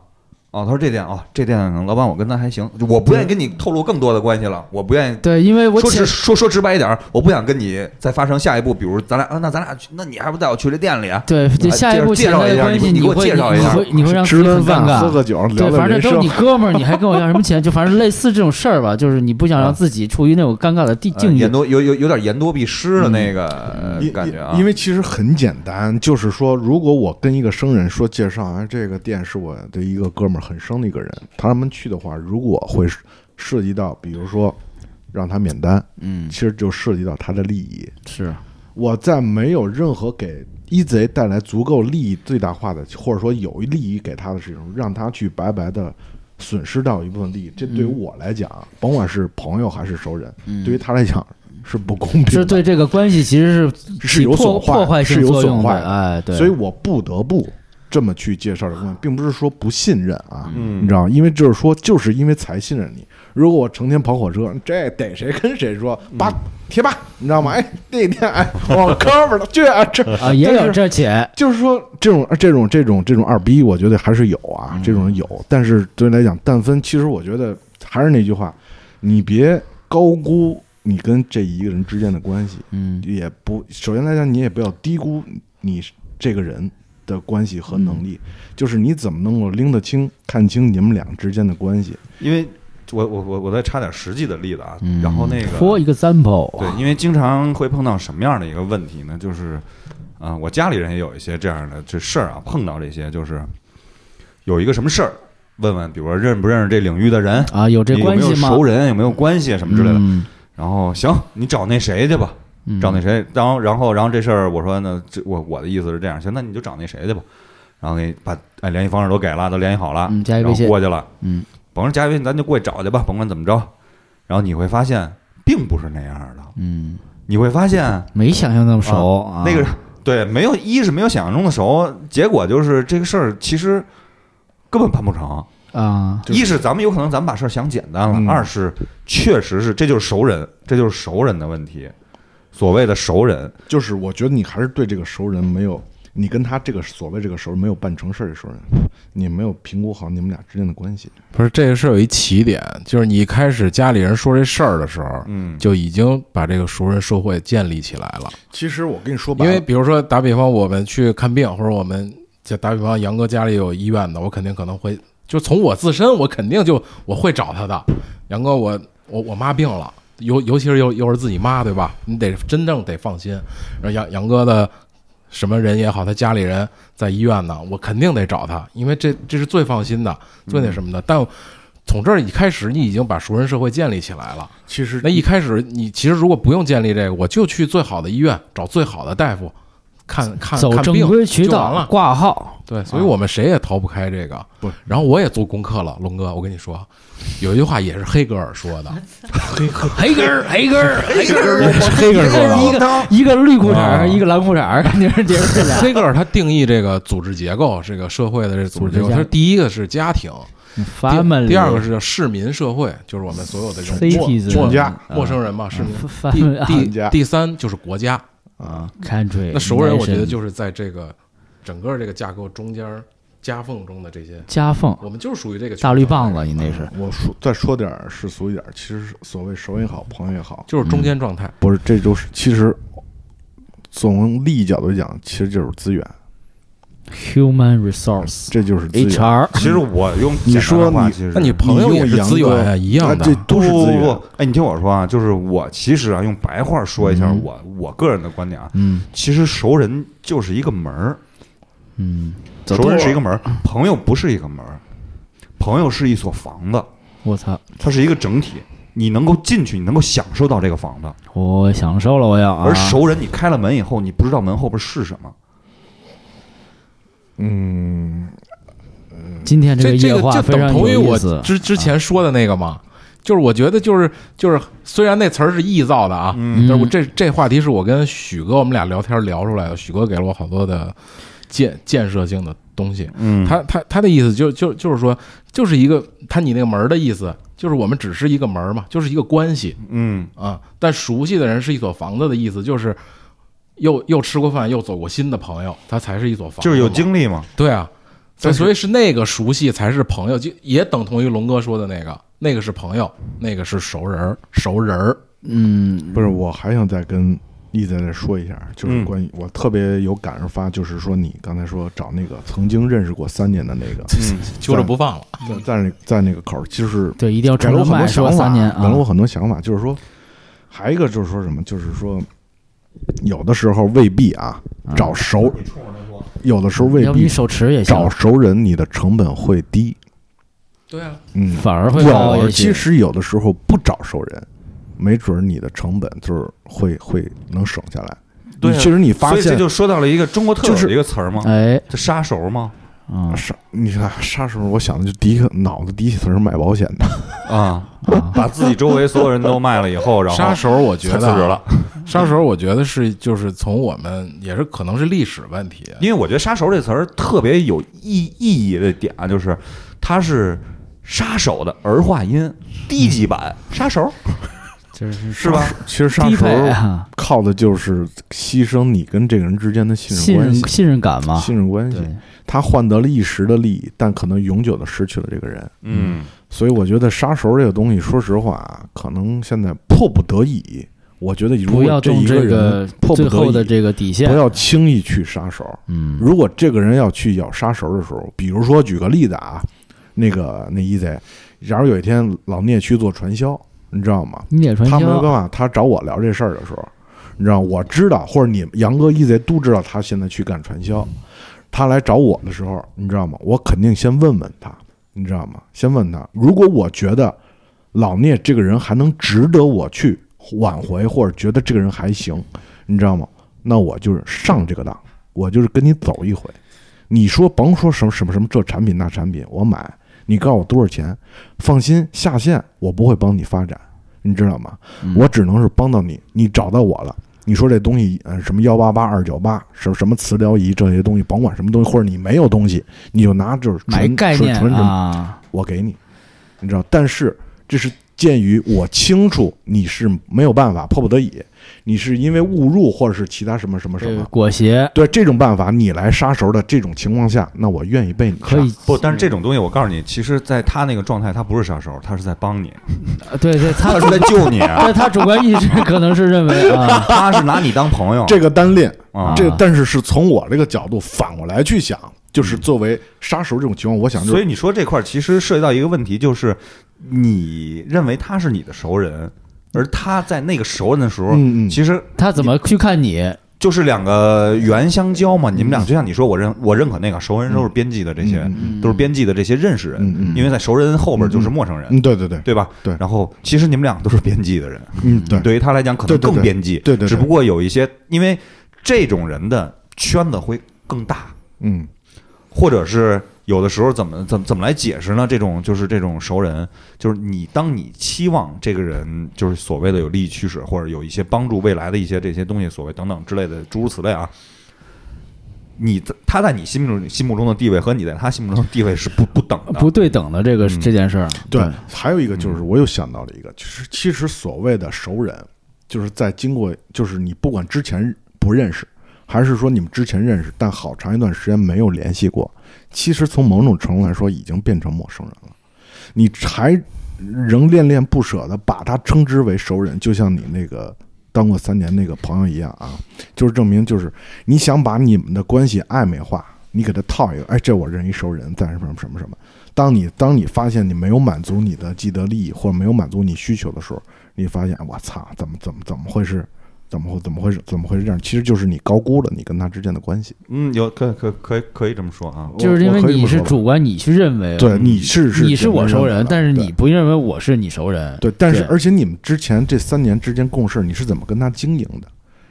[SPEAKER 4] 哦，他说这店哦，这店老板我跟他还行，就我不愿意跟你透露更多的关系了，我不愿意
[SPEAKER 3] 对，因为我
[SPEAKER 4] 说
[SPEAKER 3] 前
[SPEAKER 4] 直说说直白一点儿，我不想跟你再发生下一步，比如咱俩啊，那咱俩去，那你还不带我去这店里啊？
[SPEAKER 3] 对这下一步潜在的关系，
[SPEAKER 4] 介绍一下你
[SPEAKER 3] 会
[SPEAKER 4] 你给我介绍一下
[SPEAKER 3] 你会你会让自
[SPEAKER 1] 吃
[SPEAKER 3] 己
[SPEAKER 1] 顿
[SPEAKER 3] 很
[SPEAKER 1] 饭
[SPEAKER 3] 尴
[SPEAKER 1] 喝
[SPEAKER 3] 尬。
[SPEAKER 1] 个酒，聊
[SPEAKER 3] 对，
[SPEAKER 1] 聊
[SPEAKER 3] 反正
[SPEAKER 1] 人
[SPEAKER 3] 都是你
[SPEAKER 4] 嗯
[SPEAKER 1] 生。
[SPEAKER 3] 哥们儿，你还跟我要什么钱？就反正类似这种事儿吧，就是你不想让自己处于那种尴尬的地境
[SPEAKER 4] 呃
[SPEAKER 3] 遇
[SPEAKER 4] 言。多有有有点言多必失的那个呃
[SPEAKER 1] 嗯因
[SPEAKER 4] 感觉啊，
[SPEAKER 1] 因因为其实很简单，就是说，如果我跟一个生人说介绍，哎，这个店是我的一个哥们儿，很生的一个人，他们去的话，如果会涉及到，比如说让他免单，
[SPEAKER 3] 嗯
[SPEAKER 1] 其，实就涉及到他的利益。
[SPEAKER 3] 是，
[SPEAKER 1] 我在没有任何给一贼带来足够利益最大化的，或者说有利益给他的事情，让他去白白的损失到一部分利益，这对于我来讲，甭管是朋友还是熟人，对于他来讲是不公平的，
[SPEAKER 3] 这对这个关系其实是
[SPEAKER 1] 是
[SPEAKER 3] 起
[SPEAKER 1] 有
[SPEAKER 3] 破
[SPEAKER 1] 损坏，
[SPEAKER 3] 破坏
[SPEAKER 1] 是
[SPEAKER 3] 性
[SPEAKER 1] 有
[SPEAKER 3] 作用
[SPEAKER 1] 损坏
[SPEAKER 3] 的。
[SPEAKER 1] 的。
[SPEAKER 3] 哎，对，
[SPEAKER 1] 所以我不得不这么去介绍这个问题，并不是说不信任啊，
[SPEAKER 4] 嗯
[SPEAKER 1] 你知道吗，因为就是说，就是因为才信任你。如果我成天跑火车，这逮谁跟谁说，爸贴吧，你知道吗？哎，那天哎，我哥们儿就爱这
[SPEAKER 3] 啊也
[SPEAKER 1] 但
[SPEAKER 3] 有
[SPEAKER 1] 是
[SPEAKER 3] 这且
[SPEAKER 1] 就是说，这种这种这种这种二逼，我觉得还是有啊，
[SPEAKER 2] 嗯
[SPEAKER 1] 这种人有。但是对来讲，但分其实我觉得还是那句话，你别高估你跟这一个人之间的关系，
[SPEAKER 3] 嗯
[SPEAKER 1] 也不首先来讲，你也不要低估你这个人的关系和能
[SPEAKER 2] 嗯
[SPEAKER 1] 力，就是你怎么能够拎得清、看清你们俩之间的关系。
[SPEAKER 4] 因为我我我我再插点实际的例子啊，
[SPEAKER 3] 嗯，
[SPEAKER 4] 然后那个
[SPEAKER 3] ，for example，
[SPEAKER 4] 对，因为经常会碰到什么样的一个问题呢？就是，啊、我家里人也有一些这样的这事儿啊，碰到这些就是有一个什么事儿，问问，比如说认不认识这领域的人，
[SPEAKER 3] 啊，有这
[SPEAKER 4] 你
[SPEAKER 3] 关
[SPEAKER 4] 有
[SPEAKER 3] 系
[SPEAKER 4] 没有
[SPEAKER 3] 吗？
[SPEAKER 4] 熟人，有没有关系什么之类的。
[SPEAKER 3] 嗯
[SPEAKER 4] 然后行，你找那谁去吧，
[SPEAKER 3] 嗯
[SPEAKER 4] 找那谁。然后然后然后这事儿，我说呢，这我我的意思是这样，行，那你就找那谁去吧。然后给把哎联系方式都给了，都联系好了，
[SPEAKER 3] 嗯加一
[SPEAKER 4] 然
[SPEAKER 3] 微
[SPEAKER 4] 后
[SPEAKER 3] 信
[SPEAKER 4] 过去了，
[SPEAKER 3] 嗯，
[SPEAKER 4] 甭说加微信，咱就过去找去吧，甭管怎么着。然后你会发现，并不是那样的。
[SPEAKER 3] 嗯，
[SPEAKER 4] 你会发现
[SPEAKER 3] 没想象那么熟啊，
[SPEAKER 4] 那个对没有，一是没有想象中的熟，结果就是这个事儿其实根本办不成。
[SPEAKER 3] 啊，
[SPEAKER 1] 就是
[SPEAKER 4] 一是咱们有可能咱们把事儿想简单
[SPEAKER 1] 嗯
[SPEAKER 4] 了，二是确实是这就是熟人，这就是熟人的问题。所谓的熟人，
[SPEAKER 1] 就是我觉得你还是对这个熟人没有，你跟他这个所谓这个熟人没有办成事儿的熟人，你没有评估好你们俩之间的关系。
[SPEAKER 2] 不是这个是有一起点，就是你一开始家里人说这事儿的时候，
[SPEAKER 4] 嗯，
[SPEAKER 2] 就已经把这个熟人社会建立起来了。
[SPEAKER 1] 其实我跟你说
[SPEAKER 2] 因为比如说打比方，我们去看病，或者我们就打比方，杨哥家里有医院的，我肯定可能会就从我自身，我肯定就我会找他的。杨哥，我我我妈病了，尤尤其是又又是自己妈，对吧？你得真正得放心。然后杨杨哥的什么人也好，他家里人在医院呢，我肯定得找他，因为这这是最放心的，最那什么的。但从这儿一开始，你已经把熟人社会建立起来了。
[SPEAKER 1] 其实
[SPEAKER 2] 那一开始你其实如果不用建立这个，我就去最好的医院找最好的大夫看看
[SPEAKER 3] 走
[SPEAKER 2] 看
[SPEAKER 3] 正
[SPEAKER 2] 病
[SPEAKER 3] 规啊渠
[SPEAKER 2] 就完
[SPEAKER 3] 道
[SPEAKER 2] 了。
[SPEAKER 3] 挂号，
[SPEAKER 2] 对，所以我们谁也逃不开这个。
[SPEAKER 1] 不，
[SPEAKER 2] 然后我也做功课了，龙哥，我跟你说，有一句话也是黑格尔说 的，
[SPEAKER 3] 黑 根儿黑根儿黑根儿，啊
[SPEAKER 2] 是黑格尔说的。
[SPEAKER 3] 一个一个绿裤衩
[SPEAKER 2] 啊
[SPEAKER 3] 儿，一个蓝裤衩儿，肯定是这 这俩。
[SPEAKER 2] 黑格尔他定义这个组织结构，这个社会的这组织结构，他
[SPEAKER 3] 组织架
[SPEAKER 2] 说第一个是家庭，
[SPEAKER 3] Family，
[SPEAKER 2] 第第二个是叫市民社会，就是我们所有的这种
[SPEAKER 3] Cities
[SPEAKER 2] 陌陌
[SPEAKER 1] 家
[SPEAKER 2] 陌生人嘛，市
[SPEAKER 3] 嗯
[SPEAKER 2] 民。
[SPEAKER 3] family
[SPEAKER 2] 第
[SPEAKER 1] 家
[SPEAKER 2] 第第三就是国家，
[SPEAKER 1] 啊，
[SPEAKER 3] country。
[SPEAKER 2] 那熟人，我觉得就是在这个整个这个架构中间儿夹缝中的这些，
[SPEAKER 3] 夹缝
[SPEAKER 2] 我们就属于这个
[SPEAKER 3] 大绿
[SPEAKER 2] 圈
[SPEAKER 3] 棒子，
[SPEAKER 2] 儿
[SPEAKER 3] 你那是
[SPEAKER 1] 我说再说点儿世俗一点儿，其实所谓熟也好，朋友也好，
[SPEAKER 2] 就是
[SPEAKER 3] 嗯
[SPEAKER 2] 中间状态。
[SPEAKER 1] 不是，这就是其实从利益角度讲，其实就是资源，
[SPEAKER 3] human resource
[SPEAKER 1] 这就是资源。
[SPEAKER 3] HR。
[SPEAKER 4] 其实我用
[SPEAKER 1] 你
[SPEAKER 4] 简单的
[SPEAKER 1] 说
[SPEAKER 4] 话
[SPEAKER 1] 你
[SPEAKER 4] 其实
[SPEAKER 2] 那你朋友也是资源啊，一样
[SPEAKER 1] 啊
[SPEAKER 2] 的
[SPEAKER 1] 这。都是资
[SPEAKER 4] 不不
[SPEAKER 1] 源
[SPEAKER 4] 不。，哎，你听我说啊，就是我其实啊，用白话说一下
[SPEAKER 3] 嗯
[SPEAKER 4] 我我个人的观点啊，
[SPEAKER 3] 嗯
[SPEAKER 4] 其实熟人就是一个门儿，
[SPEAKER 3] 嗯，
[SPEAKER 4] 熟人是一个门儿，朋友不是一个门儿，朋友是一所房子，
[SPEAKER 3] 我操，
[SPEAKER 4] 它是一个整体，你能够进去，你能够享受到这个房子。
[SPEAKER 3] 我享受了，我要啊
[SPEAKER 4] 而。熟人，你开了门以后，你不知道门后边是什么。
[SPEAKER 1] 嗯，
[SPEAKER 3] 今天
[SPEAKER 2] 这
[SPEAKER 3] 个
[SPEAKER 2] 这
[SPEAKER 3] 夜话
[SPEAKER 2] 就
[SPEAKER 3] 非
[SPEAKER 2] 等
[SPEAKER 3] 常
[SPEAKER 2] 同于
[SPEAKER 3] 有
[SPEAKER 2] 我
[SPEAKER 3] 意思。啊
[SPEAKER 2] 之之前说的那个嘛，就是我觉得就是就是，虽然那词儿是臆造的啊，
[SPEAKER 4] 嗯
[SPEAKER 2] 但是我
[SPEAKER 3] 嗯
[SPEAKER 2] 这这话题是我跟许哥我们俩聊天聊出来的，许哥给了我好多的建建设性的东西。
[SPEAKER 4] 嗯
[SPEAKER 2] 他他他的意思就就就是说，就是一个他你那个门儿的意思，就是我们只是一个门儿嘛，就是一个关系
[SPEAKER 4] 嗯
[SPEAKER 2] 啊。但熟悉的人是一所房子的意思，就是又又吃过饭又走过心的朋友，他才是一所房子嘛。
[SPEAKER 4] 就是有经历嘛，
[SPEAKER 2] 对啊。对，
[SPEAKER 1] 但是
[SPEAKER 2] 所以是那个熟悉才是朋友，就也等同于龙哥说的那个，那个是朋友，那个是熟人儿，熟人儿。
[SPEAKER 3] 嗯，
[SPEAKER 1] 不是，我还想再跟丽仔再说一下，就是
[SPEAKER 4] 嗯
[SPEAKER 1] 关于我特别有感而发，就是说你刚才说找那个曾经认识过三年的那个，
[SPEAKER 4] 嗯，
[SPEAKER 2] 揪着不放了，
[SPEAKER 1] 在在那在那个口儿，就是
[SPEAKER 3] 对，一定要
[SPEAKER 1] 给
[SPEAKER 3] 冲
[SPEAKER 1] 了我
[SPEAKER 3] 着
[SPEAKER 1] 很
[SPEAKER 3] 麦
[SPEAKER 1] 多
[SPEAKER 3] 说
[SPEAKER 1] 想法，
[SPEAKER 3] 三年
[SPEAKER 1] 给
[SPEAKER 3] 啊
[SPEAKER 1] 了，我很多想法，就是说，还一个就是说什么，就是说，有的时候未必啊，找熟，有的时候未
[SPEAKER 3] 嗯要不你
[SPEAKER 1] 必
[SPEAKER 3] 手持也行，
[SPEAKER 1] 找熟人，你的成本会低，
[SPEAKER 2] 对啊，
[SPEAKER 1] 嗯，
[SPEAKER 3] 反而会高
[SPEAKER 1] 有
[SPEAKER 3] 一
[SPEAKER 1] 其
[SPEAKER 3] 些。
[SPEAKER 1] 实有的时候不找熟人，没准儿你的成本就是会会能省下来。
[SPEAKER 4] 对啊
[SPEAKER 1] 你其实你发
[SPEAKER 4] 所以这
[SPEAKER 1] 现
[SPEAKER 4] 就说到了一个中国特
[SPEAKER 1] 就
[SPEAKER 4] 有
[SPEAKER 1] 是
[SPEAKER 4] 的一个词儿嘛，
[SPEAKER 3] 哎，
[SPEAKER 4] 这杀熟吗？
[SPEAKER 3] 嗯
[SPEAKER 1] 啊啥？你看啥时候？我想的就第一个脑子第一词儿是买保险的，
[SPEAKER 4] 啊，
[SPEAKER 3] 啊，
[SPEAKER 4] 把自己周围所有人都卖了以后，然后
[SPEAKER 2] 杀手，我觉
[SPEAKER 4] 才辞
[SPEAKER 2] 得
[SPEAKER 4] 职
[SPEAKER 2] 啊
[SPEAKER 4] 了。
[SPEAKER 2] 杀手，我觉得是就是从我们也是可能是历史问题，啊
[SPEAKER 4] 因为我觉得“杀手”这词儿特别有意意义的点啊，就是它是杀手的儿化音，低级版杀手
[SPEAKER 3] 就是
[SPEAKER 4] 是吧？
[SPEAKER 1] 其实啥
[SPEAKER 3] 低
[SPEAKER 1] 时
[SPEAKER 3] 配
[SPEAKER 1] 候
[SPEAKER 3] 啊，
[SPEAKER 1] 靠的就是牺牲你跟这个人之间的信任
[SPEAKER 3] 信
[SPEAKER 1] 关
[SPEAKER 3] 任
[SPEAKER 1] 系。
[SPEAKER 3] 信任感嘛，
[SPEAKER 1] 信任关系，
[SPEAKER 3] 啊对，
[SPEAKER 1] 他换得了一时的利益，但可能永久的失去了这个人。
[SPEAKER 4] 嗯，
[SPEAKER 1] 所以我觉得杀手这个东西，说实话啊，可能现在迫不得已。我觉得如
[SPEAKER 3] 不要
[SPEAKER 1] 果这
[SPEAKER 3] 动
[SPEAKER 1] 一
[SPEAKER 3] 这
[SPEAKER 1] 人
[SPEAKER 3] 个
[SPEAKER 1] 迫不
[SPEAKER 3] 最后
[SPEAKER 1] 得
[SPEAKER 3] 的
[SPEAKER 1] 已，
[SPEAKER 3] 这个底线
[SPEAKER 1] 不，要轻易去杀手。
[SPEAKER 3] 嗯，
[SPEAKER 1] 如果这个人要去咬杀手的时候，比如说举个例子啊，那个那 E 一贼，假如有一天老聂去做传销，你知道吗？
[SPEAKER 3] 你也传
[SPEAKER 1] 他没有办
[SPEAKER 3] 销，
[SPEAKER 1] 法，他找我聊这事儿的时候，你知道，我知道，或者你们杨哥、一贼都知道他现在去干传销，他来找我的时候，你知道吗？我肯定先问问他，你知道吗？先问他，如果我觉得老聂这个人还能值得我去挽回，或者觉得这个人还行，你知道吗？那我就是上这个当，我就是跟你走一回。你说甭说什么什么什么这产品那产品，我买，你告诉我多少钱？放心，下线我不会帮你发展，你知道吗？
[SPEAKER 3] 嗯
[SPEAKER 1] 我只能是帮到你，你找到我了。你说这东西，呃，什么幺八八、二九八，什么什么磁疗仪这些东西，甭管什么东西，或者你没有东西，你就拿就是
[SPEAKER 3] 买
[SPEAKER 1] 纯
[SPEAKER 3] 概
[SPEAKER 1] 纯
[SPEAKER 3] 念
[SPEAKER 1] 纯什么，
[SPEAKER 3] 啊，
[SPEAKER 1] 我给你，你知道？但是这是鉴于我清楚你是没有办法，迫不得已，你是因为误入或者是其他什么什么什
[SPEAKER 3] 这个
[SPEAKER 1] 么，
[SPEAKER 3] 裹挟
[SPEAKER 1] 对这种办法你来杀熟的这种情况下，那我愿意被你杀
[SPEAKER 3] 可以，
[SPEAKER 4] 不，但是这种东西我告诉你，其实在他那个状态，他不是杀手，他是在帮你，
[SPEAKER 3] 呃对对，他
[SPEAKER 4] 他是在 救你，
[SPEAKER 3] 但他主观意识可能是认为啊，
[SPEAKER 4] 他是拿你当朋友。
[SPEAKER 1] 这个单恋
[SPEAKER 4] 啊
[SPEAKER 1] 这但是是从我这个角度反过来去想，就是作为杀熟这种情况，我想就
[SPEAKER 4] 所以
[SPEAKER 1] 是
[SPEAKER 4] 你说这块儿其实涉及到一个问题，就是你认为他是你的熟人，而他在那个熟人的时候，
[SPEAKER 1] 嗯嗯
[SPEAKER 4] 其实
[SPEAKER 3] 他怎么去看你？
[SPEAKER 4] 就是两个原相交嘛。你们俩就像你说，我认我认可那个熟人都是边际的这些，
[SPEAKER 1] 嗯
[SPEAKER 4] 都是边际的这些认识人，
[SPEAKER 1] 嗯嗯
[SPEAKER 4] 因为在熟人后边就是陌生人，
[SPEAKER 1] 嗯，对对对，
[SPEAKER 4] 对吧？
[SPEAKER 1] 对
[SPEAKER 4] 然后其实你们俩都是边际的人，
[SPEAKER 1] 嗯对。
[SPEAKER 4] 对于他来讲可
[SPEAKER 1] 对
[SPEAKER 4] 能
[SPEAKER 1] 对
[SPEAKER 4] 更
[SPEAKER 1] 对
[SPEAKER 4] 边际，
[SPEAKER 1] 对对对
[SPEAKER 4] 只不过有一些，因为这种人的圈子会更大，
[SPEAKER 1] 嗯，
[SPEAKER 4] 或者是有的时候怎么怎么怎么来解释呢？这种就是这种熟人，就是你当你期望这个人就是所谓的有利益驱使，或者有一些帮助未来的一些这些东西，所谓等等之类的诸如此类啊。你在他在你心目中心目中的地位和你在他心目中的地位是不不等的，
[SPEAKER 3] 不对等的这个、
[SPEAKER 4] 嗯
[SPEAKER 3] 这件事儿，
[SPEAKER 1] 对，还有一个就是，我又想到了一个，就是其实所谓的熟人，就是在经过，就是你不管之前不认识，还是说你们之前认识，但好长一段时间没有联系过，其实从某种程度来说，已经变成陌生人了。你还仍恋恋不舍的把他称之为熟人，就像你那个当过三年那个朋友一样啊，就是证明就是你想把你们的关系暧昧化，你给他套一个，哎，这我认一熟人，但是什么什么什么。当你当你发现你没有满足你的既得利益或者没有满足你需求的时候，你发现我操，怎么怎么怎么会是，怎么会怎么会是怎么会是这样？其实就是你高估了你跟他之间的关系，
[SPEAKER 4] 嗯，有可可可以可以这么说啊，
[SPEAKER 3] 就是因为
[SPEAKER 1] 我我可以这
[SPEAKER 3] 你
[SPEAKER 1] 么说
[SPEAKER 3] 是
[SPEAKER 1] 吧
[SPEAKER 3] 主观，你去认为
[SPEAKER 1] 对你是是
[SPEAKER 3] 嗯你是我熟人
[SPEAKER 1] 的，
[SPEAKER 3] 但是你
[SPEAKER 1] 对
[SPEAKER 3] 不认为我是你熟人，
[SPEAKER 1] 对，但是
[SPEAKER 3] 对
[SPEAKER 1] 而且你们之前这三年之间共事，你是怎么跟他经营的？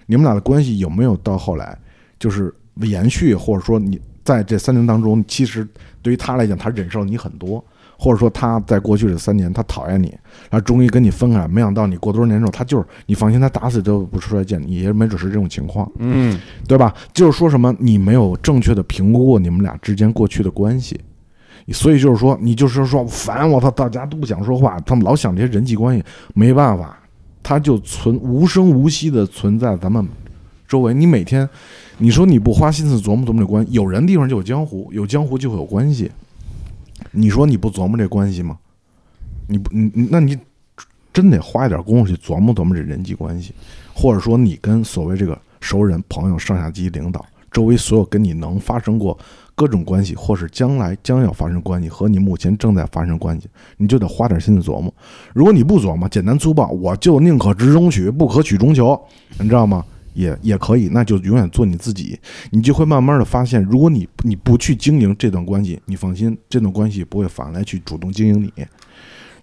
[SPEAKER 1] 你们俩的关系有没有到后来就是延续，或者说你在这三年当中，其实对于他来讲，他忍受了你很多，或者说他在过去这三年他讨厌你，然后终于跟你分开，没想到你过多少年之后，他就是你放心，他打死都不出来见你，也没准是这种情况，
[SPEAKER 4] 嗯，
[SPEAKER 1] 对吧？就是说什么你没有正确的评估过你们俩之间过去的关系。所以就是说，你就是说烦我操，大家都不想说话，他们老想这些人际关系，没办法，他就存无声无息的存在咱们周围，你每天，你说你不花心思琢磨琢磨这关系，有人地方就有江湖，有江湖就会有关系。你说你不琢磨这关系吗？你不，你你那你真得花一点功夫去琢磨琢磨这人际关系，或者说你跟所谓这个熟人、朋友、上下级、领导、周围所有跟你能发生过各种关系，或是将来将要发生关系和你目前正在发生关系，你就得花点心思琢磨。如果你不琢磨，简单粗暴，我就宁可直中取，不可取中求，你知道吗？也也可以，那就永远做你自己，你就会慢慢的发现，如果你你不去经营这段关系，你放心，这段关系不会反来去主动经营你。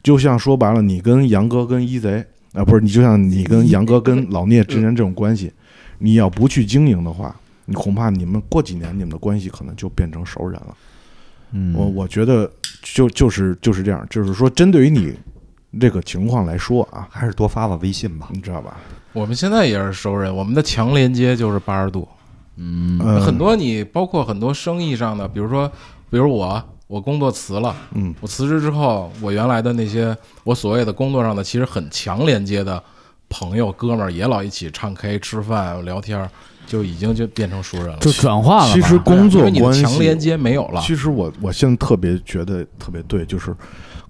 [SPEAKER 1] 就像说白了，你跟杨哥跟一贼啊，不是你就像你跟杨哥跟老聂之间这种关系，你要不去经营的话，你恐怕你们过几年你们的关系可能就变成熟人了。
[SPEAKER 3] 嗯，
[SPEAKER 1] 我我觉得就就是就是这样，就是说针对于你这个情况来说啊，
[SPEAKER 4] 还是多发发微信吧。
[SPEAKER 1] 你知道吧？
[SPEAKER 2] 我们现在也是熟人，我们的强连接就是八十度。
[SPEAKER 1] 呃
[SPEAKER 2] 嗯很多你包括很多生意上的，比如说，比如我，我工作辞了，
[SPEAKER 1] 嗯，
[SPEAKER 2] 我辞职之后，我原来的那些我所谓的工作上的，其实很强连接的朋友哥们儿，也老一起唱 K、吃饭、聊天儿，就已经就变成熟人了。
[SPEAKER 3] 就转化了
[SPEAKER 1] 其
[SPEAKER 3] 吧。
[SPEAKER 1] 实
[SPEAKER 2] 对啊
[SPEAKER 1] 工
[SPEAKER 2] 因
[SPEAKER 1] 作
[SPEAKER 2] 为你的
[SPEAKER 1] 关系
[SPEAKER 2] 强连接没有了，
[SPEAKER 1] 其实我我现在特别觉得特别对，就是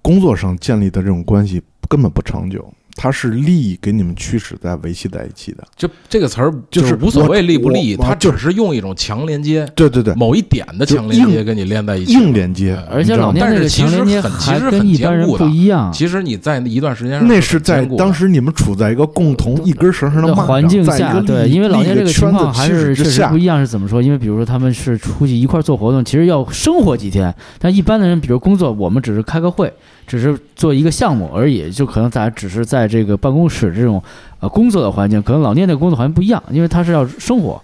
[SPEAKER 1] 工作上建立的这种关系根本不长久，它是利益给你们驱使在维系在一起的。
[SPEAKER 2] 就这个词儿
[SPEAKER 1] 就是
[SPEAKER 2] 无所谓
[SPEAKER 1] 我
[SPEAKER 2] 利不利，
[SPEAKER 1] 我
[SPEAKER 2] 它
[SPEAKER 1] 就
[SPEAKER 2] 只是用一种强连接，
[SPEAKER 1] 对对对，
[SPEAKER 2] 某一点的强连
[SPEAKER 1] 就
[SPEAKER 2] 接
[SPEAKER 1] 硬
[SPEAKER 2] 跟你连在一起哎了。
[SPEAKER 1] 硬连接，
[SPEAKER 3] 而且老
[SPEAKER 1] 你知
[SPEAKER 3] 年
[SPEAKER 2] 但
[SPEAKER 3] 那
[SPEAKER 2] 是
[SPEAKER 3] 个
[SPEAKER 2] 其
[SPEAKER 3] 强
[SPEAKER 2] 实
[SPEAKER 3] 连接
[SPEAKER 2] 很其
[SPEAKER 3] 还
[SPEAKER 2] 实
[SPEAKER 3] 跟
[SPEAKER 2] 很
[SPEAKER 3] 一般
[SPEAKER 2] 坚
[SPEAKER 3] 人
[SPEAKER 2] 固的
[SPEAKER 3] 不一样，
[SPEAKER 2] 其实你在一段时间
[SPEAKER 1] 道
[SPEAKER 2] 上
[SPEAKER 1] 吗那
[SPEAKER 2] 是
[SPEAKER 1] 是
[SPEAKER 2] 很
[SPEAKER 1] 在
[SPEAKER 2] 坚固的
[SPEAKER 1] 当时你们处在一个共同一根绳上的
[SPEAKER 3] 的
[SPEAKER 1] 蚂蚱
[SPEAKER 3] 环境
[SPEAKER 1] 在一
[SPEAKER 3] 下，
[SPEAKER 1] 个
[SPEAKER 3] 对，
[SPEAKER 1] 利益
[SPEAKER 3] 因为老
[SPEAKER 1] 利益
[SPEAKER 3] 年这
[SPEAKER 1] 的
[SPEAKER 3] 个情
[SPEAKER 1] 圈子
[SPEAKER 3] 况还
[SPEAKER 1] 驱使
[SPEAKER 3] 是确
[SPEAKER 1] 之
[SPEAKER 3] 实
[SPEAKER 1] 下
[SPEAKER 3] 不一样，是怎么说？因为比如说他们是出去一块儿做活动，其实要生活几天，但一般的人，比如工作，我们只是开个会，只是做一个项目而已，就可能大家只是在这个办公室这种呃工作的环境，可能老聂那个工作环境不一样，因为他是要生活。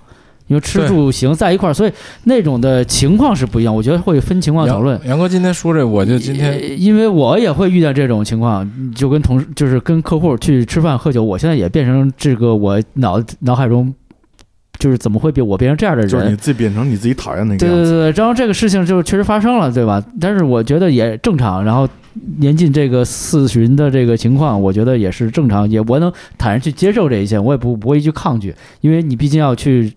[SPEAKER 3] 因为吃
[SPEAKER 2] 对
[SPEAKER 3] 住行在一块儿，所以那种的情况是不一样。我觉得会分情况讨论。
[SPEAKER 2] 杨杨哥今天说这，我就今天
[SPEAKER 3] 呃因为我也会遇到这种情况，嗯就跟同事，就是跟客户去吃饭喝酒，我现在也变成这个我脑脑海中，就是怎么会变我变成这样的人？
[SPEAKER 1] 就是你自己变成你自己讨厌那个
[SPEAKER 3] 对
[SPEAKER 1] 样
[SPEAKER 3] 对
[SPEAKER 1] 子。
[SPEAKER 3] 对对，然后这个事情就确实发生了，对吧？但是我觉得也正常。然后年近这个四旬的这个情况，我觉得也是正常，也我能坦然去接受这一切，我也不不会去抗拒，因为你毕竟要去。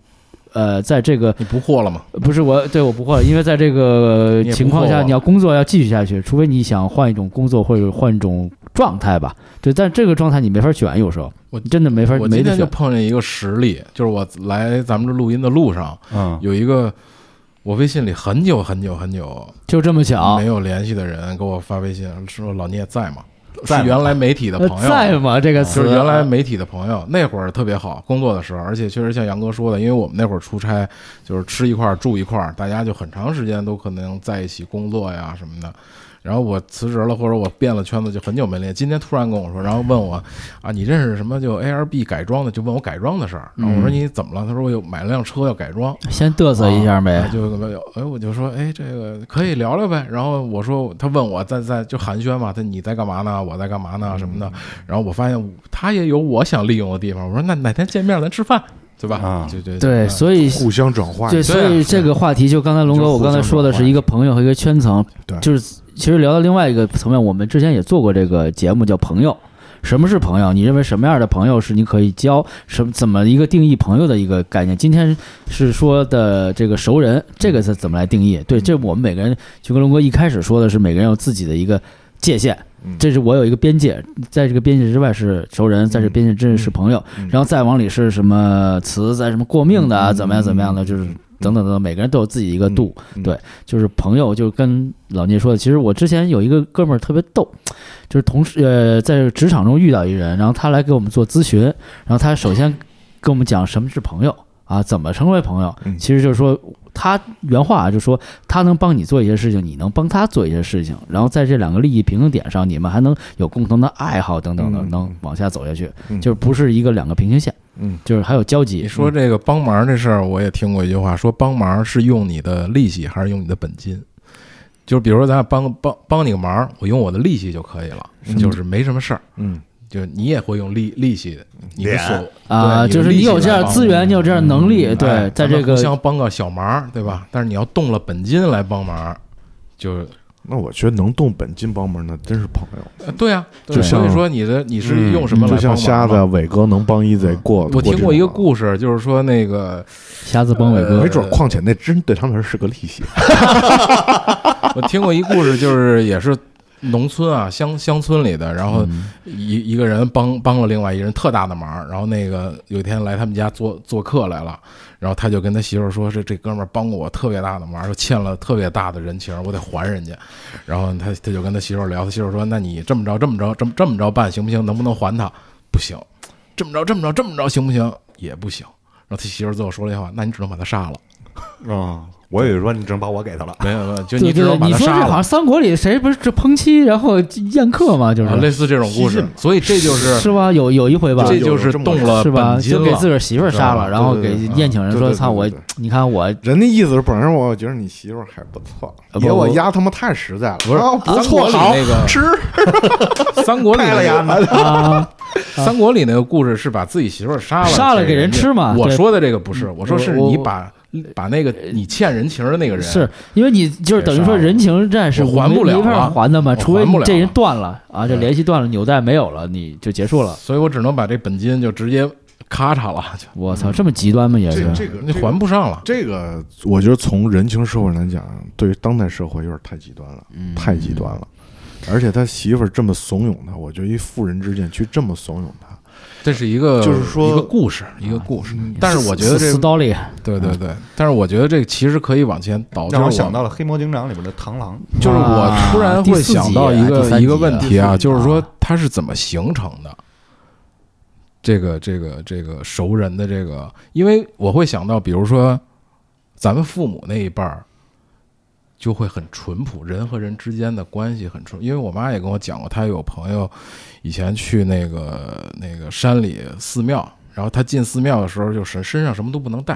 [SPEAKER 3] 呃，在这个
[SPEAKER 2] 你不惑了吗？
[SPEAKER 3] 不是我对我不会，因为在这个
[SPEAKER 2] 你也不
[SPEAKER 3] 情况
[SPEAKER 2] 惑
[SPEAKER 3] 下，
[SPEAKER 2] 啊
[SPEAKER 3] 你要工作要继续下去，除非你想换一种工作或者换一种状态吧。对，但这个状态你没法选，有时候
[SPEAKER 2] 我
[SPEAKER 3] 真的没法
[SPEAKER 2] 我
[SPEAKER 3] 没
[SPEAKER 2] 今
[SPEAKER 3] 得
[SPEAKER 2] 天就
[SPEAKER 3] 选。
[SPEAKER 2] 碰见一个实例，就是我来咱们这录音的路上，
[SPEAKER 4] 嗯，
[SPEAKER 2] 有一个我微信里很久很久很久
[SPEAKER 3] 就这么巧
[SPEAKER 2] 没，有联系的人给我发微信，说老聂在吗？是
[SPEAKER 4] 在吗
[SPEAKER 2] 原来媒体的
[SPEAKER 3] 呃
[SPEAKER 2] 朋友，
[SPEAKER 3] 在吗？这个词
[SPEAKER 2] 就是原来媒体的朋友，那会儿特别好，工作的时候，而且确实像杨哥说的，因为我们那会儿出差，就是吃一块儿住一块儿，大家就很长时间都可能在一起工作呀什么的。然后我辞职了，或者我变了圈子，就很久没联系。今天突然跟我说，然后问我啊，你认识什么就 ARB 改装的，就问我改装的事儿。然后我
[SPEAKER 3] 嗯
[SPEAKER 2] 说你怎么了？他说我有买了辆车要改装。
[SPEAKER 3] 先嘚瑟一下呗
[SPEAKER 2] 啊，就哎，我就说，哎，这个可以聊聊呗。然后我说，他问我在在就寒暄嘛，他你在干嘛呢？我在干嘛呢？什么
[SPEAKER 3] 嗯
[SPEAKER 2] 的。然后我发现他也有我想利用的地方。我说，那哪天见面咱吃饭，对吧？
[SPEAKER 4] 啊
[SPEAKER 2] 就就嗯
[SPEAKER 3] 对，所以
[SPEAKER 1] 互相转化，
[SPEAKER 3] 对，所以这个话题就刚才龙哥，
[SPEAKER 1] 就是
[SPEAKER 3] 我
[SPEAKER 1] 互
[SPEAKER 3] 刚才
[SPEAKER 1] 相
[SPEAKER 3] 说的
[SPEAKER 1] 转
[SPEAKER 3] 是
[SPEAKER 1] 化
[SPEAKER 3] 一个朋友和一个圈层，
[SPEAKER 1] 对
[SPEAKER 3] 就是其实聊到另外一个层面，我们之前也做过这个节目叫朋友。什么是朋友？你认为什么样的朋友是你可以交？什么怎么一个定义朋友的一个概念？今天是说的这个熟人，这个是怎么来定义？对，这我们每个人就跟龙哥一开始说的是，每个人有自己的一个界限
[SPEAKER 1] 嗯，
[SPEAKER 3] 这是我有一个边界，在这个边界之外是熟人，在这边界之内是朋友，
[SPEAKER 1] 嗯
[SPEAKER 3] 然后再往里是什么词，在什么过命的啊，
[SPEAKER 1] 嗯
[SPEAKER 3] 怎么样怎么样的，
[SPEAKER 1] 嗯
[SPEAKER 3] 就是等等等等，每个人都有自己一个度。
[SPEAKER 1] 嗯嗯
[SPEAKER 3] 对，就是朋友，就跟老聂说的，其实我之前有一个哥们儿特别逗，就是同事呃在职场中遇到一人，然后他来给我们做咨询，然后他首先跟我们讲什么是朋友啊，怎么成为朋友，
[SPEAKER 1] 嗯
[SPEAKER 3] 其实就是说。他原话啊，就说他能帮你做一些事情，你能帮他做一些事情，然后在这两个利益平衡点上，你们还能有共同的爱好等等的，
[SPEAKER 1] 嗯
[SPEAKER 3] 能往下走下去，
[SPEAKER 1] 嗯
[SPEAKER 3] 就是不是一个两个平行线，
[SPEAKER 1] 嗯，
[SPEAKER 3] 就是还有交集。
[SPEAKER 2] 你说这个帮忙这事儿，我也听过一句话，说帮忙是用你的力气还是用你的本金？就是比如说咱俩帮帮帮你个忙，我用我的力气就可以了，就是没什么事儿。
[SPEAKER 1] 嗯，
[SPEAKER 2] 就你也会用力力气，你的所
[SPEAKER 3] 啊，
[SPEAKER 2] 对
[SPEAKER 3] 就是
[SPEAKER 2] 你的力
[SPEAKER 3] 你
[SPEAKER 2] 气
[SPEAKER 3] 有这
[SPEAKER 2] 来
[SPEAKER 3] 样
[SPEAKER 2] 帮
[SPEAKER 3] 资源，你有这样能力，
[SPEAKER 1] 嗯
[SPEAKER 3] 对
[SPEAKER 2] 哎，
[SPEAKER 3] 在
[SPEAKER 2] 咱们
[SPEAKER 3] 这个
[SPEAKER 2] 互相帮个小忙，对吧？但是你要动了本金来帮忙，就
[SPEAKER 1] 那我觉得能动本金帮忙的真是朋友，
[SPEAKER 2] 呃对啊，
[SPEAKER 1] 就
[SPEAKER 2] 对
[SPEAKER 1] 像
[SPEAKER 2] 所以说你的你是用什么
[SPEAKER 1] 嗯
[SPEAKER 2] 来
[SPEAKER 1] 就
[SPEAKER 2] 帮
[SPEAKER 1] 像
[SPEAKER 2] 忙
[SPEAKER 1] 瞎子
[SPEAKER 2] 嘛
[SPEAKER 1] 伟哥能帮一
[SPEAKER 3] 嗯
[SPEAKER 1] 贼过。
[SPEAKER 2] 我听过一个
[SPEAKER 1] 事，
[SPEAKER 2] 故事，就是说那个
[SPEAKER 3] 瞎子帮伟哥
[SPEAKER 2] 呃
[SPEAKER 1] 没准儿况且那真对他们来说是个利息。
[SPEAKER 2] 我听过一故事，就是也是农村啊，乡乡村里的，然后一一个人帮帮了另外一人特大的忙，然后那个有一天来他们家做做客来了，然后他就跟他媳妇儿说：“这这哥们儿帮过我特别大的忙，说欠了特别大的人情，我得还人家。”然后他他就跟他媳妇儿聊，他媳妇儿说：“那你这么着这么着这么这么着办行不行？能不能还他？不行，这么着这么着这么着行不行？也不行。”然后他媳妇儿最后说了一句话：“那你只能把他杀了。
[SPEAKER 4] 啊，我以为说你只能把我给他了”，
[SPEAKER 2] 没有没有，就
[SPEAKER 3] 对
[SPEAKER 2] 只
[SPEAKER 3] 对，
[SPEAKER 2] 能把
[SPEAKER 3] 你
[SPEAKER 2] 他
[SPEAKER 3] 说
[SPEAKER 2] 杀
[SPEAKER 3] 这
[SPEAKER 2] 了。
[SPEAKER 3] 好像三国里谁不是这抨击然后宴客嘛，就是、
[SPEAKER 2] 啊，类似这种故
[SPEAKER 1] 西
[SPEAKER 2] 事
[SPEAKER 1] 晋嘛，
[SPEAKER 2] 所以这就是
[SPEAKER 3] 是吧？有有一回吧，
[SPEAKER 2] 这就是动了
[SPEAKER 3] 是吧？
[SPEAKER 2] 本金
[SPEAKER 3] 就给自
[SPEAKER 2] 了。
[SPEAKER 3] 个儿媳妇儿杀了，
[SPEAKER 1] 对
[SPEAKER 3] 然后给
[SPEAKER 1] 对
[SPEAKER 2] 啊
[SPEAKER 1] 对
[SPEAKER 3] 宴请人
[SPEAKER 1] 对
[SPEAKER 3] 说：“
[SPEAKER 1] 对对
[SPEAKER 3] 操我
[SPEAKER 1] 对对，
[SPEAKER 3] 你 看我
[SPEAKER 1] 人的意思是，本身我觉得你媳妇儿还不错，
[SPEAKER 3] 呃
[SPEAKER 1] 给
[SPEAKER 3] 不
[SPEAKER 1] 我
[SPEAKER 3] 不
[SPEAKER 1] 丫他妈太实在了，
[SPEAKER 2] 不是
[SPEAKER 1] 啊不
[SPEAKER 2] 三
[SPEAKER 1] 错，
[SPEAKER 2] 国里
[SPEAKER 1] 好
[SPEAKER 2] 那个
[SPEAKER 1] 吃，
[SPEAKER 2] 三国里
[SPEAKER 4] 开了呀，
[SPEAKER 2] 哎那
[SPEAKER 4] 男
[SPEAKER 2] 个
[SPEAKER 4] 的，
[SPEAKER 3] 啊，
[SPEAKER 2] 三国里那个故事是把自己媳妇儿杀了，
[SPEAKER 3] 杀了给人吃嘛
[SPEAKER 2] 我
[SPEAKER 3] 对嗯
[SPEAKER 2] 说的这个不是，我说是
[SPEAKER 3] 我
[SPEAKER 2] 你把把那个你欠人情的那个人
[SPEAKER 3] 是因为你就是等于说人情债是
[SPEAKER 2] 我还
[SPEAKER 3] 没
[SPEAKER 2] 不了
[SPEAKER 3] 没法
[SPEAKER 2] 了
[SPEAKER 3] 还的嘛，
[SPEAKER 2] 我
[SPEAKER 3] 除非
[SPEAKER 2] 还不了
[SPEAKER 3] 这人
[SPEAKER 2] 了
[SPEAKER 3] 断了啊，这
[SPEAKER 2] 对
[SPEAKER 3] 联系断了，纽带没有了，你就结束了。
[SPEAKER 2] 所以我只能把这本金就直接咔嚓了，就
[SPEAKER 3] 我操，这么极端吗？也
[SPEAKER 1] 这
[SPEAKER 3] 是
[SPEAKER 1] 这个
[SPEAKER 2] 你
[SPEAKER 1] 这个
[SPEAKER 2] 还不上了。
[SPEAKER 1] 这个我觉得从人情社会来讲，对于当代社会有点太极端了，太极端了。而且他媳妇儿这么怂恿他，我觉得一妇人之见去这么怂恿他，
[SPEAKER 2] 这是一个
[SPEAKER 1] 就是说
[SPEAKER 2] 一个故事，一个故事。但是我觉得
[SPEAKER 3] 斯
[SPEAKER 2] 这
[SPEAKER 3] 斯，刀利
[SPEAKER 2] 对对对，但是我觉得这其实可以往前倒。
[SPEAKER 4] 让我
[SPEAKER 2] 就是
[SPEAKER 4] 想到了《黑猫警长》里边的螳螂，
[SPEAKER 2] 就是我
[SPEAKER 3] 啊
[SPEAKER 2] 突然
[SPEAKER 3] 第
[SPEAKER 2] 会
[SPEAKER 3] 四
[SPEAKER 2] 想
[SPEAKER 3] 集
[SPEAKER 2] 到一
[SPEAKER 3] 啊第
[SPEAKER 2] 个
[SPEAKER 3] 三
[SPEAKER 2] 一个
[SPEAKER 3] 集
[SPEAKER 2] 问
[SPEAKER 3] 啊
[SPEAKER 2] 题啊， 就是说
[SPEAKER 3] 啊
[SPEAKER 2] 它是怎么形成的？这个这个这个熟人的这个，因为我会想到，比如说咱们父母那一辈儿，就会很淳朴，人和人之间的关系很淳。因为我妈也跟我讲过，她有朋友以前去那个那个山里寺庙，然后她进寺庙的时候，就身身上什么都不能带，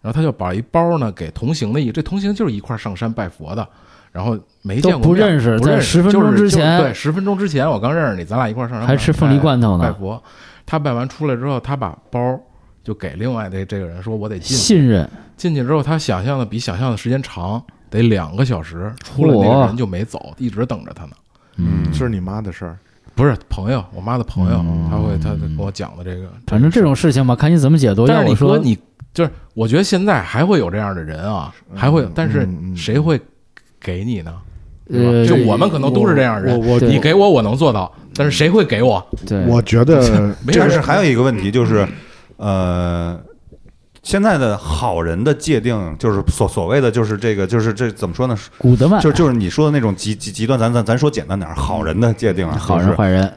[SPEAKER 2] 然后她就把一包呢给同行的一，这同行就是一块儿上山拜佛的，然后没见
[SPEAKER 3] 都
[SPEAKER 2] 过
[SPEAKER 3] 不
[SPEAKER 2] 面
[SPEAKER 3] 认识
[SPEAKER 2] 不
[SPEAKER 3] 在
[SPEAKER 2] 认识
[SPEAKER 3] 10分
[SPEAKER 2] 就是
[SPEAKER 3] 钟之
[SPEAKER 2] 就是
[SPEAKER 3] 前
[SPEAKER 2] 对，十分钟之前我刚认识你，咱俩一块儿上山
[SPEAKER 3] 还
[SPEAKER 2] 拜
[SPEAKER 3] 吃凤梨罐头
[SPEAKER 2] 拜
[SPEAKER 3] 呢，
[SPEAKER 2] 佛。他拜完出来之后，他把包就给另外的这个人说：“我得进去
[SPEAKER 3] 信任
[SPEAKER 2] 进去之后，他想象的比想象的时间长，得两个小时。出来那个
[SPEAKER 3] 嚯
[SPEAKER 2] 人就没走，一直等着他呢。
[SPEAKER 4] 嗯
[SPEAKER 1] 这是你妈的事儿。
[SPEAKER 2] 不是朋友，我妈的朋友，他会他跟我讲的这个。
[SPEAKER 3] 嗯反正这种事情吧，看你怎么解读。
[SPEAKER 2] 但
[SPEAKER 3] 要
[SPEAKER 2] 是
[SPEAKER 3] 我
[SPEAKER 2] 你
[SPEAKER 3] 说
[SPEAKER 2] 说，你就是，我觉得现在还会有这样的人啊，还会有，但是
[SPEAKER 1] 嗯嗯
[SPEAKER 2] 谁会给你呢？
[SPEAKER 3] 呃，
[SPEAKER 2] 就我们可能都是这样的人。
[SPEAKER 1] 我我
[SPEAKER 3] 嗯对
[SPEAKER 2] 你给我，我能做到，但是谁会给我？
[SPEAKER 3] 对，
[SPEAKER 1] 我觉得
[SPEAKER 2] 没
[SPEAKER 4] 但
[SPEAKER 2] 人
[SPEAKER 4] 是还有一个问题就是，呃，现在的好人的界定就是所所谓的就是这个就是这怎么说呢？是
[SPEAKER 3] 古德曼
[SPEAKER 4] 就就是你说的那种极极极端，咱咱咱说简单点儿，好人的界定啊，
[SPEAKER 3] 好
[SPEAKER 4] 就
[SPEAKER 3] 人
[SPEAKER 4] 是
[SPEAKER 3] 坏人，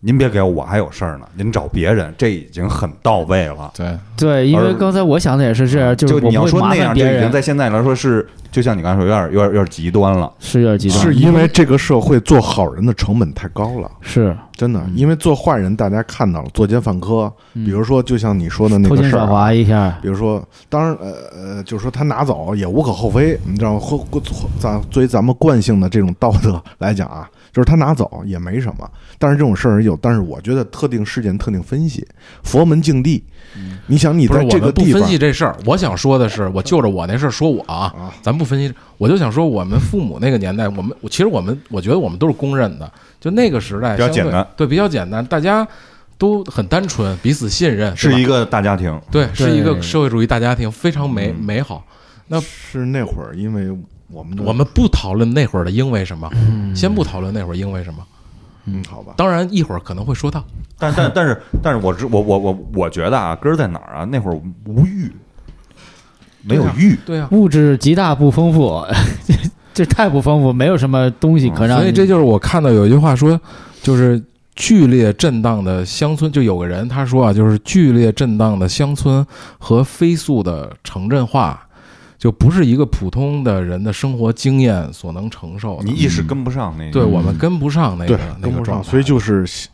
[SPEAKER 4] 您别给我，我还有事儿呢，您找别人，这已经很到位了。
[SPEAKER 2] 对，
[SPEAKER 3] 对，因为
[SPEAKER 4] 而
[SPEAKER 3] 刚才我想的也是这样，就是
[SPEAKER 4] 就
[SPEAKER 3] 我
[SPEAKER 4] 你
[SPEAKER 3] 不
[SPEAKER 4] 要
[SPEAKER 3] 会
[SPEAKER 4] 说
[SPEAKER 3] 麻
[SPEAKER 4] 那
[SPEAKER 3] 烦
[SPEAKER 4] 样，
[SPEAKER 3] 别
[SPEAKER 4] 这已经
[SPEAKER 3] 人，
[SPEAKER 4] 在现在来说是，就像你刚才说，有点有点有点极端了。
[SPEAKER 3] 是有点极端，
[SPEAKER 1] 是因为这个社会做好人的成本太高了，
[SPEAKER 3] 是
[SPEAKER 1] 真的。因为做坏人，大家看到了作奸犯科，
[SPEAKER 3] 嗯
[SPEAKER 1] 比如说就像你说的那
[SPEAKER 3] 偷
[SPEAKER 1] 个
[SPEAKER 3] 奸
[SPEAKER 1] 事
[SPEAKER 3] 耍
[SPEAKER 1] 儿啊。
[SPEAKER 3] 滑一下，
[SPEAKER 1] 比如说，当然，呃呃，就是说他拿走也无可厚非，你知道吗？或或咱作为咱们惯性的这种道德来讲啊，就是他拿走也没什么。但是这种事儿有，但是我觉得特定事件特定分析，佛门净地，你想你
[SPEAKER 2] 不是
[SPEAKER 1] 在
[SPEAKER 2] 我
[SPEAKER 1] 这
[SPEAKER 2] 们
[SPEAKER 1] 个
[SPEAKER 2] 不
[SPEAKER 1] 地
[SPEAKER 2] 分
[SPEAKER 1] 方
[SPEAKER 2] 析这事儿，我想说的是，我就着我那事儿说我啊，咱不分析，我就想说我们父母那个年代，我们其实我们我觉得我们都是公认的，就那个时代
[SPEAKER 4] 比较
[SPEAKER 2] 相对
[SPEAKER 4] 简单，
[SPEAKER 2] 对，比较简单，大家都很单纯，彼此信任，对吧
[SPEAKER 4] 是一个大家庭，
[SPEAKER 2] 对，是一个
[SPEAKER 3] 对
[SPEAKER 2] 社会主义大家庭，非常美美好。那
[SPEAKER 1] 是那会儿，因为我们的
[SPEAKER 2] 我们不讨论那会儿的因为什么，先不讨论那会儿因为什么，
[SPEAKER 1] 嗯，好吧，
[SPEAKER 2] 当然一会儿可能会说到，
[SPEAKER 4] 但但但是但是我知我我我我觉得啊，根儿在哪儿啊？那会儿无欲，没有欲，
[SPEAKER 2] 对啊，
[SPEAKER 3] 物质极大不丰富， 这太不丰富，没有什么东西可让
[SPEAKER 2] 嗯
[SPEAKER 3] 你。
[SPEAKER 2] 所以这就是我看到有一句话说，就是剧烈震荡的乡村，就有个人他说啊，就是剧烈震荡的乡村和飞速的城镇化，就不是一个普通的人的生活经验所能承受
[SPEAKER 4] 你
[SPEAKER 2] 的。
[SPEAKER 4] 意识跟不上那个，
[SPEAKER 2] 对我们跟不上那
[SPEAKER 1] 对
[SPEAKER 2] 个，那
[SPEAKER 1] 跟
[SPEAKER 2] 个
[SPEAKER 1] 不
[SPEAKER 2] 状
[SPEAKER 1] 上，
[SPEAKER 2] 态，
[SPEAKER 1] 所以就是呃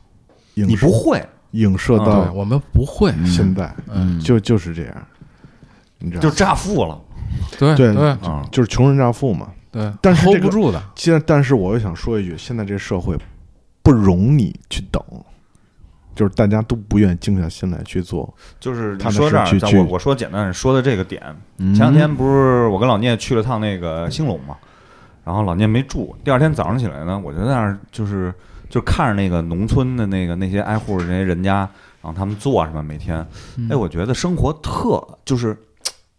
[SPEAKER 1] 影
[SPEAKER 4] 你不会，
[SPEAKER 1] 影射
[SPEAKER 4] 啊
[SPEAKER 2] 对
[SPEAKER 1] 到
[SPEAKER 2] 我们不会，
[SPEAKER 1] 现在，
[SPEAKER 3] 嗯
[SPEAKER 1] 就就是这样，你知道
[SPEAKER 4] 就
[SPEAKER 1] 吗，
[SPEAKER 4] 乍富了
[SPEAKER 2] 对
[SPEAKER 1] 对
[SPEAKER 2] 对
[SPEAKER 4] 啊。
[SPEAKER 1] 就是穷人乍富嘛。
[SPEAKER 2] 对，
[SPEAKER 1] 但是
[SPEAKER 2] hold
[SPEAKER 1] 这个
[SPEAKER 2] 不住的，
[SPEAKER 1] 现在，但是我又想说一句，现在这社会不容你去等，就是大家都不愿意静下心来去做。
[SPEAKER 4] 就是
[SPEAKER 1] 他
[SPEAKER 4] 你
[SPEAKER 1] 们
[SPEAKER 4] 说
[SPEAKER 1] 是
[SPEAKER 4] 这儿
[SPEAKER 1] 去，
[SPEAKER 4] 但
[SPEAKER 1] 去嗯
[SPEAKER 4] 我我说简单说的这个点，前两天不是我跟老聂去了趟那个兴隆嘛，然后老聂没住。第二天早上起来呢，我就在那儿就是就看着那个农村的那个那些挨户的那些人家，然后他们做什么每天，
[SPEAKER 1] 嗯
[SPEAKER 4] 哎，我觉得生活特就是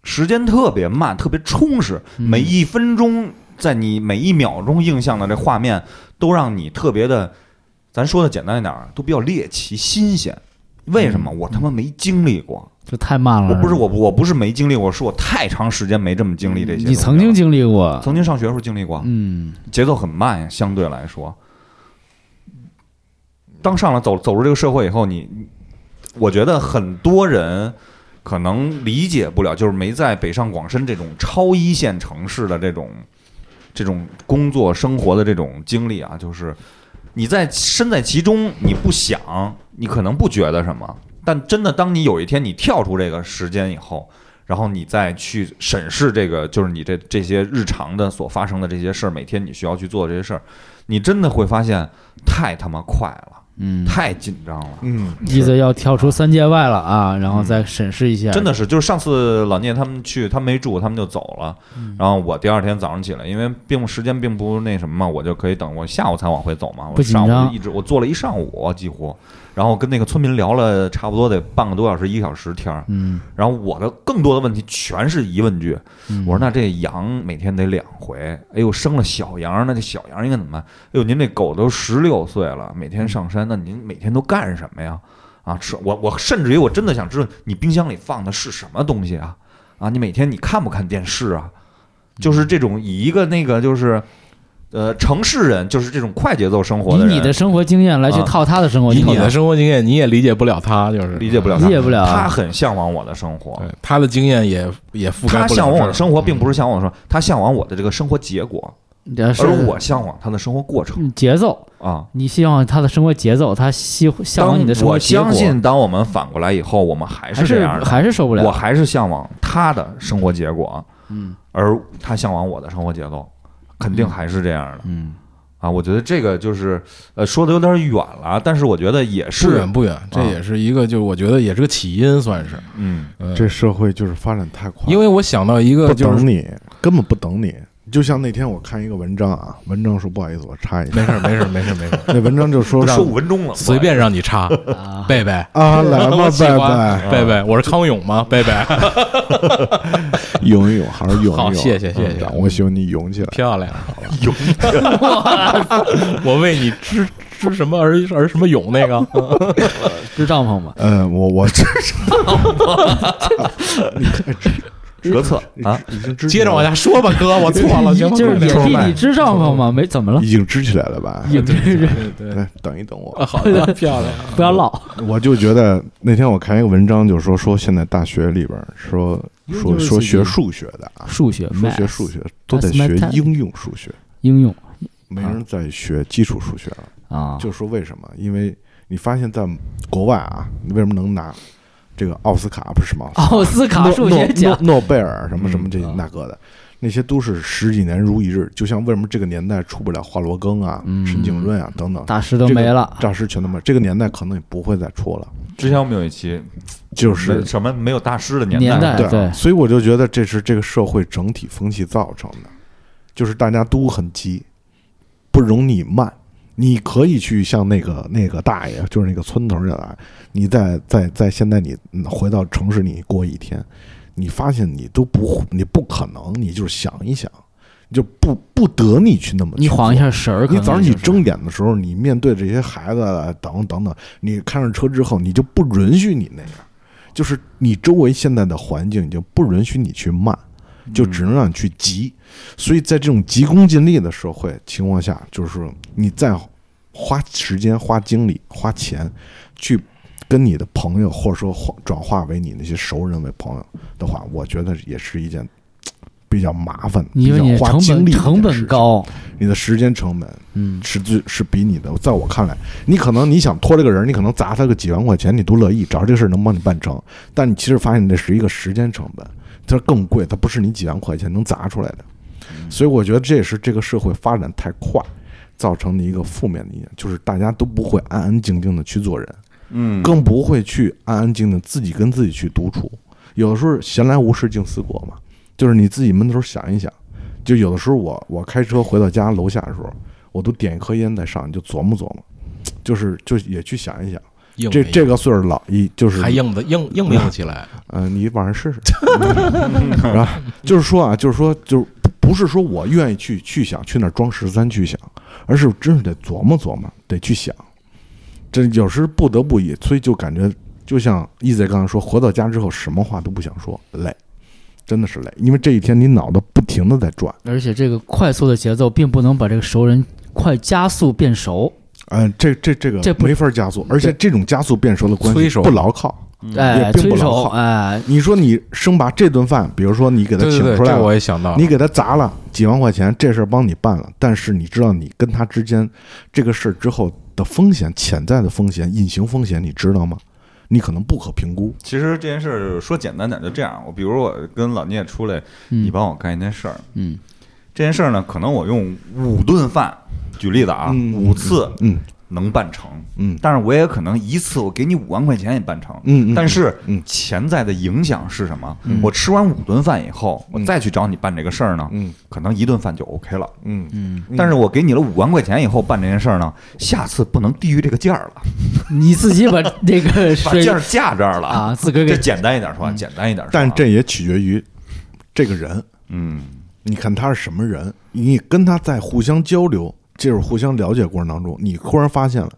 [SPEAKER 4] 时间特别慢，特别充实，
[SPEAKER 3] 嗯
[SPEAKER 4] 每一分钟在你每一秒钟映像的这画面，都让你特别的，咱说的简单一点儿，都比较猎奇新鲜。为什么
[SPEAKER 3] 嗯
[SPEAKER 4] 我他妈没经历过？
[SPEAKER 3] 这太慢了。
[SPEAKER 4] 我不是
[SPEAKER 3] 吧
[SPEAKER 4] 我，我不是没经历过，是我太长时间没这么经历这些东西了。
[SPEAKER 3] 嗯
[SPEAKER 4] 啊
[SPEAKER 3] 你曾经经历过，
[SPEAKER 4] 曾经上学时候经历过，
[SPEAKER 3] 嗯，
[SPEAKER 4] 节奏很慢呀，相对来说。当上了走走入这个社会以后，你，你我觉得很多人可能理解不了，就是没在北上广深这种超一线城市的这种这种工作生活的这种经历啊，就是你在身在其中，你不想，你可能不觉得什么，但真的当你有一天你跳出这个时间以后，然后你再去审视这个，就是你这这些日常的所发生的这些事儿，每天你需要去做的这些事儿，你真的会发现太他妈快了，
[SPEAKER 3] 嗯，
[SPEAKER 4] 太紧张了。
[SPEAKER 1] 嗯，
[SPEAKER 3] 意思要跳出三界外了啊，然后再审视一下，
[SPEAKER 4] 真的是，就是上次老聂他们去，他们没住，他们就走了。
[SPEAKER 3] 嗯
[SPEAKER 4] 然后我第二天早上起来，因为并不时间并不那什么嘛，我就可以等我下午才往回走嘛。
[SPEAKER 3] 不
[SPEAKER 4] 我
[SPEAKER 3] 紧
[SPEAKER 4] 上午
[SPEAKER 3] 张
[SPEAKER 4] 就一直我坐了一上午啊几乎，然后跟那个村民聊了差不多得半个多小时一个小时天儿。
[SPEAKER 3] 嗯，
[SPEAKER 4] 然后我的更多的问题全是疑问句。
[SPEAKER 3] 嗯，
[SPEAKER 4] 我说那这羊每天得两回，哎呦生了小羊，那这小羊应该怎么办？哎呦您这狗都十六岁了，每天上山，那您每天都干什么呀？啊，吃我我甚至于我真的想知道你冰箱里放的是什么东西啊？啊，你每天你看不看电视啊？就是
[SPEAKER 3] 嗯
[SPEAKER 4] 这种以一个那个就是，呃，城市人就是这种快节奏生活
[SPEAKER 3] 以
[SPEAKER 4] 的人，
[SPEAKER 3] 你的生活经验来去
[SPEAKER 4] 啊
[SPEAKER 3] 套他的生活，
[SPEAKER 2] 以
[SPEAKER 3] 经
[SPEAKER 2] 你
[SPEAKER 3] 验。
[SPEAKER 2] 的生活经验，你也理解不了他，就是嗯
[SPEAKER 4] 理解不了
[SPEAKER 3] 理解不了啊
[SPEAKER 4] 他很向往我的生活，
[SPEAKER 2] 对他的经验也也覆盖
[SPEAKER 4] 他
[SPEAKER 2] 不了
[SPEAKER 4] 向往我的
[SPEAKER 2] 这儿
[SPEAKER 4] 生
[SPEAKER 3] 嗯
[SPEAKER 4] 活，并不是向往我的生活，他向往我的这个生活结果，
[SPEAKER 3] 你是
[SPEAKER 4] 而我向往他的生活过程
[SPEAKER 3] 嗯节奏，
[SPEAKER 4] 啊。
[SPEAKER 3] 你希望他的生活节奏，他希向往
[SPEAKER 4] 当
[SPEAKER 3] 你的生活
[SPEAKER 4] 我
[SPEAKER 3] 结果
[SPEAKER 4] 相，信，当我们反过来以后，我们还
[SPEAKER 3] 还
[SPEAKER 4] 是这
[SPEAKER 3] 是
[SPEAKER 4] 样的，
[SPEAKER 3] 还是受不
[SPEAKER 4] 我
[SPEAKER 3] 了。
[SPEAKER 4] 还是向往他的生活结果，
[SPEAKER 3] 嗯
[SPEAKER 4] 而他向往我的生活节奏，肯定还是这样的
[SPEAKER 3] 嗯，
[SPEAKER 4] 啊！我觉得这个就是呃说的有点远了，但是我觉得也
[SPEAKER 2] 不
[SPEAKER 4] 是
[SPEAKER 2] 远，不远，这也是一个，就是我觉得也是个起因，算是。
[SPEAKER 4] 嗯，
[SPEAKER 2] 嗯
[SPEAKER 1] 这社会就是发展太快，
[SPEAKER 2] 因为我想到一个
[SPEAKER 1] 不
[SPEAKER 2] 就是
[SPEAKER 1] 等你，根本不等你。就像那天我看一个文章啊，文章说不好意思，我插一下，
[SPEAKER 2] 没事儿没事儿没事儿没事儿，
[SPEAKER 1] 那文章就说让
[SPEAKER 4] 说五分钟了，
[SPEAKER 2] 随便让你 插，
[SPEAKER 3] 啊，
[SPEAKER 2] 贝贝。
[SPEAKER 1] 啊来吧
[SPEAKER 2] 我，喜
[SPEAKER 1] 拜
[SPEAKER 2] 欢
[SPEAKER 1] 拜，
[SPEAKER 2] 贝贝，我是康永吗？贝贝，
[SPEAKER 1] 游一泳还是游一泳？
[SPEAKER 2] 好谢谢谢谢
[SPEAKER 1] 嗯我希望你游起来。
[SPEAKER 2] 漂亮，泳， 我为你支支什么而而什么泳那 个，
[SPEAKER 3] 支帐篷嘛，
[SPEAKER 1] 嗯，我我这是
[SPEAKER 4] 折侧啊，
[SPEAKER 1] 已经支
[SPEAKER 2] 接着往
[SPEAKER 1] 下，
[SPEAKER 2] 下说吧，哥，我错 了，行吗？
[SPEAKER 3] 就是
[SPEAKER 2] 对
[SPEAKER 3] 也
[SPEAKER 1] 明
[SPEAKER 3] 替
[SPEAKER 1] 白
[SPEAKER 3] 你支帐篷嘛，没 怎么了，
[SPEAKER 1] 已经支起来了吧？
[SPEAKER 3] 也没人
[SPEAKER 2] 对对
[SPEAKER 1] 来，哎等一等我。
[SPEAKER 2] 啊好的，漂亮，
[SPEAKER 3] 不要唠，
[SPEAKER 1] 我就觉得那天我看一个文章，就说说现在大学里边儿说说说学数学的啊，
[SPEAKER 3] 数学、
[SPEAKER 1] 说学
[SPEAKER 3] math
[SPEAKER 1] 数学都在学应用数学，
[SPEAKER 3] 应用
[SPEAKER 1] 没人在学基础数学了。
[SPEAKER 3] 啊，
[SPEAKER 1] 就说为什么？因为你发现在国外啊，你为什么能拿这个奥斯卡不是什么
[SPEAKER 3] 奥斯卡
[SPEAKER 1] 诺
[SPEAKER 3] 数学奖，
[SPEAKER 1] 诺诺诺贝尔什么什么这
[SPEAKER 3] 嗯
[SPEAKER 1] 那个的，那些都是十几年如一日。就像为什么这个年代出不了华罗庚啊、
[SPEAKER 3] 嗯
[SPEAKER 1] 陈景润啊等等，
[SPEAKER 3] 大师都
[SPEAKER 1] 这个
[SPEAKER 3] 没了，
[SPEAKER 1] 大师全都没有，这个年代可能也不会再出了。
[SPEAKER 4] 之前我们有一期
[SPEAKER 1] 就是
[SPEAKER 4] 什么没有大师的
[SPEAKER 3] 年代
[SPEAKER 4] 代，
[SPEAKER 1] 对啊，
[SPEAKER 3] 对
[SPEAKER 1] 所以我就觉得这是这个社会整体风气造成的，就是大家都很急，不容你慢。你可以去像那个那个大爷，就是那个村头儿的大爷，你在在在现在你嗯回到城市你过一天，你发现你都不你不可能，你就是想一想，你就不不得你去那么
[SPEAKER 3] 你
[SPEAKER 1] 去
[SPEAKER 3] 晃
[SPEAKER 1] 做
[SPEAKER 3] 一下神儿，可
[SPEAKER 1] 你
[SPEAKER 3] 能
[SPEAKER 1] 早上起
[SPEAKER 3] 就是
[SPEAKER 1] 睁眼的时候，你面对这些孩子啊等等等，你开上车之后，你就不允许你那样，就是你周围现在的环境已经不允许你去慢，
[SPEAKER 3] 嗯
[SPEAKER 1] 就只能让你去急。所以在这种急功近利的社会情况下，就是说你再花时间、花精力、花钱去跟你的朋友，或者说化转化为你那些熟人为朋友的话，我觉得也是一件。比较麻烦，
[SPEAKER 3] 因为
[SPEAKER 1] 比
[SPEAKER 3] 你
[SPEAKER 1] 较
[SPEAKER 3] 的
[SPEAKER 1] 花
[SPEAKER 3] 成
[SPEAKER 1] 精
[SPEAKER 3] 本
[SPEAKER 1] 力的一件
[SPEAKER 3] 成
[SPEAKER 1] 事情
[SPEAKER 3] 本，高，
[SPEAKER 1] 你的时间成本，
[SPEAKER 3] 嗯，
[SPEAKER 1] 是最是比你的，在我看来，你可能你想托这个人，你可能砸他个几万块钱，你都乐意，只要这个事儿能帮你办成。但你其实发现这是一个时间成本，它更贵，它不是你几万块钱能砸出来的。所以我觉得这也是这个社会发展太快造成的一个负面的影响，就是大家都不会安安静静的去做人，
[SPEAKER 4] 嗯，
[SPEAKER 1] 更不会去安安静静自己跟自己去独处。有的时候闲来无事静思过嘛，就是你自己闷头想一想，就有的时候我我开车回到家楼下的时候，我都点一颗烟再上，就琢磨琢磨，就是就也去想一想，
[SPEAKER 2] 硬
[SPEAKER 1] 这
[SPEAKER 2] 没
[SPEAKER 1] 这
[SPEAKER 2] 硬
[SPEAKER 1] 个岁数老一就是
[SPEAKER 2] 还硬的硬硬没硬起来，
[SPEAKER 1] 嗯，你晚上试 试，然后就是说啊，就是说，就是不是说我愿意去去想去那儿装十三去想，而是真是得琢磨琢磨，得去想。这有时不得不以，所以就感觉就像一贼刚才说，回到家之后什么话都不想说，累，真的是累，因为这一天你脑子不停的在转。
[SPEAKER 3] 而且这个快速的节奏并不能把这个熟人快加速变熟，
[SPEAKER 1] 嗯，这这这个
[SPEAKER 3] 这不
[SPEAKER 1] 没法加速，而且这种加速变熟的关
[SPEAKER 2] 催
[SPEAKER 1] 系
[SPEAKER 2] 熟
[SPEAKER 1] 不牢靠。
[SPEAKER 2] 嗯
[SPEAKER 3] 哎，
[SPEAKER 1] 也并
[SPEAKER 3] 催
[SPEAKER 1] 不牢
[SPEAKER 3] 熟，
[SPEAKER 1] 靠
[SPEAKER 3] 哎，
[SPEAKER 1] 你说你生把这顿饭，比如说你给他
[SPEAKER 2] 对
[SPEAKER 1] 请
[SPEAKER 2] 对对，
[SPEAKER 1] 出来
[SPEAKER 2] 这
[SPEAKER 1] 了
[SPEAKER 2] 我也想到了，
[SPEAKER 1] 你给他砸了几万块钱，这事儿帮你办了，但是你知道你跟他之间这个事儿之后的风险，潜在的风险、隐形风险，你知道吗？你可能不可评估。
[SPEAKER 4] 其实这件事儿说简单点就这样，我比如我跟老聂出来，
[SPEAKER 3] 嗯
[SPEAKER 4] 你帮我干一件事儿，
[SPEAKER 3] 嗯，
[SPEAKER 4] 这件事儿呢，可能我用五顿饭举例子啊，
[SPEAKER 1] 嗯
[SPEAKER 4] 五次
[SPEAKER 1] 嗯
[SPEAKER 4] 能办成，
[SPEAKER 1] 嗯
[SPEAKER 4] 但是我也可能一次我给你五万块钱也办成，
[SPEAKER 1] 嗯嗯
[SPEAKER 4] 但是
[SPEAKER 1] 嗯
[SPEAKER 4] 潜在的影响是什么？我吃完五顿饭以后，我再去找你办这个事儿呢，
[SPEAKER 1] 嗯
[SPEAKER 4] 可能一顿饭就 OK 了。
[SPEAKER 1] 嗯嗯，
[SPEAKER 4] 但是我给你了五万块钱以后办这件事儿呢，下次不能低于这个价儿了，
[SPEAKER 3] 你自己把那个
[SPEAKER 4] 把
[SPEAKER 3] 水
[SPEAKER 4] 价儿架这儿了
[SPEAKER 3] 啊自个儿给
[SPEAKER 4] 这简单一点说，简单一点说啊，
[SPEAKER 1] 嗯但这也取决于这个人，
[SPEAKER 4] 嗯。
[SPEAKER 1] 你看他是什么人，你跟他在互相交流、接触、互相了解过程当中，你忽然发现了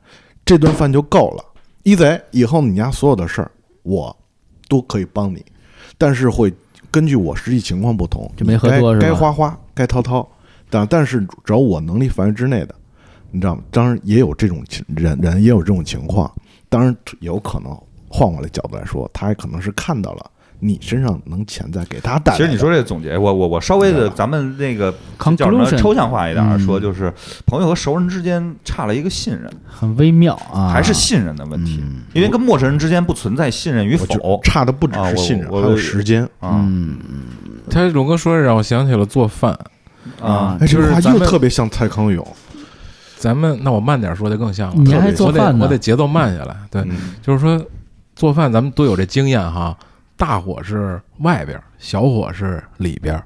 [SPEAKER 1] 这顿饭就够了。一贼，以后你家所有的事儿我都可以帮你，但是会根据我实际情况不同，
[SPEAKER 3] 就没喝
[SPEAKER 1] 你该
[SPEAKER 3] 多是吧
[SPEAKER 1] 该花花，该掏掏，但但是只要我能力范围之内的，你知道吗？当然也有这种情人人也有这种情况，当然有可能换我的角度来说，他也可能是看到了你身上能潜在给他带来
[SPEAKER 4] 其
[SPEAKER 1] 的。
[SPEAKER 4] 实你说这总结，我我我稍微的，咱们那个叫什么
[SPEAKER 3] Conclusion
[SPEAKER 4] 抽象化一点儿
[SPEAKER 3] 嗯
[SPEAKER 4] 说，就是朋友和熟人之间差了一个信任，
[SPEAKER 3] 很微妙啊，
[SPEAKER 4] 还是信任的问题，因为跟陌生人之间不存在信任与
[SPEAKER 1] 嗯我觉
[SPEAKER 4] 否
[SPEAKER 1] 得差的不只
[SPEAKER 4] 啊
[SPEAKER 1] 是
[SPEAKER 4] 我
[SPEAKER 1] 信任，
[SPEAKER 4] 我
[SPEAKER 1] 还有时间。
[SPEAKER 4] 啊
[SPEAKER 3] 嗯
[SPEAKER 2] 他龙哥说这让我想起了做饭，
[SPEAKER 4] 啊
[SPEAKER 3] 啊。
[SPEAKER 1] 哎，这
[SPEAKER 2] 就是
[SPEAKER 1] 话
[SPEAKER 2] 咱
[SPEAKER 1] 又
[SPEAKER 2] 们
[SPEAKER 1] 特别像蔡康永，
[SPEAKER 2] 咱们那我慢点说就更像了，
[SPEAKER 3] 你还做饭
[SPEAKER 2] 我得
[SPEAKER 3] 呢
[SPEAKER 2] 我得节奏慢下来。对，
[SPEAKER 1] 嗯
[SPEAKER 2] 就是说做饭咱们都有这经验哈，大火是外边儿，小火是里边儿，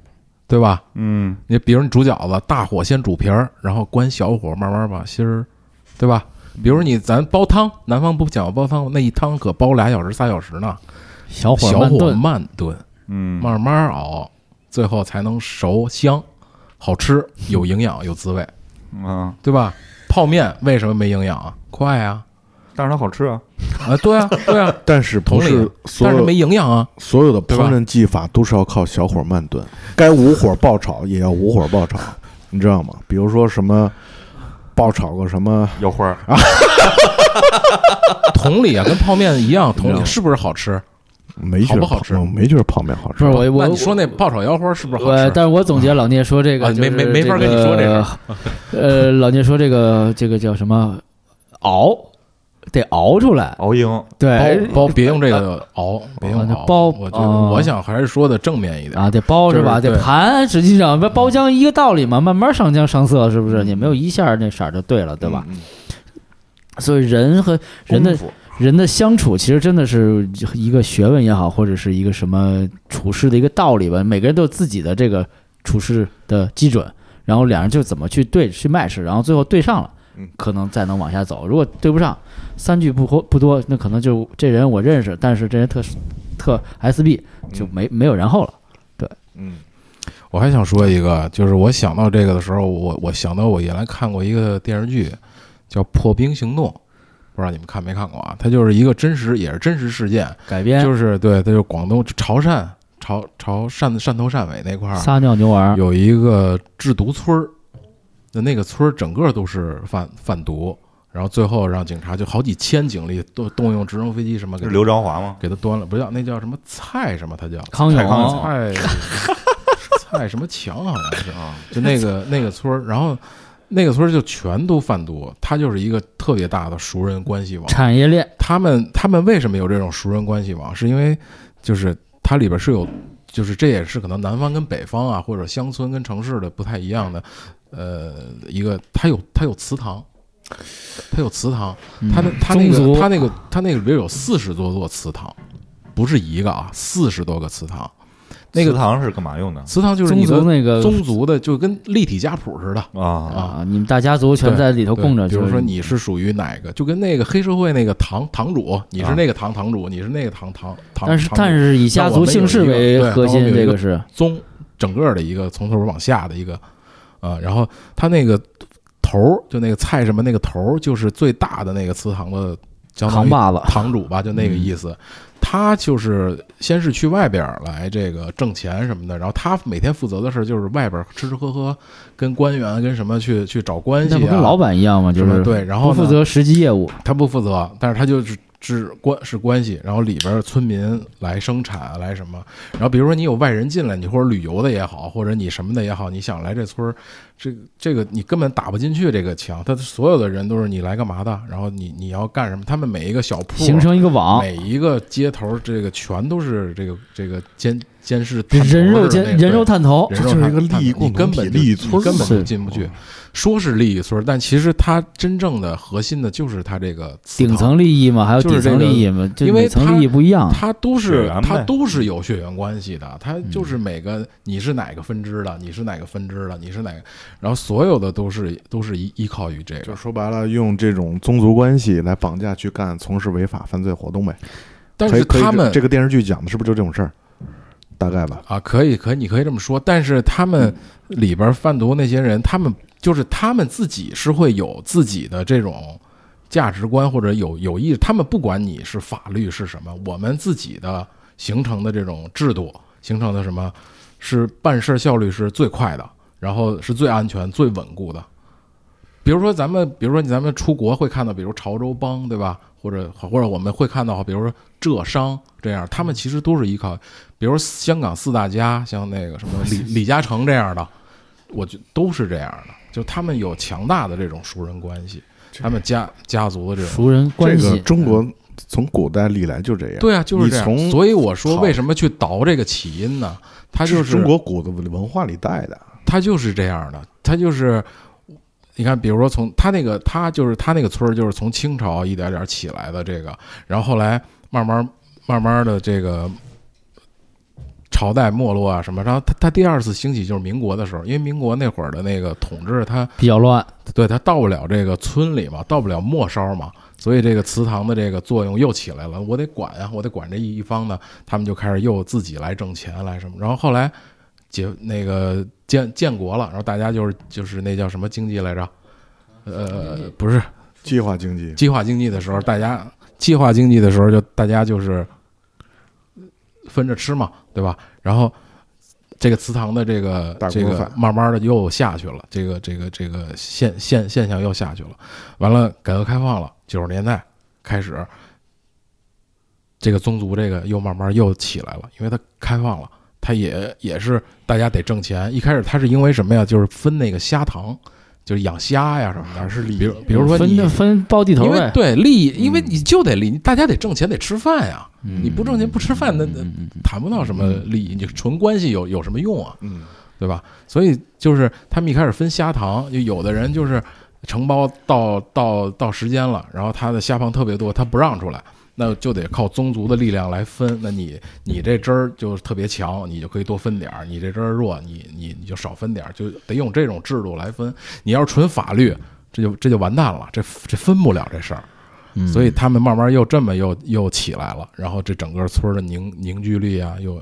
[SPEAKER 2] 对吧？
[SPEAKER 4] 嗯，
[SPEAKER 2] 你比如你煮饺子，大火先煮皮儿，然后关小火，慢慢把芯儿，对吧？比如你咱煲汤，南方不讲究煲汤，那一汤可煲俩小时、仨小时呢，
[SPEAKER 3] 小火
[SPEAKER 2] 小
[SPEAKER 3] 慢
[SPEAKER 2] 火
[SPEAKER 3] 炖，
[SPEAKER 2] 慢炖，
[SPEAKER 4] 嗯，
[SPEAKER 2] 慢慢熬，最后才能熟香、好吃、有营养、有滋味，
[SPEAKER 1] 嗯
[SPEAKER 4] 啊，
[SPEAKER 2] 对吧？泡面为什么没营养啊？快啊！
[SPEAKER 4] 但是它好吃啊，
[SPEAKER 2] 啊，对啊，对 啊，
[SPEAKER 1] 但是不
[SPEAKER 2] 同理
[SPEAKER 1] 是，所
[SPEAKER 2] 但是
[SPEAKER 1] 有
[SPEAKER 2] 没营养啊。
[SPEAKER 1] 所有的
[SPEAKER 2] 对吧
[SPEAKER 1] 烹饪技法都是要靠小火慢炖，该无火爆炒也要无火爆炒，你知道吗？比如说什么爆炒个什么，
[SPEAKER 4] 腰花儿
[SPEAKER 2] 同理啊，跟泡面一 样，同
[SPEAKER 1] 你知道
[SPEAKER 2] 理
[SPEAKER 1] 吗
[SPEAKER 2] 是不是好吃？
[SPEAKER 1] 没觉
[SPEAKER 2] 好
[SPEAKER 1] 得
[SPEAKER 2] 不好吃
[SPEAKER 1] 泡我没觉得泡面好
[SPEAKER 3] 不是
[SPEAKER 1] 吃。
[SPEAKER 3] 我
[SPEAKER 2] 那
[SPEAKER 3] 我
[SPEAKER 2] 你说那爆炒腰花是不是好
[SPEAKER 3] 我，
[SPEAKER 2] 吃？
[SPEAKER 3] 但是我总结老聂说这
[SPEAKER 2] 啊
[SPEAKER 3] 个，
[SPEAKER 2] 没没没法跟你说这事
[SPEAKER 3] 个。 呃，老聂说这个这个叫什么？熬，得熬出来。
[SPEAKER 4] 熬鹰，
[SPEAKER 3] 对，
[SPEAKER 2] 包包别用这个 熬，别用
[SPEAKER 3] 那
[SPEAKER 2] 熬。
[SPEAKER 3] 包
[SPEAKER 2] 我觉得
[SPEAKER 3] 啊
[SPEAKER 2] 我想还是说的正面一点。
[SPEAKER 3] 啊，得包是吧？
[SPEAKER 2] 就是
[SPEAKER 3] 得
[SPEAKER 2] 对
[SPEAKER 3] 盘，实际上包浆一个道理嘛，慢慢上浆上色，是不是？也没有一下那色儿就对了，对
[SPEAKER 2] 嗯
[SPEAKER 3] 吧？所以人和人的
[SPEAKER 4] 功夫
[SPEAKER 3] 人的相处，其实真的是一个学问也好，或者是一个什么处事的一个道理吧。每个人都有自己的这个处事的基准，然后两人就怎么去对去 match，然后最后对上了
[SPEAKER 1] 嗯，
[SPEAKER 3] 可能再能往下走。如果对不上，三句不多不多，那可能就这人我认识，但是这人特特 SB 就没没有然后了。
[SPEAKER 1] 嗯，
[SPEAKER 2] 我还想说一个，就是我想到这个的时候，我我想到我原来看过一个电视剧，叫《破冰行动》，不知道你们看没看过啊？它就是一个真实，也是真实事件，
[SPEAKER 3] 改编
[SPEAKER 2] 就是对，它就是广东潮汕潮潮汕汕头汕尾那块儿，
[SPEAKER 3] 撒尿牛丸儿，
[SPEAKER 2] 啊有一个制毒村儿，那那个村儿整个都是贩贩毒，然后最后让警察就好几千警力都动用直升飞机什么给
[SPEAKER 4] 是刘朝华吗？
[SPEAKER 2] 给他端了，不叫那叫什么蔡什么，他叫
[SPEAKER 3] 康
[SPEAKER 4] 蔡康
[SPEAKER 3] 永
[SPEAKER 4] 永
[SPEAKER 2] 蔡 蔡什么强好像是啊，就那个那个村儿，然后那个村儿就全都贩毒，他就是一个特别大的熟人关系网。
[SPEAKER 3] 产业链，
[SPEAKER 2] 他们他们为什么有这种熟人关系网？是因为就是它里边是有，就是这也是可能南方跟北方啊，或者乡村跟城市的不太一样的，呃，一个它有它有祠堂，它有祠堂，它嗯那它那
[SPEAKER 3] 嗯宗
[SPEAKER 2] 个
[SPEAKER 3] 族
[SPEAKER 2] 它那个它那个里边有四十多座祠堂，不是一个啊，四十多个祠堂。那
[SPEAKER 4] 祠
[SPEAKER 2] 个
[SPEAKER 4] 堂是干嘛用的
[SPEAKER 2] 祠堂就是
[SPEAKER 3] 宗
[SPEAKER 2] 你
[SPEAKER 3] 族
[SPEAKER 2] 的
[SPEAKER 3] 那个
[SPEAKER 2] 宗族的，就跟立体家谱似的。
[SPEAKER 1] 嗯
[SPEAKER 4] 啊？
[SPEAKER 3] 啊，你们大家族全在里头
[SPEAKER 2] 对
[SPEAKER 3] 供着，
[SPEAKER 2] 比
[SPEAKER 3] 就
[SPEAKER 2] 如
[SPEAKER 3] 是
[SPEAKER 2] 说你是属于哪个，就跟那个黑社会那个堂堂主，你是那个堂堂主，你是那个堂堂堂。
[SPEAKER 3] 啊但是
[SPEAKER 2] 堂主
[SPEAKER 3] 但是以家族姓氏为核
[SPEAKER 2] 像我
[SPEAKER 3] 心，
[SPEAKER 2] 们有一
[SPEAKER 3] 这
[SPEAKER 2] 个
[SPEAKER 3] 个是
[SPEAKER 2] 宗整个的一个从头往下的一个，呃，然后它那个头儿，就那个菜什么那个头儿，就是最大的那个祠堂的相当于
[SPEAKER 3] 扛把嗯子。
[SPEAKER 2] 堂主吧，就那个意思。他就是先是去外边儿来这个挣钱什么的，然后他每天负责的事儿就是外边儿吃吃喝喝，跟官员啊跟什么去去找关系
[SPEAKER 3] 那
[SPEAKER 2] 啊，
[SPEAKER 3] 不跟老板一样吗？
[SPEAKER 2] 是
[SPEAKER 3] 就
[SPEAKER 2] 吧
[SPEAKER 3] 是
[SPEAKER 2] 对，然
[SPEAKER 3] 不
[SPEAKER 2] 后呢
[SPEAKER 3] 负责实际业务，
[SPEAKER 2] 他不负责，但是他就是是关是关系，然后里边村民来生产来什么，然后比如说你有外人进来，你或者旅游的也好，或者你什么的也好，你想来这村儿，这这个你根本打不进去这个墙，他所有的人都是你来干嘛的，然后你你要干什么，他们每一个小铺。
[SPEAKER 3] 形成一个网，
[SPEAKER 2] 每一个街头，这个全都是这个这个监监视探头似的
[SPEAKER 3] 人肉
[SPEAKER 2] 那
[SPEAKER 3] 监
[SPEAKER 2] 种
[SPEAKER 3] 人
[SPEAKER 2] 对
[SPEAKER 3] 肉探头，
[SPEAKER 2] 人肉
[SPEAKER 1] 这就是
[SPEAKER 2] 探
[SPEAKER 1] 一个利益
[SPEAKER 2] 你
[SPEAKER 1] 共同
[SPEAKER 2] 根
[SPEAKER 1] 体
[SPEAKER 2] 本就
[SPEAKER 1] 利益
[SPEAKER 2] 你
[SPEAKER 1] 村嗯
[SPEAKER 2] 根本就
[SPEAKER 3] 是
[SPEAKER 2] 进不去。说是利益村，但其实它真正的核心的就是它这个祠
[SPEAKER 3] 顶
[SPEAKER 2] 堂，
[SPEAKER 3] 层利益嘛，还有
[SPEAKER 2] 就是
[SPEAKER 3] 底层
[SPEAKER 2] 这个
[SPEAKER 3] 利益嘛，就
[SPEAKER 2] 因为
[SPEAKER 3] 每层
[SPEAKER 2] 他
[SPEAKER 3] 利益不一样。
[SPEAKER 2] 它都
[SPEAKER 4] 血
[SPEAKER 2] 是
[SPEAKER 4] 缘呗
[SPEAKER 2] 它都是有血缘关系的，
[SPEAKER 1] 嗯
[SPEAKER 2] 它就是每个你是哪个分支的，你是哪个分支的，你是哪个，然后所有的都是都是依依靠于这
[SPEAKER 1] 就
[SPEAKER 2] 个。
[SPEAKER 1] 说白了，用这种宗族关系来绑架去干从事违法犯罪活动呗。
[SPEAKER 2] 但
[SPEAKER 1] 可以
[SPEAKER 2] 是
[SPEAKER 1] 可以
[SPEAKER 2] 他
[SPEAKER 1] 这
[SPEAKER 2] 们
[SPEAKER 1] 这个电视剧讲的是不是就这种事儿？大概吧。
[SPEAKER 2] 啊，可以，可以，你可以这么说，但是他们里边贩毒那些人，他们就是他们自己是会有自己的这种价值观或者有有意，他们不管你是法律是什么，我们自己的形成的这种制度形成的什么是办事效率是最快的，然后是最安全、最稳固的。比如说咱们，比如说咱们出国会看到，比如潮州帮，对吧？或者或者我们会看到，比如说浙商这样，他们其实都是依靠，比如香港四大家，像那个什么李李嘉诚这样的，我觉都是这样的，就他们有强大的这种熟人关系，他们家家族的这种。
[SPEAKER 3] 熟人关
[SPEAKER 1] 这个
[SPEAKER 3] 系，
[SPEAKER 1] 中国从古代历来就这样。
[SPEAKER 2] 嗯对啊，就是这
[SPEAKER 1] 你从
[SPEAKER 2] 样。所以我说，
[SPEAKER 1] 好
[SPEAKER 2] 为什么去倒这个起因呢？它就是是
[SPEAKER 1] 中国古的文化里带的。
[SPEAKER 2] 他就是这样的，他就是，你看，比如说从他那个，他就是他那个村儿，就是从清朝一点点起来的这个，然后后来慢慢慢慢的这个朝代没落啊什么，然后他他第二次兴起就是民国的时候，因为民国那会儿的那个统治，他
[SPEAKER 3] 比较乱，
[SPEAKER 2] 对他到不了这个村里嘛，到不了末梢嘛，所以这个祠堂的这个作用又起来了。我得管啊，我得管这一一方呢，他们就开始又自己来挣钱来什么。然后后来解那个建建国了，然后大家就是就是那叫什么经济来着？呃，不是
[SPEAKER 1] 计划经济，
[SPEAKER 2] 计划经济的时候，大家计划经济的时候就大家就是分着吃嘛，对吧？然后这个祠堂的这个
[SPEAKER 1] 大锅
[SPEAKER 2] 这个
[SPEAKER 1] 饭
[SPEAKER 2] 慢慢的又下去了，这个这个这个现现现象又下去了。完了，改革开放了，九十年代开始，这个宗族这个又慢慢又起来了，因为它开放了。它也也是大家得挣钱，一开始它是因为什么呀？就是分那个虾塘，就是养虾呀什么的，还是利比如比如说你
[SPEAKER 3] 分分包地头
[SPEAKER 2] 因为
[SPEAKER 3] 呗，嗯
[SPEAKER 2] 对利益，因为你就得利，你大家得挣钱，得吃饭呀。你不挣钱不吃饭，那
[SPEAKER 3] 嗯
[SPEAKER 2] 那谈不到什么利益，你纯关系有有什么用啊？
[SPEAKER 1] 嗯，
[SPEAKER 2] 对吧？所以就是他们一开始分虾塘，就有的人就是承包到到到时间了，然后他的虾螃特别多，他不让出来。那就得靠宗族的力量来分，那你你这汁儿就特别强，你就可以多分点儿；你这汁儿弱，你你你就少分点儿，就得用这种制度来分。你要是纯法律，这就这就完蛋了，这这分不了这事儿。
[SPEAKER 3] 嗯
[SPEAKER 2] 所以他们慢慢又这么又又起来了，然后这整个村儿的凝凝聚力啊，又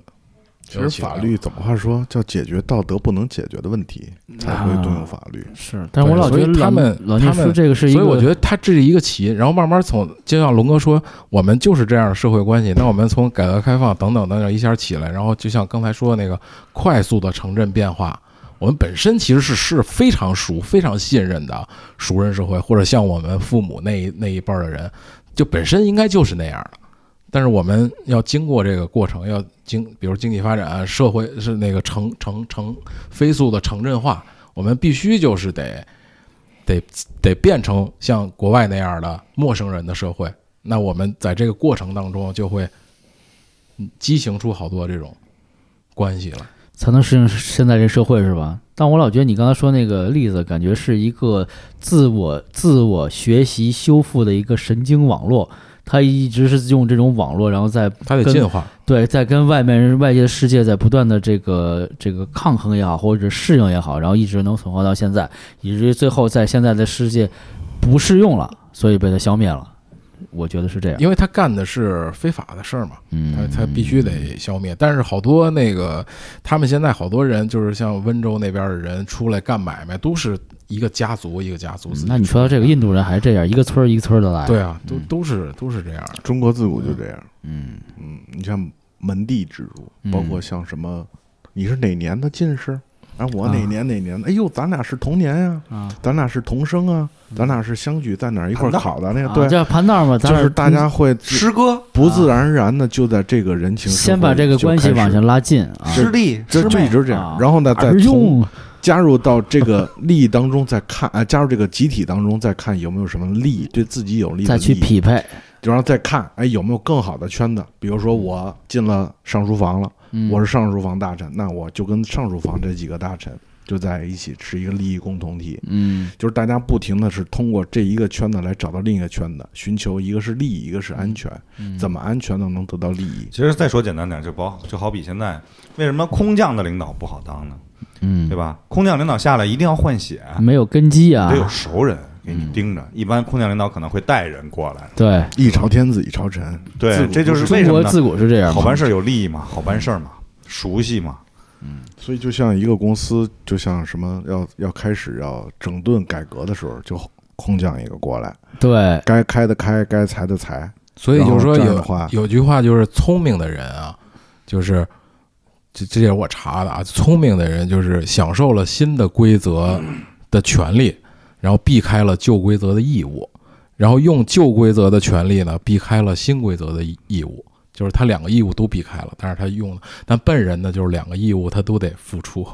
[SPEAKER 1] 其实法律怎么话说叫解决道德不能解决的问题，
[SPEAKER 2] 嗯
[SPEAKER 1] 才会动
[SPEAKER 3] 啊
[SPEAKER 1] 用法律。
[SPEAKER 3] 是，但是我
[SPEAKER 2] 对
[SPEAKER 3] 老
[SPEAKER 2] 所
[SPEAKER 3] 觉
[SPEAKER 2] 以
[SPEAKER 3] 得
[SPEAKER 2] 他
[SPEAKER 3] 老
[SPEAKER 2] 们
[SPEAKER 3] 老
[SPEAKER 2] 他
[SPEAKER 3] 聂说
[SPEAKER 2] 们
[SPEAKER 3] 这个是一个，
[SPEAKER 2] 所以我觉得它这是一个起因，然后慢慢从就像龙哥说，我们就是这样的社会关系。那我们从改革开放等等等等一下起来，然后就像刚才说的那个快速的城镇变化，我们本身其实是是非常熟、非常信任的熟人社会，或者像我们父母那一那一辈儿的人，就本身应该就是那样的。但是我们要经过这个过程，要经，比如经济发展、啊社会是那个城城城飞速的城镇化，我们必须就是得得得变成像国外那样的陌生人的社会。那我们在这个过程当中就会嗯畸形出好多这种关系了。
[SPEAKER 3] 才能适应现在这社会是吧？但我老觉得你刚才说那个例子，感觉是一个自我自我学习修复的一个神经网络，它一直是用这种网络，然后在
[SPEAKER 2] 它得
[SPEAKER 3] 跟
[SPEAKER 2] 进化，
[SPEAKER 3] 对在跟外面人外界的世界在不断的这个这个抗衡也好，或者适应也好，然后一直能存活到现在，以至于最后在现在的世界不适用了，所以被它消灭了。我觉得是这样，
[SPEAKER 2] 因为它干的是非法的事儿嘛，
[SPEAKER 3] 嗯，
[SPEAKER 2] 它它必须得消灭。但是好多那个他们现在好多人就是像温州那边的人出来干买卖，都是一个家族一个家族自己出来。
[SPEAKER 3] 嗯那你说到这个印度人还是这样，一个村儿一个村儿的来。
[SPEAKER 2] 对，啊，都都是都是这样的。
[SPEAKER 1] 中国自古就这样。
[SPEAKER 3] 嗯，
[SPEAKER 1] 嗯，你像门第制度，
[SPEAKER 3] 嗯
[SPEAKER 1] 包括像什么，你是哪年的进士？哎，我
[SPEAKER 3] 啊
[SPEAKER 1] 哪年哪年的？哎呦，咱俩是同年呀、
[SPEAKER 3] 啊，
[SPEAKER 1] 咱俩是同生啊，咱俩是相聚在哪儿一块儿
[SPEAKER 4] 盘道
[SPEAKER 1] 考的那
[SPEAKER 3] 嗯
[SPEAKER 1] 个，
[SPEAKER 3] 啊
[SPEAKER 1] 对，
[SPEAKER 3] 这盘道嘛，咱
[SPEAKER 1] 就
[SPEAKER 3] 俩嗯啊
[SPEAKER 1] 是大家会自
[SPEAKER 4] 师哥、
[SPEAKER 1] 不自然而然的就在这个人情社会
[SPEAKER 3] 先把这个关系往下
[SPEAKER 1] 就开始，
[SPEAKER 3] 拉近啊，
[SPEAKER 4] 师弟、
[SPEAKER 1] 这
[SPEAKER 4] 师
[SPEAKER 1] 就一
[SPEAKER 4] 妹，
[SPEAKER 1] 直这
[SPEAKER 3] 啊
[SPEAKER 1] 样，然后呢，再
[SPEAKER 3] 而
[SPEAKER 1] 从
[SPEAKER 3] 用
[SPEAKER 1] 加入到这个利益当中，再看啊，加入这个集体当中，再看有没有什么利益对自己有利的
[SPEAKER 3] 再去
[SPEAKER 1] 利益
[SPEAKER 3] 匹配。
[SPEAKER 1] 然后再看，哎，有没有更好的圈子？比如说我进了上书房了，
[SPEAKER 3] 嗯
[SPEAKER 1] 我是上书房大臣，那我就跟上书房这几个大臣就在一起是一个利益共同体，
[SPEAKER 3] 嗯
[SPEAKER 1] 就是大家不停的是通过这一个圈子来找到另一个圈子，寻求一个是利益，一个是安全，
[SPEAKER 3] 嗯
[SPEAKER 1] 怎么安全的能得到利益？
[SPEAKER 4] 其实再说简单点，就包就好比现在为什么空降的领导不好当呢？
[SPEAKER 3] 嗯
[SPEAKER 4] 对，吧？空降领导下来一定要换血，
[SPEAKER 1] 嗯
[SPEAKER 3] 没有根基啊
[SPEAKER 4] 得，有熟人给你盯着。一般空降领导可能会带人过来，
[SPEAKER 3] 对，
[SPEAKER 1] 一朝天子一朝臣，自
[SPEAKER 4] 对，
[SPEAKER 1] 古
[SPEAKER 4] 这就是
[SPEAKER 3] 中
[SPEAKER 4] 为什么
[SPEAKER 3] 国
[SPEAKER 4] 呢
[SPEAKER 3] 自古是这样嘛，
[SPEAKER 4] 好办事儿有利益嘛，好办事儿嘛，熟悉嘛。
[SPEAKER 1] 所以就像一个公司，就像什么要要开始要整顿改革的时候，就空降一个过来，
[SPEAKER 3] 对，
[SPEAKER 1] 该开的开，该裁的裁，
[SPEAKER 2] 所以就是说
[SPEAKER 1] 然后这样的话
[SPEAKER 2] 有有句话就是聪明的人啊，就是这这也是我查的啊，聪明的人就是享受了新的规则的权利，然后避开了旧规则的义务，然后用旧规则的权利呢避开了新规则的义义务。就是他两个义务都避开了，但是他用的，但笨人呢，就是两个义务他都得付出，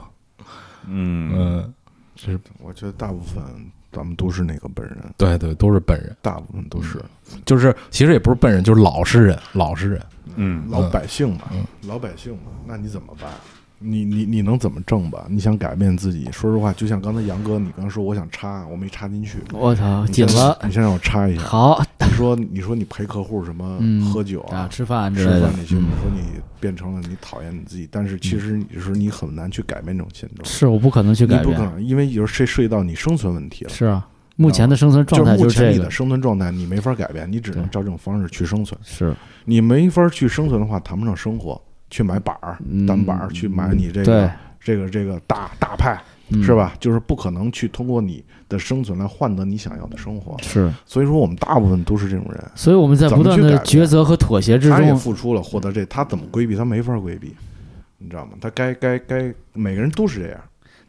[SPEAKER 4] 嗯，
[SPEAKER 2] 嗯，是
[SPEAKER 1] 我觉得大部分咱们都是那个本人，
[SPEAKER 2] 对对，都是笨人，
[SPEAKER 1] 大部分都是
[SPEAKER 2] 就是其实也不是笨人，就是老实人，老实人，
[SPEAKER 4] 嗯，
[SPEAKER 1] 老百姓嘛，
[SPEAKER 3] 嗯
[SPEAKER 1] 老百姓嘛，那你怎么办？你你你能怎么挣吧？你想改变自己，说实话，就像刚才杨哥，你刚说我想插，我没插进去，
[SPEAKER 3] 我操，
[SPEAKER 1] 你
[SPEAKER 3] 紧
[SPEAKER 1] 先
[SPEAKER 3] 了，
[SPEAKER 1] 你先让我插一下。
[SPEAKER 3] 好
[SPEAKER 1] 你说你说你陪客户什么
[SPEAKER 3] 嗯
[SPEAKER 1] 喝酒
[SPEAKER 3] 啊，
[SPEAKER 1] 啊、
[SPEAKER 3] 吃饭之
[SPEAKER 1] 吃
[SPEAKER 3] 类的
[SPEAKER 1] 饭，这些，你
[SPEAKER 3] 嗯
[SPEAKER 1] 说你变成了你讨厌你自己，但是其实你是你很难去改变这种现状，
[SPEAKER 3] 是我不可能嗯去
[SPEAKER 1] 你
[SPEAKER 3] 改
[SPEAKER 1] 不可
[SPEAKER 3] 变，
[SPEAKER 1] 能，因为有这涉及到你生存问题了。
[SPEAKER 3] 是啊，目前的生存状态
[SPEAKER 1] 目
[SPEAKER 3] 是
[SPEAKER 1] 前
[SPEAKER 3] 这
[SPEAKER 1] 你
[SPEAKER 3] 个
[SPEAKER 1] 的，生存状态，你没法改变，你只能
[SPEAKER 3] 对
[SPEAKER 1] 照这种方式去生存。
[SPEAKER 3] 是
[SPEAKER 1] 你没法去生存的话，谈不上生活。去买板儿、单板儿，去买你这
[SPEAKER 3] 嗯对
[SPEAKER 1] 个、，这个、这个大大派，
[SPEAKER 3] 嗯
[SPEAKER 1] 是？吧？就是不可能去通过你的生存来换得你想要的生活。
[SPEAKER 3] 是，
[SPEAKER 1] 所以说，我们大部分都是这种人，
[SPEAKER 3] 所以我们在
[SPEAKER 1] 怎
[SPEAKER 3] 不
[SPEAKER 1] 么
[SPEAKER 3] 断
[SPEAKER 1] 去
[SPEAKER 3] 的
[SPEAKER 1] 改变
[SPEAKER 3] 抉择和妥协之
[SPEAKER 1] 他也
[SPEAKER 3] 中，
[SPEAKER 1] 付出了，获得这，他怎么规避？他没法规避，你知道吗？他该该该，每个人都是这样。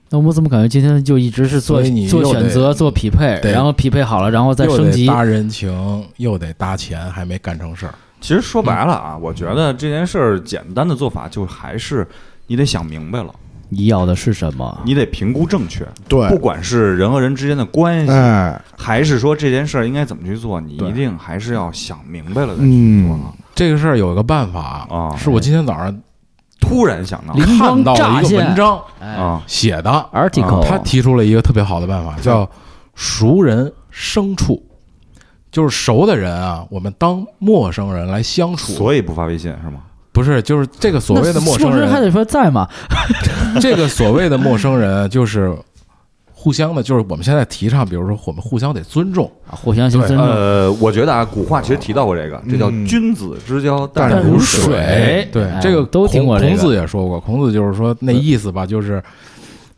[SPEAKER 3] 那我们怎么感觉今天就一直是做
[SPEAKER 2] 所以你
[SPEAKER 3] 做
[SPEAKER 2] 又
[SPEAKER 3] 选
[SPEAKER 2] 得
[SPEAKER 3] 择、做匹配，
[SPEAKER 2] 得
[SPEAKER 3] 然后匹配好了，然后再
[SPEAKER 2] 又
[SPEAKER 3] 升
[SPEAKER 2] 得
[SPEAKER 3] 级，
[SPEAKER 2] 搭人情，又得搭钱，还没干成事儿。
[SPEAKER 4] 其实说白了啊，我觉得这件事儿简单的做法就还是你得想明白了，
[SPEAKER 3] 你要的是什么？
[SPEAKER 4] 你得评估正确，
[SPEAKER 1] 对
[SPEAKER 4] 不管是人和人之间的关
[SPEAKER 3] 嗯
[SPEAKER 4] 系，
[SPEAKER 1] 哎，
[SPEAKER 4] 还是说这件事儿应该怎么去做，你
[SPEAKER 1] 对
[SPEAKER 4] 一定还是要想明白了再去
[SPEAKER 1] 嗯
[SPEAKER 4] 做
[SPEAKER 3] 嗯
[SPEAKER 4] 啊。
[SPEAKER 2] 这个事儿有个办法
[SPEAKER 4] 啊
[SPEAKER 2] 是我今天早上
[SPEAKER 4] 突然想到
[SPEAKER 3] 灵
[SPEAKER 2] 看
[SPEAKER 3] 光
[SPEAKER 2] 到了
[SPEAKER 3] 乍
[SPEAKER 2] 一个
[SPEAKER 3] 现
[SPEAKER 2] 文章
[SPEAKER 3] 哎
[SPEAKER 4] 啊，
[SPEAKER 2] 写的，
[SPEAKER 3] ，article，
[SPEAKER 2] 啊他提出了一个特别好的办法，叫“熟人生处”，就是熟的人啊，我们当陌生人来相处，
[SPEAKER 4] 所以不发微信是吗？
[SPEAKER 2] 不是就是这个所谓的陌生
[SPEAKER 3] 那还
[SPEAKER 2] 人，
[SPEAKER 3] 得说在嘛，
[SPEAKER 2] 这个所谓的陌生人就是互相的，就是我们现在提倡，比如说我们互相得尊重，
[SPEAKER 3] 啊互相行
[SPEAKER 2] 对
[SPEAKER 3] 尊重。
[SPEAKER 4] 呃，我觉得啊，古话其实提到过这个，这叫
[SPEAKER 1] 嗯
[SPEAKER 4] 君子之交
[SPEAKER 1] 淡
[SPEAKER 4] 淡
[SPEAKER 1] 如
[SPEAKER 4] 水。
[SPEAKER 3] 水
[SPEAKER 2] 对
[SPEAKER 3] 哎，
[SPEAKER 2] 这个
[SPEAKER 3] 都听
[SPEAKER 2] 孔
[SPEAKER 3] 过这个
[SPEAKER 2] 孔子也说过，孔子就是说那意思吧，就是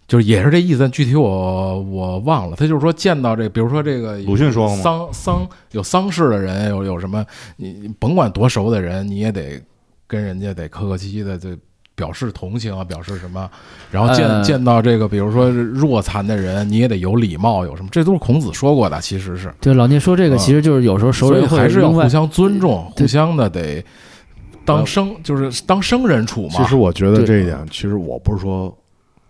[SPEAKER 2] 就是也是这意思，但具体我我忘了。他就是说见到这个，比如说这个
[SPEAKER 4] 鲁迅说过吗？
[SPEAKER 2] 丧丧有丧事的人，有有什么你你甭管多熟的人，你也得跟人家得客客气气的这。表示同情啊，表示什么？然后见、
[SPEAKER 3] 呃
[SPEAKER 2] 见到这个，比如说弱残的人，你也得有礼貌，有什么？这都是孔子说过的，其实是。
[SPEAKER 3] 对，老聂说这个其实就是有时候熟
[SPEAKER 2] 啊所以
[SPEAKER 3] 人会
[SPEAKER 2] 还是要
[SPEAKER 3] 另外
[SPEAKER 2] 互相尊重，
[SPEAKER 3] 对
[SPEAKER 2] 互相的得当生，就是当生人处嘛。
[SPEAKER 1] 其实我觉得
[SPEAKER 3] 对
[SPEAKER 1] 这一点，其实我不是说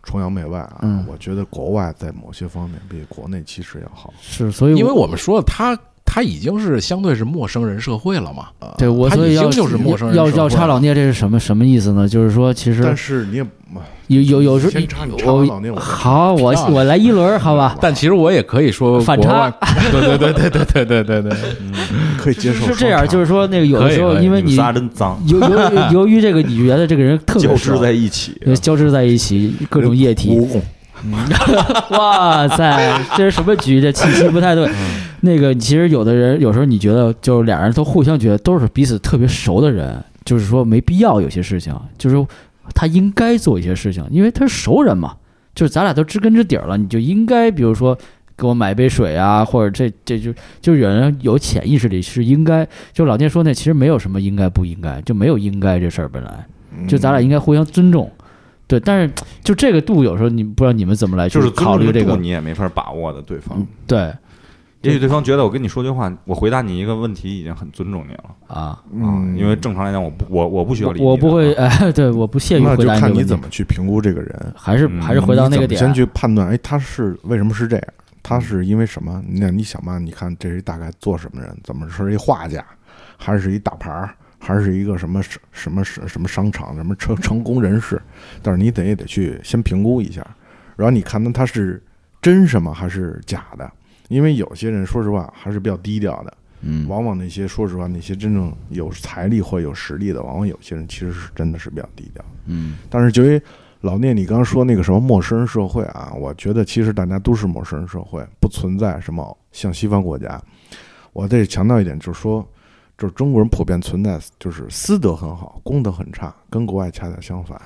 [SPEAKER 1] 崇洋媚外啊，
[SPEAKER 3] 嗯
[SPEAKER 1] 我觉得国外在某些方面比国内其实要好。
[SPEAKER 3] 是，所以
[SPEAKER 2] 因为我们说的他他已经是相对是陌生人社会了嘛。
[SPEAKER 3] 对我
[SPEAKER 2] 他
[SPEAKER 3] 所以
[SPEAKER 2] 已
[SPEAKER 3] 要
[SPEAKER 2] 经就是陌生人
[SPEAKER 3] 要
[SPEAKER 2] 社会
[SPEAKER 3] 要插
[SPEAKER 2] 了
[SPEAKER 3] 老聂，这是什么什么意思呢？就是说，其实
[SPEAKER 1] 但是你也哎
[SPEAKER 3] 有有有时
[SPEAKER 1] 先插你插
[SPEAKER 3] 我
[SPEAKER 1] 完老聂，我
[SPEAKER 3] 好，我
[SPEAKER 2] 啊
[SPEAKER 3] 我来一轮儿，好吧？
[SPEAKER 2] 但其实我也可以说
[SPEAKER 3] 反
[SPEAKER 2] 国
[SPEAKER 3] 差
[SPEAKER 2] 外，对对对对对对对对对，
[SPEAKER 1] 可以接受
[SPEAKER 3] 是这样，就是是说那个有的
[SPEAKER 2] 可以
[SPEAKER 3] 时候，
[SPEAKER 2] 可以
[SPEAKER 3] 因为
[SPEAKER 4] 你们
[SPEAKER 3] 你
[SPEAKER 4] 仨真脏，
[SPEAKER 3] 由 由由于这个，你觉得这个人特别
[SPEAKER 4] 交
[SPEAKER 3] 熟
[SPEAKER 4] 织在一起。
[SPEAKER 3] 对交织在一起，各种液体。嗯
[SPEAKER 1] 蜈蚣，
[SPEAKER 3] 哇塞，这是什么局？这气息不太对。
[SPEAKER 1] 嗯
[SPEAKER 3] 那个其实有的人，有时候你觉得，就是俩人都互相觉得都是彼此特别熟的人，就是说没必要有些事情，就是说他应该做一些事情，因为他是熟人嘛，就是咱俩都知根知底儿了，你就应该比如说。给我买一杯水啊，或者这这就就有人有潜意识里是应该，就老聂说那其实没有什么应该不应该，就没有应该这事儿本来，
[SPEAKER 1] 嗯
[SPEAKER 3] 就咱俩应该互相尊重，对。但是就这个度，有时候你不知道你们怎么来去
[SPEAKER 4] 就是尊
[SPEAKER 3] 考
[SPEAKER 4] 重
[SPEAKER 3] 虑这
[SPEAKER 4] 度
[SPEAKER 3] 个，
[SPEAKER 4] 你也没法把握的对方
[SPEAKER 3] 嗯，对
[SPEAKER 4] 也许对方觉得我跟你说句话，我回答你一个问题已经很尊重你了
[SPEAKER 3] 啊，
[SPEAKER 4] 啊
[SPEAKER 1] 嗯，，
[SPEAKER 4] 因为正常来讲，我不我我不需要理你的啊
[SPEAKER 3] 我不会，哎， 对，我不屑于
[SPEAKER 1] 那
[SPEAKER 3] 回
[SPEAKER 1] 就
[SPEAKER 3] 答
[SPEAKER 1] 看
[SPEAKER 3] 这个
[SPEAKER 1] 你
[SPEAKER 3] 问题
[SPEAKER 1] 怎么去评估这个人，
[SPEAKER 3] 还是
[SPEAKER 4] 嗯
[SPEAKER 3] 还是回到那个
[SPEAKER 1] 你
[SPEAKER 3] 点，
[SPEAKER 1] 怎么先去判断，哎，他是为什么是这样？他是因为什么？那你想吧，你看这是大概做什么人？怎么是一画家，还是一大牌儿，还是一个什么什什么什什么商场，什么成成功人士？但是你得也得去先评估一下，然后你看他他是真什么还是假的？因为有些人说实话还是比较低调的，
[SPEAKER 3] 嗯
[SPEAKER 1] 往往那些说实话那些真正有财力或有实力的，往往有些人其实是真的是比较低调的。
[SPEAKER 3] 嗯
[SPEAKER 1] 但是，就因为老聂，你刚刚说那个什么陌生人社会啊，我觉得其实大家都是陌生人社会，不存在什么像西方国家。我得强调一点，就是说，就是中国人普遍存在就是私德很好，公德很差，跟国外恰恰相反，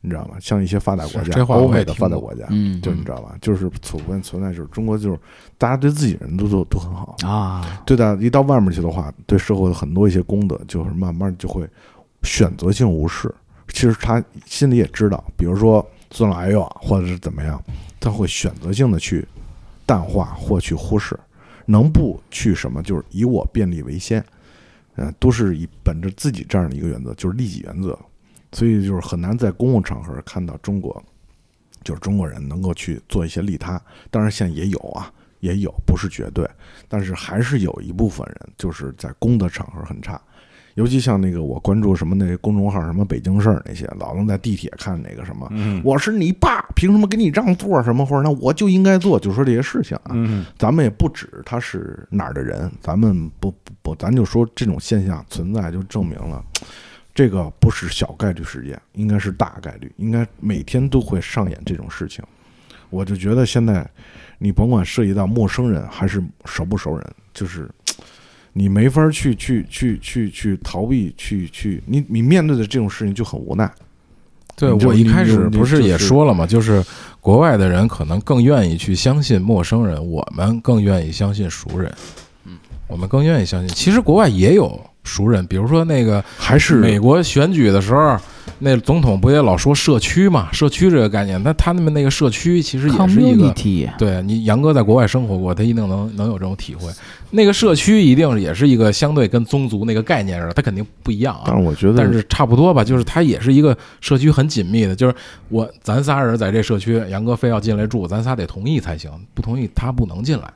[SPEAKER 1] 你知道吗？像一些发达国
[SPEAKER 2] 是
[SPEAKER 1] 家，
[SPEAKER 2] 这话
[SPEAKER 1] 欧
[SPEAKER 2] 我也
[SPEAKER 1] 美的
[SPEAKER 2] 听
[SPEAKER 1] 发达
[SPEAKER 2] 过
[SPEAKER 1] 国家，
[SPEAKER 3] 嗯，
[SPEAKER 1] 就你知道吧，就是普遍存在就是中国就是大家对自己人都都都很好，
[SPEAKER 3] 啊，
[SPEAKER 1] 对的，一到外面去的话，对社会的很多一些功德，就是慢慢就会选择性无视。其实他心里也知道，比如说尊老爱幼啊，或者是怎么样，他会选择性的去淡化或去忽视，能不去什么就是以我便利为先，呃，都是以本着自己这样的一个原则，就是利己原则，所以就是很难在公共场合看到中国，就是中国人能够去做一些利他，当然现在也有啊，也有，不是绝对。但是还是有一部分人就是在公的场合很差，尤其像那个我关注什么那些公众号什么北京事儿那些，老能在地铁看那个什么，
[SPEAKER 4] 嗯
[SPEAKER 1] 我是你爸，凭什么给你让座儿什么，或者那我就应该做，就说这些事情啊。
[SPEAKER 4] 嗯
[SPEAKER 1] 咱们也不指他是哪儿的人，咱们不不不，咱就说这种现象存在，就证明了这个不是小概率事件，应该是大概率，应该每天都会上演这种事情。我就觉得现在，你甭管涉及到陌生人还是熟不熟人，就是你没法去去去去去逃避，去去你你面对的这种事情就很无奈。
[SPEAKER 2] 对
[SPEAKER 1] 你就
[SPEAKER 2] 我一开
[SPEAKER 1] 你
[SPEAKER 2] 始
[SPEAKER 1] 就
[SPEAKER 2] 不是
[SPEAKER 1] 你
[SPEAKER 2] 也
[SPEAKER 1] 就是
[SPEAKER 2] 说了吗？就是国外的人可能更愿意去相信陌生人，我们更愿意相信熟人。嗯，我们更愿意相信。其实国外也有熟人，比如说那个
[SPEAKER 1] 还是
[SPEAKER 2] 美国选举的时候，那总统不也老说社区嘛？社区这个概念，那他们那个社区其实也是一个。
[SPEAKER 3] community
[SPEAKER 2] 对你，杨哥在国外生活过，他一定能能有这种体会。那个社区一定也是一个相对跟宗族那个概念似的，它肯定不一样啊。
[SPEAKER 1] 但是我觉得，
[SPEAKER 2] 但是差不多吧，就是它也是一个社区很紧密的，就是我咱仨人在这社区，杨哥非要进来住，咱仨得同意才行，不同意他不能进来。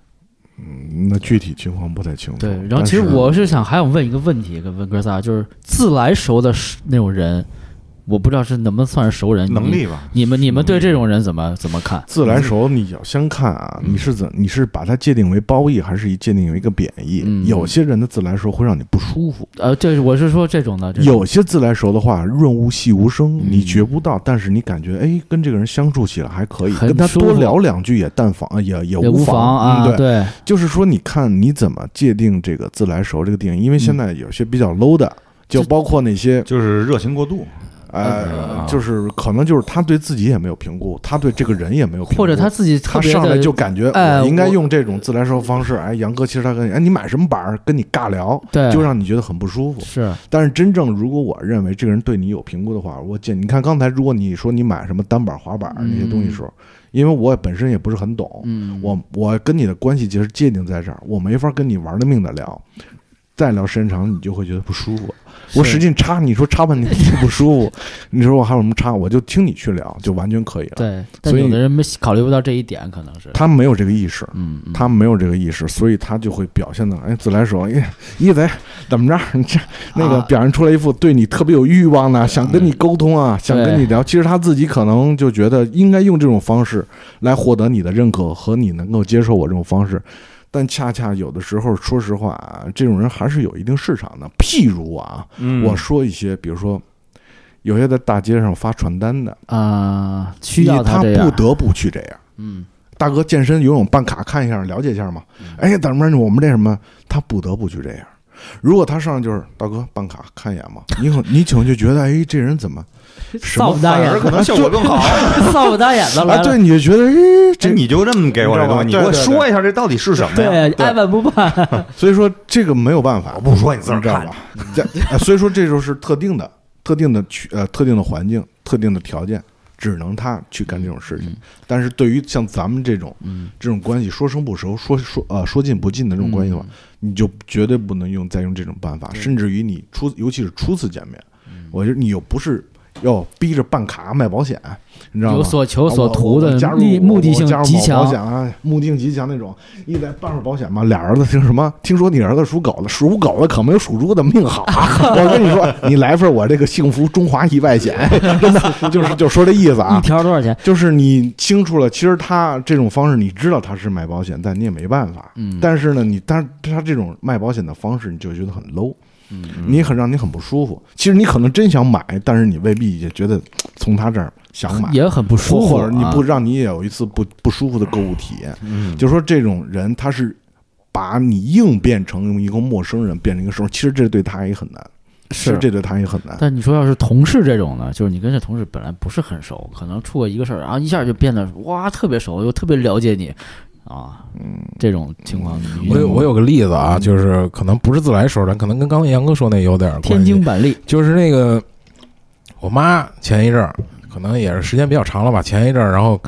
[SPEAKER 1] 嗯那具体情况不太清楚。
[SPEAKER 3] 对，然
[SPEAKER 1] 嗯
[SPEAKER 3] 后
[SPEAKER 1] 但
[SPEAKER 3] 其实
[SPEAKER 1] 是
[SPEAKER 3] 我是想还想问一个问题，跟问哥仨，就是自来熟的那种人，我不知道是能不能算是熟人，
[SPEAKER 4] 能力吧，
[SPEAKER 3] 你，你们你们对这种人怎么怎么看？
[SPEAKER 1] 自来熟，你要先看啊，你是怎你是把它界定为褒义，还是一界定为一个贬义？
[SPEAKER 3] 嗯
[SPEAKER 1] 有些人的自来熟会让你不舒服，
[SPEAKER 3] 呃，对，我是说这种的，这种
[SPEAKER 1] 有些自来熟的话润物细无声，
[SPEAKER 3] 嗯
[SPEAKER 1] 你觉不到，但是你感觉哎，跟这个人相处起来还可以，
[SPEAKER 3] 很
[SPEAKER 1] 跟他
[SPEAKER 3] 舒
[SPEAKER 1] 多
[SPEAKER 3] 服
[SPEAKER 1] 聊两句也淡防呃也也
[SPEAKER 3] 也
[SPEAKER 1] 无
[SPEAKER 3] 妨啊，
[SPEAKER 1] 嗯对，
[SPEAKER 3] 对，
[SPEAKER 1] 就是说你看你怎么界定这个自来熟这个定义，因为
[SPEAKER 3] 嗯
[SPEAKER 1] 现在有些比较 low 的，就包括那些
[SPEAKER 4] 就是热情过度，
[SPEAKER 3] 嗯
[SPEAKER 1] 呃
[SPEAKER 4] 啊，
[SPEAKER 1] 就是可能就是他对自己也没有评估，他对这个人也没有评估，
[SPEAKER 3] 或者他自己特
[SPEAKER 1] 他
[SPEAKER 3] 别
[SPEAKER 1] 上来
[SPEAKER 3] 的
[SPEAKER 1] 就感觉
[SPEAKER 3] 哎
[SPEAKER 1] 我应该
[SPEAKER 3] 我
[SPEAKER 1] 用这种自来熟方式。哎，杨哥，其实他跟你，哎，你买什么板儿？跟你尬聊，
[SPEAKER 3] 对，
[SPEAKER 1] 就让你觉得很不舒服。
[SPEAKER 3] 是
[SPEAKER 1] 但是真正如果我认为这个人对你有评估的话，我建议你看刚才，如果你说你买什么单板、滑板儿那些东西的时候，因为我本身也不是很懂，
[SPEAKER 3] 嗯，
[SPEAKER 1] 我我跟你的关系其实界定在这儿，我没法跟你玩了命的聊。再聊时间长，你就会觉得不舒服。
[SPEAKER 3] 是
[SPEAKER 1] 我使劲插，你说插半天就不舒服， 你说我还有什么插？我就听你去聊，就完全可以了。
[SPEAKER 3] 对，但
[SPEAKER 1] 所以
[SPEAKER 3] 有的人没考虑不到这一点，可能是，
[SPEAKER 1] 他没有这个意识，
[SPEAKER 3] 嗯，嗯
[SPEAKER 1] 他没有这个意识，所以他就会表现的，哎，自来熟，哎，一贼怎么着？ 你这那个
[SPEAKER 3] 啊
[SPEAKER 1] 表现出来一副对你特别有欲望呢，想跟你沟通啊，想跟你聊。其实他自己可能就觉得应该用这种方式来获得你的认可和你能够接受我这种方式，但恰恰有的时候，说实话啊，这种人还是有一定市场的。譬如啊，
[SPEAKER 4] 嗯
[SPEAKER 1] 我说一些，比如说。有些在大街上发传单的，
[SPEAKER 3] 啊，需要
[SPEAKER 1] 他
[SPEAKER 3] 这样
[SPEAKER 1] 不，得不去这样。
[SPEAKER 3] 嗯，
[SPEAKER 1] 大哥健身游泳办卡看一下，了解一下嘛。哎，怎么着？我们这什么？他不得不去这样。如果他上来就是大哥办卡看一眼 嘛，你可你可能就觉得哎，这人怎么什
[SPEAKER 3] 扫
[SPEAKER 1] 么
[SPEAKER 3] 不
[SPEAKER 4] 反
[SPEAKER 3] 打眼
[SPEAKER 4] 而可能效果更好。
[SPEAKER 3] 的，扫不打眼的来
[SPEAKER 1] 啊？
[SPEAKER 3] 了，
[SPEAKER 1] 对，你就觉得哎，
[SPEAKER 4] 这
[SPEAKER 1] 这
[SPEAKER 4] 你就这么给我这东西，
[SPEAKER 1] 你
[SPEAKER 4] 你
[SPEAKER 1] 知
[SPEAKER 4] 给
[SPEAKER 1] 道吧
[SPEAKER 4] 我
[SPEAKER 1] 对对
[SPEAKER 4] 说一下这到底是什么呀？
[SPEAKER 3] 对，爱办不办，
[SPEAKER 1] 所以说这个没有办法。
[SPEAKER 4] 我不说你自个儿
[SPEAKER 1] 你知道
[SPEAKER 4] 看
[SPEAKER 1] 吧。这 啊所以说这就是特定的、特定的区呃、特定的环境、特定的条件，只能他去干这种事情。但是对于像咱们这种
[SPEAKER 3] 嗯，
[SPEAKER 1] 这种关系说生不熟、说说呃说近不近的这种关系的话，你就绝对不能用再用这种办法，甚至于你初尤其是初次见面，我觉得你又不是要逼着办卡买保险，你知道吗？
[SPEAKER 3] 有所求所图
[SPEAKER 1] 啊我我
[SPEAKER 3] 的
[SPEAKER 1] 加入
[SPEAKER 3] 目目的
[SPEAKER 1] 我
[SPEAKER 3] 性
[SPEAKER 1] 加入
[SPEAKER 3] 极
[SPEAKER 1] 某保
[SPEAKER 3] 强，
[SPEAKER 1] 险啊，目的性极强那种。一在办份保险嘛，俩儿子听什么？听说你儿子属狗的，属狗的可没有属猪的命好啊！ 我跟你说，你来份我这个幸福中华意外险，真的就是就说这意思
[SPEAKER 3] 一
[SPEAKER 1] 啊。
[SPEAKER 3] 条多少钱？
[SPEAKER 1] 就是你清楚了，其实他这种方式，你知道他是买保险，但你也没办法。
[SPEAKER 3] 嗯，
[SPEAKER 1] 但是呢，你但他这种卖保险的方式，你就觉得很 low，
[SPEAKER 3] 嗯
[SPEAKER 1] 你很让你很不舒服。其实你可能真想买，但是你未必也觉得从他这儿想买，
[SPEAKER 3] 也很不舒服
[SPEAKER 1] 或
[SPEAKER 3] 啊，
[SPEAKER 1] 者你不让你也有一次不不舒服的购物体验。
[SPEAKER 4] 嗯，
[SPEAKER 1] 就说这种人，他是把你硬变成一个陌生人，变成一个生，其实这对他也很难，其实
[SPEAKER 3] 是
[SPEAKER 1] 这对他也很难。
[SPEAKER 3] 但你说要是同事这种呢，就是你跟这同事本来不是很熟，可能出过一个事儿，然后一下就变得哇特别熟，又特别了解你，啊，嗯，这种情况
[SPEAKER 1] 嗯
[SPEAKER 3] 你遇
[SPEAKER 2] 我
[SPEAKER 3] 见
[SPEAKER 2] 有
[SPEAKER 3] 过
[SPEAKER 2] 我有个例子啊，就是可能不是自来熟人，可能跟刚才杨哥说那有点关系。
[SPEAKER 3] 天津板栗，
[SPEAKER 2] 就是那个我妈前一阵儿，可能也是时间比较长了吧，前一阵儿，然后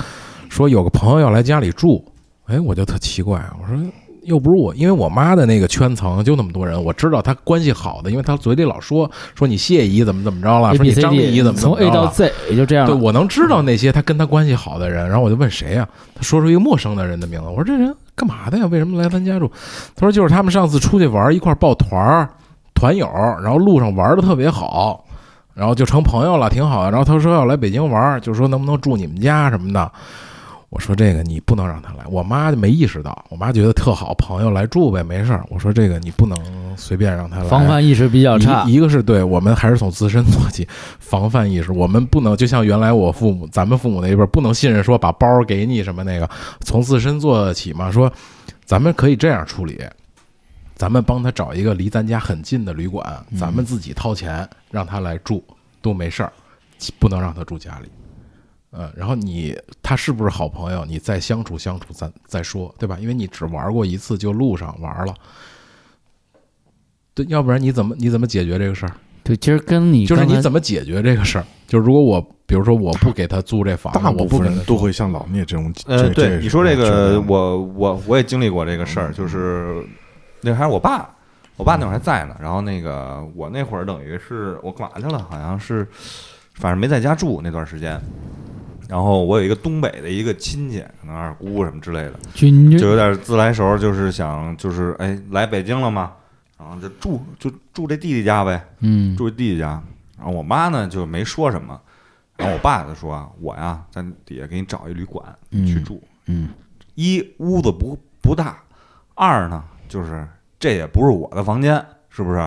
[SPEAKER 2] 说有个朋友要来家里住，哎，我就特奇怪，我说又不是我，因为我妈的那个圈层就那么多人，我知道她关系好的，因为她嘴里老说说你谢姨怎么怎么着了，
[SPEAKER 3] A
[SPEAKER 2] 啊说
[SPEAKER 3] B
[SPEAKER 2] 你
[SPEAKER 3] C
[SPEAKER 2] 张丽姨
[SPEAKER 3] D，
[SPEAKER 2] 怎么怎
[SPEAKER 3] 从
[SPEAKER 2] 么
[SPEAKER 3] A
[SPEAKER 2] 着
[SPEAKER 3] 到
[SPEAKER 2] 了。
[SPEAKER 3] Z 也就这样
[SPEAKER 2] 对，
[SPEAKER 3] 了。
[SPEAKER 2] 我能知道那些她跟她关系好的人，然后我就问谁呀、她说出一个陌生的人的名字，我说这人干嘛的呀？为什么来咱家住？她说就是他们上次出去玩儿一块儿抱团儿，团友，然后路上玩的特别好，然后就成朋友了，挺好的。然后他说要哎来北京玩，就说能不能住你们家什么的。我说这个你不能让他来，我妈就没意识到，我妈觉得特好，朋友来住呗，没事儿。我说这个你不能随便让他来，
[SPEAKER 3] 防范意识比较差，
[SPEAKER 2] 一一个是对我们还是从自身做起，防范意识，我们不能就像原来我父母、咱们父母那一辈儿，不能信任说把包儿给你什么那个，从自身做起嘛。说咱们可以这样处理，咱们帮他找一个离咱家很近的旅馆，咱们自己掏钱让他来住都没事儿，不能让他住家里。嗯，然后你他是不是好朋友，你再相处相处，咱再说，对吧？因为你只玩过一次，就路上玩了，对，要不然你怎么你怎么解决这个事儿？
[SPEAKER 3] 对，其实跟你
[SPEAKER 2] 就是
[SPEAKER 3] 刚才
[SPEAKER 2] 你怎么解决这个事儿？就是如果我，比如说我不给他租这房子，
[SPEAKER 1] 大
[SPEAKER 2] 我
[SPEAKER 1] 部
[SPEAKER 2] 不
[SPEAKER 1] 分
[SPEAKER 2] 给他
[SPEAKER 1] 人都会像老聂这种，
[SPEAKER 4] 呃，
[SPEAKER 1] 这
[SPEAKER 4] 对你说这个，，
[SPEAKER 1] 是
[SPEAKER 4] 我我我也经历过这个事儿，就是那还是我爸，我爸那会儿还在呢。然后那个我那会儿等于是我干嘛去了？好像是反正没在家住那段时间。然后我有一个东北的一个亲戚，可能二姑什么之类的，
[SPEAKER 3] 君
[SPEAKER 4] 就有点自来熟，就是想就是哎来北京了嘛，然后就住就住这弟弟家呗。
[SPEAKER 3] 嗯
[SPEAKER 4] 住弟弟家，然后我妈呢就没说什么，然后我爸就说：“啊我呀，在底下给你找一旅馆
[SPEAKER 3] 嗯
[SPEAKER 4] 去住。
[SPEAKER 3] 嗯
[SPEAKER 4] 一屋子不不大，二呢就是这也不是我的房间，是不是？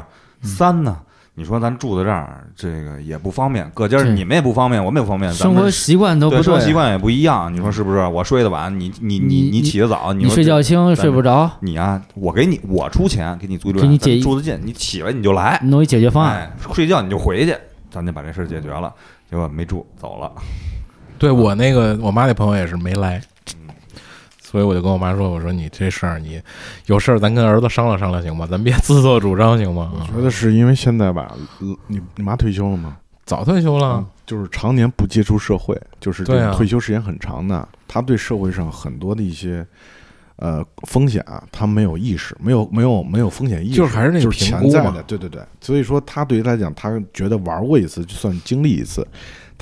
[SPEAKER 3] 嗯
[SPEAKER 4] 三呢，你说咱住在这儿，这个也不方便，各家儿
[SPEAKER 3] 对
[SPEAKER 4] 你们也不方便，我们也不方便，咱
[SPEAKER 3] 生
[SPEAKER 4] 们
[SPEAKER 3] 活习惯都不
[SPEAKER 4] 对生活习
[SPEAKER 3] 对，啊嗯
[SPEAKER 4] 惯也不一样，你说是不是？我睡得晚，你你你
[SPEAKER 3] 你
[SPEAKER 4] 你起得早，
[SPEAKER 3] 你
[SPEAKER 4] 说
[SPEAKER 3] 睡
[SPEAKER 4] 这
[SPEAKER 3] 觉轻
[SPEAKER 4] 咱
[SPEAKER 3] 睡不着，
[SPEAKER 4] 你啊，我给你我出钱给你租一旅
[SPEAKER 3] 给
[SPEAKER 4] 馆，
[SPEAKER 3] 你
[SPEAKER 4] 咱
[SPEAKER 3] 解嗯
[SPEAKER 4] 住得近，你起来你就来。”
[SPEAKER 3] 弄一解决方案，
[SPEAKER 4] 哎，嗯睡觉你就回去，咱就把这事儿解决了。结果没住，走了。
[SPEAKER 2] 对我那个我妈那朋友也是没来，所以我就跟我妈说：“我说你这事儿，你有事儿咱跟儿子商量商量行吗？咱别自作主张行吗啊
[SPEAKER 1] 我觉得是因为现在吧，呃你你妈退休了吗？？”
[SPEAKER 2] 早退休了，
[SPEAKER 1] 就是常年不接触社会，就是这
[SPEAKER 2] 嗯对啊
[SPEAKER 1] 种退休时间很长的，他对社会上很多的一些呃风险啊，他没有意识，没有没有没有风险意识，
[SPEAKER 2] 就
[SPEAKER 1] 就是
[SPEAKER 2] 还是那个
[SPEAKER 1] 是潜
[SPEAKER 2] 评估
[SPEAKER 1] 在
[SPEAKER 2] 嘛
[SPEAKER 1] 的，对对对。所以说，他对于他来讲，他觉得玩过一次就算经历一次。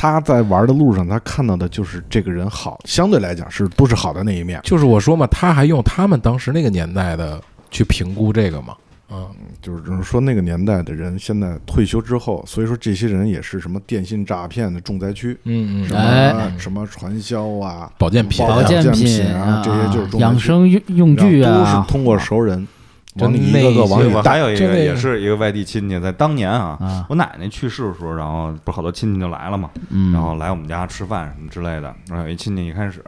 [SPEAKER 1] 他在玩的路上，他看到的就是这个人好，相对来讲是都是好的那一面，
[SPEAKER 2] 就是我说嘛，他还用他们当时那个年代的去评估这个嘛，嗯，
[SPEAKER 1] 就是说那个年代的人现在退休之后，所以说这些人也是什么电信诈骗的重灾区，
[SPEAKER 2] 嗯
[SPEAKER 1] 什
[SPEAKER 2] 嗯，
[SPEAKER 1] 么、
[SPEAKER 3] 哎
[SPEAKER 1] 什么传销啊，
[SPEAKER 2] 保健品，
[SPEAKER 1] 保
[SPEAKER 3] 保健
[SPEAKER 1] 健
[SPEAKER 3] 品
[SPEAKER 1] 品啊这些就是重
[SPEAKER 3] 养
[SPEAKER 1] 灾区
[SPEAKER 3] 生用用具
[SPEAKER 1] 然后
[SPEAKER 3] 啊
[SPEAKER 1] 都是通过熟人
[SPEAKER 2] 就
[SPEAKER 1] 往里一个个往
[SPEAKER 2] 那
[SPEAKER 1] 里
[SPEAKER 2] 些
[SPEAKER 4] 我
[SPEAKER 1] 带。
[SPEAKER 4] 还有一
[SPEAKER 2] 就
[SPEAKER 4] 个
[SPEAKER 2] 那个
[SPEAKER 4] 也是一个外地亲戚，在当年啊，
[SPEAKER 3] 啊，
[SPEAKER 4] 我奶奶去世的时候，然后不是好多亲戚就来了嘛，
[SPEAKER 3] 嗯，
[SPEAKER 4] 然后来我们家吃饭什么之类的。然后有一亲戚一开始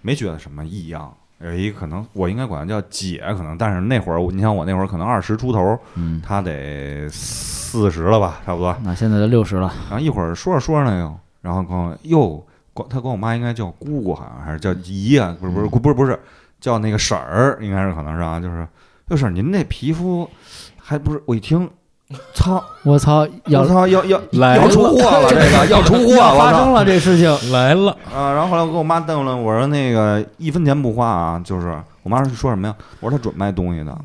[SPEAKER 4] 没觉得什么异样，有一可能我应该管她叫姐，可能，但是那会儿我你像我那会儿可能二十出头，
[SPEAKER 3] 嗯，
[SPEAKER 4] 她得四十了吧，差不多。
[SPEAKER 3] 那现在都六十了，
[SPEAKER 4] 然后一会儿说着说着呢又，然后跟我又管她管我妈应该叫姑姑，好像还是叫姨啊，不是
[SPEAKER 3] 嗯
[SPEAKER 4] 不是不是不是叫那个婶儿，应该是可能是啊，就是就是您这皮肤还不是我一听，操，
[SPEAKER 3] 我操，要
[SPEAKER 4] 我操要要
[SPEAKER 2] 来
[SPEAKER 4] 要出
[SPEAKER 2] 了
[SPEAKER 4] 货了，这 个要出货了，
[SPEAKER 3] 哎要
[SPEAKER 4] 我
[SPEAKER 3] 发
[SPEAKER 4] 操
[SPEAKER 3] 生了这事情，
[SPEAKER 2] 来了，
[SPEAKER 4] 啊，然后后来我跟我妈瞪了，我说那个一分钱不花啊，就是我妈说说什么呀？我说她准卖东西的，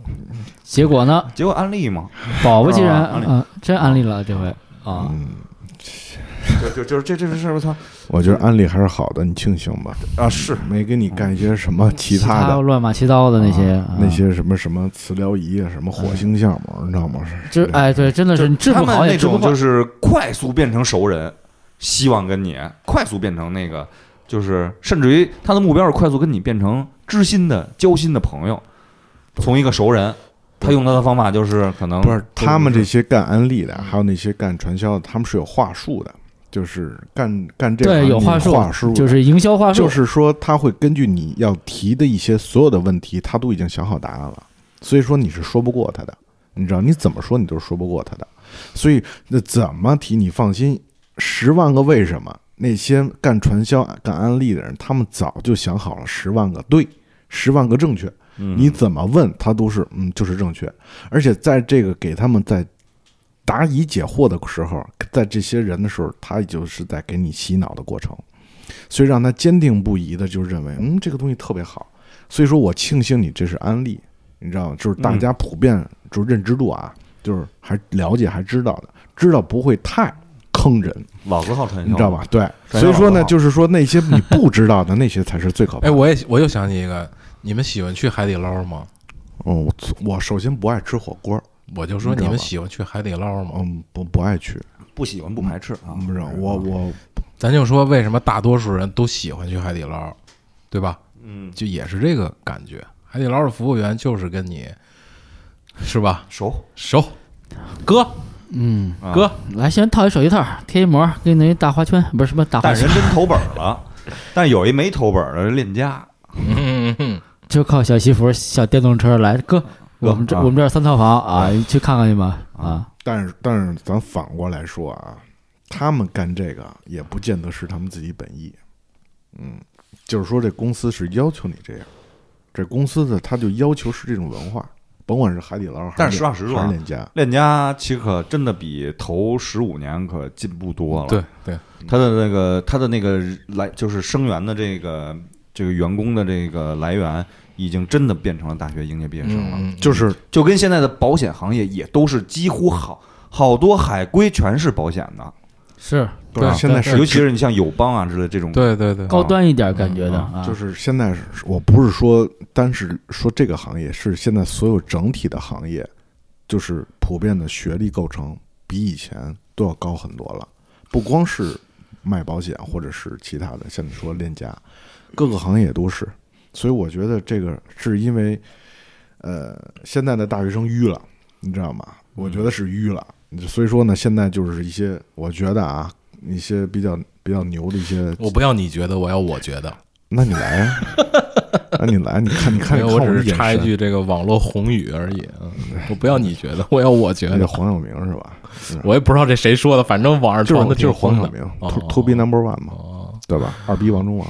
[SPEAKER 3] 结果呢，
[SPEAKER 4] 结果安利嘛，
[SPEAKER 3] 保不齐然，
[SPEAKER 4] 是吧安利
[SPEAKER 3] 嗯，真安利了这回啊，
[SPEAKER 1] 嗯，
[SPEAKER 4] 就就就是这这这事儿，我操
[SPEAKER 1] 我觉得安利还是好的，你庆幸吧，
[SPEAKER 4] 啊是，
[SPEAKER 1] 没给你干一些什么其他的。啊
[SPEAKER 3] 乱码七糟的那些啊嗯
[SPEAKER 1] 那，些什么什么磁疗仪啊，什么火星项目，你知道吗？
[SPEAKER 3] 啊
[SPEAKER 1] 是
[SPEAKER 3] 就是哎，对，真的是你治
[SPEAKER 4] 他
[SPEAKER 3] 不
[SPEAKER 4] 们
[SPEAKER 3] 好也
[SPEAKER 4] 那
[SPEAKER 3] 治不
[SPEAKER 4] 种
[SPEAKER 3] 好
[SPEAKER 4] 就，是快速变成熟人，希望跟你快速变成那个，就是甚至于他的目标是快速跟你变成知心的交心的朋友，从一个熟人，他用他的方法就是可能
[SPEAKER 1] 不是他们这些干安利的，还有那些干传销的，他们是有话术的，就是干干这
[SPEAKER 3] 对，
[SPEAKER 1] 行
[SPEAKER 3] 有
[SPEAKER 1] 你
[SPEAKER 3] 话
[SPEAKER 1] 术，话
[SPEAKER 3] 就是营销话术，
[SPEAKER 1] 就是说他会根据你要提的一些所有的问题，他都已经想好答案了，所以说你是说不过他的，你知道你怎么说你都是说不过他的，所以那怎么提你放心，十万个为什么那些干传销、干安利的人，他们早就想好了十万个对，十万个正确，你
[SPEAKER 4] 嗯
[SPEAKER 1] 怎么问他都是嗯就是正确，而且在这个给他们在答疑解惑的时候，在这些人的时候，他就是在给你洗脑的过程，所以让他坚定不移的就认为嗯这个东西特别好，所以说我庆幸你这是安利，你知道吗？就是大家普遍就是认知度啊，就是还了解还知道的，知道不会太坑人，
[SPEAKER 4] 老字号传销，
[SPEAKER 1] 你知道吧？对，
[SPEAKER 4] 传销
[SPEAKER 1] 所以说
[SPEAKER 4] 老字
[SPEAKER 1] 呢，
[SPEAKER 4] 号
[SPEAKER 1] 就是说那些你不知道的那些才是最可怕
[SPEAKER 2] 哎，
[SPEAKER 1] 的。
[SPEAKER 2] 我也我又想起一个，你们喜欢去海底捞吗？
[SPEAKER 1] 哦，我我首先不爱吃火锅。
[SPEAKER 2] 我就说
[SPEAKER 1] 你知
[SPEAKER 2] 你
[SPEAKER 1] 道
[SPEAKER 2] 们
[SPEAKER 1] 吧
[SPEAKER 2] 喜欢去海底捞吗？
[SPEAKER 1] 嗯，不不爱去，
[SPEAKER 4] 不喜欢不排斥啊，
[SPEAKER 1] 不是我我
[SPEAKER 2] 咱就说为什么大多数人都喜欢去海底捞，对吧？
[SPEAKER 4] 嗯
[SPEAKER 2] 就也是这个感觉。海底捞的服务员就是跟你，是吧？
[SPEAKER 4] 熟
[SPEAKER 2] 熟，哥
[SPEAKER 3] 嗯，
[SPEAKER 4] 啊
[SPEAKER 2] 哥，
[SPEAKER 3] 来先套一手机套，贴一膜，给你弄一大花圈，不是什么大
[SPEAKER 1] 啊
[SPEAKER 3] 花
[SPEAKER 4] 但人
[SPEAKER 3] 圈，
[SPEAKER 4] 真投本儿了， 但有一没投本儿的链家，
[SPEAKER 2] 嗯嗯嗯，
[SPEAKER 3] 就靠小西服、小电动车来，哥，我们这
[SPEAKER 4] 啊
[SPEAKER 3] 我们这儿三套房啊，你去看看去吧，啊，
[SPEAKER 1] 但是但是咱反过来说啊，他们干这个也不见得是他们自己本意，嗯，就是说这公司是要求你这样，这公司的他就要求是这种文化，甭管是海底捞还是
[SPEAKER 4] 但是实话实说啊
[SPEAKER 1] 还是链家，
[SPEAKER 4] 链家其实可真的比头十五年可进步多了。
[SPEAKER 2] 对，对，
[SPEAKER 4] 他的那个他的那个来就是生源的这个这个员工的这个来源，已经真的变成了大学应届毕业生了，
[SPEAKER 2] 嗯嗯
[SPEAKER 1] 就是
[SPEAKER 4] 就跟现在的保险行业也都是几乎好好多海归全是保险的，啊
[SPEAKER 3] 是
[SPEAKER 1] 不是
[SPEAKER 2] 对啊
[SPEAKER 1] 现在是
[SPEAKER 4] 尤其是你像友邦啊之类这种，
[SPEAKER 2] 对对对，
[SPEAKER 3] 高端一点感觉的
[SPEAKER 4] 嗯
[SPEAKER 3] 啊，
[SPEAKER 1] 就是现在是，我不是说单是说这个行业，是现在所有整体的行业，就是普遍的学历构成比以前都要高很多了。不光是卖保险，或者是其他的，像你说链家，各个行业都是。所以我觉得这个是因为，呃，现在的大学生淤了，你知道吗？
[SPEAKER 3] 嗯
[SPEAKER 1] 我觉得是淤了。所以说呢，现在就是一些，我觉得啊，一些比较比较牛的一些
[SPEAKER 2] 我不要你觉得，我要我觉得。
[SPEAKER 1] 那你来呀、那你来，你看，你看，
[SPEAKER 2] 没
[SPEAKER 1] 你
[SPEAKER 2] 有，
[SPEAKER 1] 看的
[SPEAKER 2] 只
[SPEAKER 1] 眼
[SPEAKER 2] 是
[SPEAKER 1] 神
[SPEAKER 2] 插一，句这个网络宏语而已。嗯，我不要你觉 得，我要我觉
[SPEAKER 1] 那叫
[SPEAKER 2] 得。
[SPEAKER 1] 黄晓明是吧？
[SPEAKER 2] 我也不知道这谁说的，反正网上
[SPEAKER 1] 就是
[SPEAKER 2] 传的
[SPEAKER 1] 就是
[SPEAKER 2] 是
[SPEAKER 1] 黄晓
[SPEAKER 2] 的。
[SPEAKER 1] 明
[SPEAKER 2] 哦
[SPEAKER 1] ，to to be number one 嘛，
[SPEAKER 2] 哦，
[SPEAKER 1] 对吧？二逼王中王。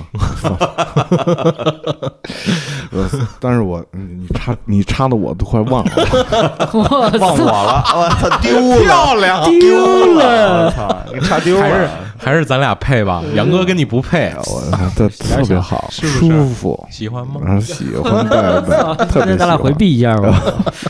[SPEAKER 1] 呃但是我嗯你插你插的我都快忘了，
[SPEAKER 4] 忘我了，我操，丢了，
[SPEAKER 2] 亮！
[SPEAKER 3] 丢
[SPEAKER 4] 丢
[SPEAKER 3] 了，
[SPEAKER 4] 我操，你差丢
[SPEAKER 2] 还是
[SPEAKER 4] 了，
[SPEAKER 2] 还是咱俩配吧？
[SPEAKER 1] 嗯
[SPEAKER 2] 杨哥跟你不配，
[SPEAKER 1] 我这特别好，
[SPEAKER 2] 是不是
[SPEAKER 1] 舒服，
[SPEAKER 2] 喜欢吗？
[SPEAKER 1] 然后喜欢拜 拜，特别
[SPEAKER 3] 咱俩
[SPEAKER 1] 喜欢
[SPEAKER 3] 回避一下吧，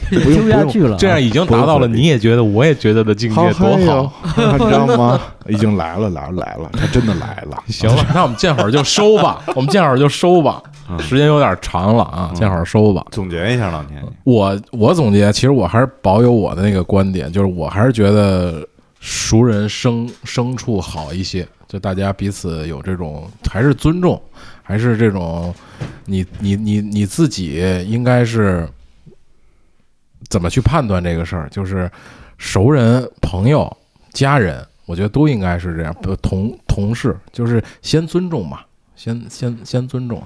[SPEAKER 1] 不用
[SPEAKER 3] 听不下去了。啊
[SPEAKER 2] 这样已经达到了你也觉得我也觉得的境
[SPEAKER 1] 啊好
[SPEAKER 2] 界，多好。
[SPEAKER 1] 嗨哟，你知道吗？已经来了，来了，来了，他真的来了。
[SPEAKER 2] 行了，那我们见好就收 吧，我们见好就收吧，时间有点长了啊，见好收吧。
[SPEAKER 4] 总结一下老田，
[SPEAKER 2] 我我总结，其实我还是保有我的那个观点，就是我还是觉得熟人生生处好一些，就大家彼此有这种还是尊重，还是这种你你你你自己应该是怎么去判断这个事儿，就是熟人、朋友、家人，我觉得都应该是这样，不同同事就是先尊重嘛，先先先尊重。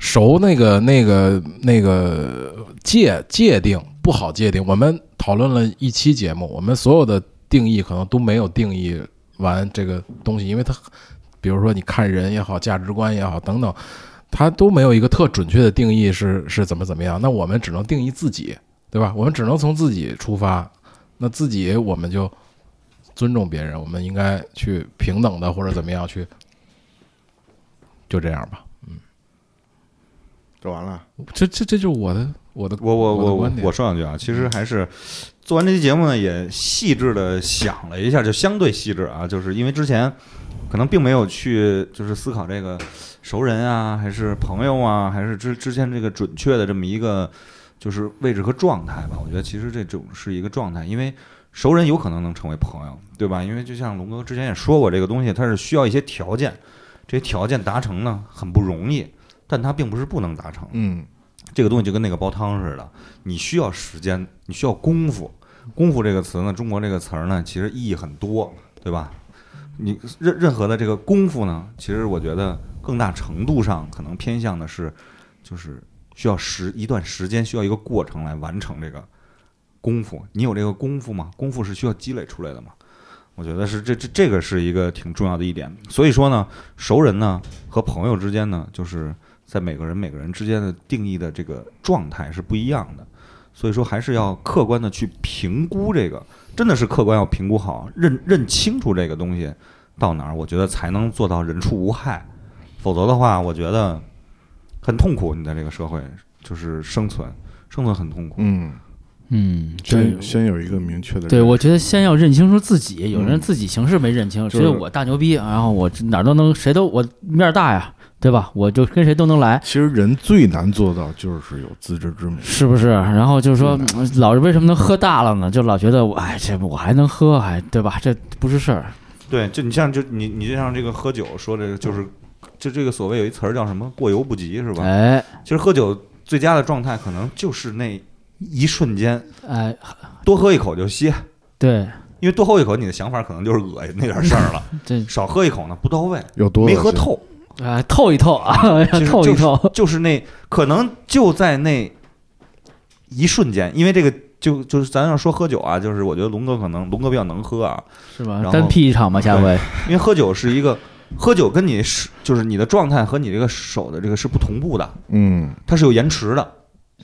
[SPEAKER 2] 熟那个那个那个界界定不好界定，我们讨论了一期节目，我们所有的定义可能都没有定义完这个东西，因为它，比如说你看人也好，价值观也好等等，它都没有一个特准确的定义是是怎么怎么样。那我们只能定义自己，对吧？我们只能从自己出发，那自己我们就尊重别人，我们应该去平等的或者怎么样去，就这样吧。
[SPEAKER 1] 这完了，
[SPEAKER 2] 这这这就是我的我的
[SPEAKER 4] 我我
[SPEAKER 2] 我的
[SPEAKER 4] 我
[SPEAKER 2] 观点
[SPEAKER 4] 我说两句啊，其实还是做完这期节目呢，也细致的想了一下，就相对细致啊，就是因为之前可能并没有去就是思考这个熟人啊，还是朋友啊，还是之之前这个准确的这么一个就是位置和状态吧。我觉得其实这种是一个状态，因为熟人有可能能成为朋友，对吧？因为就像龙哥之前也说过，这个东西它是需要一些条件，这些条件达成呢很不容易，但它并不是不能达成。
[SPEAKER 1] 嗯，
[SPEAKER 4] 这个东西就跟那个煲汤似的，你需要时间，你需要功夫。功夫这个词呢，中国这个词儿呢，其实意义很多，对吧？你任任何的这个功夫呢，其实我觉得更大程度上可能偏向的是，就是需要时一段时间，需要一个过程来完成这个功夫。你有这个功夫吗？功夫是需要积累出来的嘛？我觉得是这这这个是一个挺重要的一点。所以说呢，熟人呢和朋友之间呢，就是在每个人每个人之间的定义的这个状态是不一样的，所以说还是要客观的去评估这个，真的是客观要评估好，认认清楚这个东西到哪儿，我觉得才能做到人畜无害，否则的话，我觉得很痛苦，你在这个社会就是生存，生存很痛苦。
[SPEAKER 1] 嗯，
[SPEAKER 3] 嗯，对
[SPEAKER 1] 先。先有一个明确的认识，
[SPEAKER 3] 对，我觉得先要认清楚自己。有人
[SPEAKER 1] 嗯
[SPEAKER 3] 自己形势没认清，
[SPEAKER 1] 就
[SPEAKER 3] 觉得
[SPEAKER 1] 是
[SPEAKER 3] 我大牛逼，然后我哪儿都能，谁都我面儿大呀，对吧？我就跟谁都能来。
[SPEAKER 1] 其实人最难做到就是有自知之明。
[SPEAKER 3] 是不是？然后就说，嗯老是为什么能喝大了呢？就老觉得我，哎，这我还能喝，还对吧？这不是事儿。
[SPEAKER 4] 对，就你像就你你就像这个喝酒说这个就是，就这个所谓有一词儿叫什么过犹不及是吧？
[SPEAKER 3] 哎
[SPEAKER 4] 其实喝酒最佳的状态可能就是那一瞬间，
[SPEAKER 3] 哎，
[SPEAKER 4] 多喝一口就歇，
[SPEAKER 3] 对，
[SPEAKER 4] 因为多喝一口你的想法可能就是恶心那点事 儿了，
[SPEAKER 3] 这
[SPEAKER 4] 少喝一口呢不到位，
[SPEAKER 1] 有多恶
[SPEAKER 4] 没
[SPEAKER 1] 心
[SPEAKER 4] 喝，透，
[SPEAKER 3] 哎透一透啊，
[SPEAKER 4] 其实
[SPEAKER 3] 透一透。
[SPEAKER 4] 就是那可能就在那一瞬间，因为这个就就是咱要说喝酒啊，就是我觉得龙哥可能龙哥比较能喝啊，
[SPEAKER 3] 是吧
[SPEAKER 4] 然？后
[SPEAKER 3] 单劈一场吧，下回。
[SPEAKER 4] 因为喝酒是一个。喝酒跟你是就是你的状态和你这个手的这个是不同步的，
[SPEAKER 1] 嗯，
[SPEAKER 4] 它是有延迟的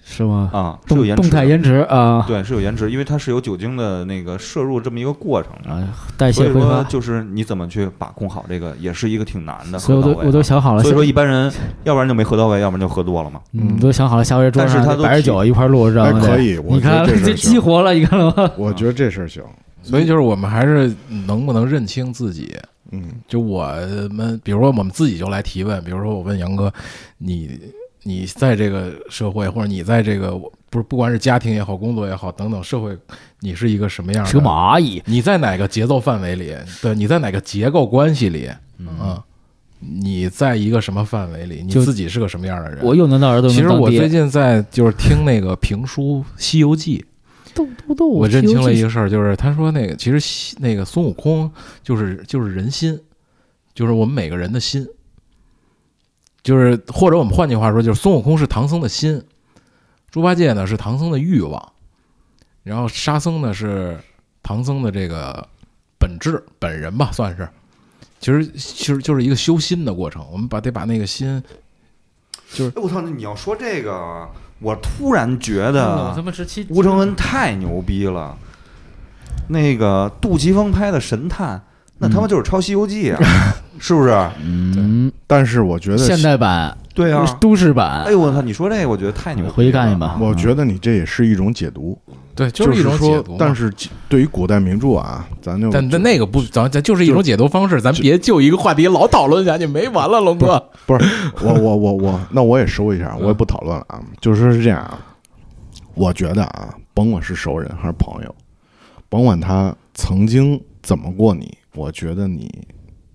[SPEAKER 3] 是吗？
[SPEAKER 4] 啊，是有
[SPEAKER 3] 动
[SPEAKER 4] 延迟
[SPEAKER 3] 动
[SPEAKER 4] 的
[SPEAKER 3] 态延迟啊，
[SPEAKER 4] 对，是有延迟，因为它是有酒精的那个摄入这么一个过程的。
[SPEAKER 3] 啊，代
[SPEAKER 4] 所
[SPEAKER 3] 谢
[SPEAKER 4] 以
[SPEAKER 3] 挥
[SPEAKER 4] 说，
[SPEAKER 3] 发。
[SPEAKER 4] 就是你怎么去把控好这个，也是一个挺难的。
[SPEAKER 3] 所以我
[SPEAKER 4] 喝
[SPEAKER 3] 都
[SPEAKER 4] 到位
[SPEAKER 3] 我都
[SPEAKER 4] 的
[SPEAKER 3] 想好了，
[SPEAKER 4] 所以说
[SPEAKER 3] 下
[SPEAKER 4] 一般人，要不然就没喝到位，要不然就喝多了嘛。
[SPEAKER 3] 嗯我都想好了，下回桌
[SPEAKER 4] 但是
[SPEAKER 3] 上
[SPEAKER 4] 他都
[SPEAKER 3] 白着
[SPEAKER 4] 提
[SPEAKER 3] 酒一块儿录，知道
[SPEAKER 1] 哎，
[SPEAKER 3] 吗？
[SPEAKER 1] 可以，我
[SPEAKER 3] 你
[SPEAKER 1] 觉得
[SPEAKER 3] 看
[SPEAKER 1] 这事
[SPEAKER 3] 这
[SPEAKER 1] 儿
[SPEAKER 3] 激
[SPEAKER 1] 行，
[SPEAKER 3] 活了，你看了吗？
[SPEAKER 1] 我觉得这事儿行，
[SPEAKER 2] 所以就是我们还是能不能认清自己。
[SPEAKER 1] 嗯，
[SPEAKER 2] 就我们，比如说我们自己就来提问，比如说我问杨哥，你你在这个社会，或者你在这个不是不管是家庭也好，工作也好等等社会，你是一个什么样的？
[SPEAKER 3] 是 个？蚂蚁，
[SPEAKER 2] 你在哪个节奏范围里？对，你在哪个结构关系里？啊，你在一个什么范围里？你
[SPEAKER 3] 嗯就
[SPEAKER 2] 自己是个什么样的人？
[SPEAKER 3] 我又能到儿，都能
[SPEAKER 2] 其实
[SPEAKER 3] 当
[SPEAKER 2] 我
[SPEAKER 3] 爹
[SPEAKER 2] 最近在就是听那个评书《西游记》，
[SPEAKER 3] 动动动，
[SPEAKER 2] 我认
[SPEAKER 3] 西游
[SPEAKER 2] 清了
[SPEAKER 3] 记
[SPEAKER 2] 一个事儿，就是他说那个其实西那个孙悟空就是就是人心，就是我们每个人的心，就是或者我们换句话说，就是孙悟空是唐僧的心，猪八戒呢是唐僧的欲望，然后沙僧呢是唐僧的这个本质本人吧，算是。其实其实就是一个修心的过程，我们把得把那个心，
[SPEAKER 4] 哎，我操！你要说这个，我突然
[SPEAKER 3] 我
[SPEAKER 4] 觉
[SPEAKER 3] 他
[SPEAKER 4] 得
[SPEAKER 3] 妈嗯十七
[SPEAKER 4] 吴承恩太牛逼了。那个杜琪峰拍的《神探》，那他妈就是抄《西游记》啊，是不是？
[SPEAKER 3] 嗯，
[SPEAKER 1] 但是我觉得
[SPEAKER 3] 现代版、
[SPEAKER 4] 对啊。
[SPEAKER 3] 都市版
[SPEAKER 4] 哎，呦我操！你说这个，我觉得太牛逼了。
[SPEAKER 3] 回去干去吧。
[SPEAKER 1] 我觉得你这也是一种解读，
[SPEAKER 2] 对，
[SPEAKER 1] 就是
[SPEAKER 2] 一种解
[SPEAKER 1] 说
[SPEAKER 2] 读嘛。，
[SPEAKER 1] 但是其对于古代名著啊，咱就
[SPEAKER 2] 但但那个不，咱咱嗯就是一种解读方式，咱别就一个话题老讨论下去，没完了，龙哥。
[SPEAKER 1] 不是 我我我我，那我也收一下，
[SPEAKER 2] 嗯
[SPEAKER 1] 我也不讨论了啊。就是是这样啊，我觉得啊，甭管是熟人还是朋友，甭管他曾经怎么过你，我觉得你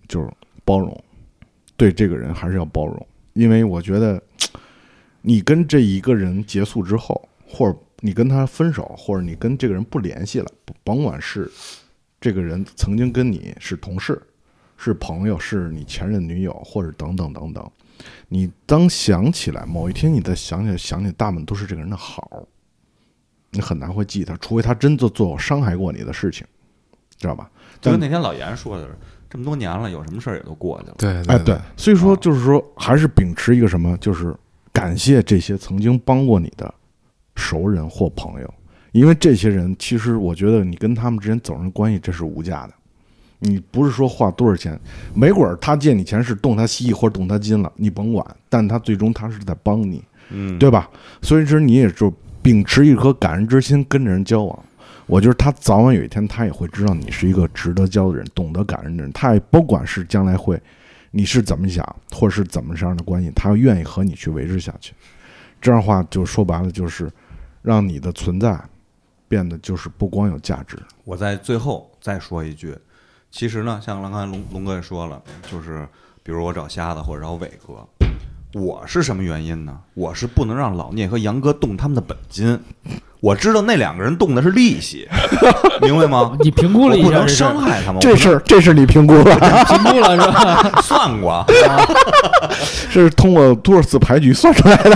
[SPEAKER 1] 就是包容，对这个人还是要包容，因为我觉得你跟这一个人结束之后，或者你跟他分手，或者你跟这个人不联系了，不甭管是这个人曾经跟你是同事，是朋友，是你前任女友，或者等等等等。你当想起来某一天，你再想起来，想起大部分都是这个人的好，你很难会记他，除非他真的做伤害过你的事情，知道吧？
[SPEAKER 4] 就
[SPEAKER 1] 但
[SPEAKER 4] 跟那天老严说的是，这么多年了，有什么事儿也都过去了。
[SPEAKER 2] 对
[SPEAKER 1] 哎，对，，所以说
[SPEAKER 4] 啊
[SPEAKER 1] 就是说，还是秉持一个什么，就是感谢这些曾经帮过你的熟人或朋友，因为这些人其实我觉得你跟他们之间走上关系，这是无价的。你不是说花多少钱，没准儿他借你钱是动他西或者动他金了，你甭管，但他最终他是在帮你，
[SPEAKER 4] 嗯，
[SPEAKER 1] 对吧？所以说你也就秉持一颗感恩之心跟着人交往。我觉得他早晚有一天，他也会知道你是一个值得交的人，懂得感恩的人。他也不管是将来会你是怎么想，或者是怎么样的关系，他愿意和你去维持下去。这样的话，就说白了就是让你的存在变得就是不光有价值。
[SPEAKER 4] 我在最后再说一句，其实呢，像刚才龙龙哥也说了，就是比如我找瞎子或者找伟哥，我是什么原因呢？我是不能让老聂和杨哥动他们的本金，我知道那两个人动的是利息，明白吗？
[SPEAKER 3] 你评估
[SPEAKER 4] 我
[SPEAKER 3] 了一
[SPEAKER 4] 不
[SPEAKER 3] 下
[SPEAKER 4] 能
[SPEAKER 3] 事儿
[SPEAKER 4] 伤害他们，
[SPEAKER 1] 这事儿，这是你评估了，
[SPEAKER 3] 评估了是吧？
[SPEAKER 4] 我算过，
[SPEAKER 1] 这是通过多少次牌局算出来的。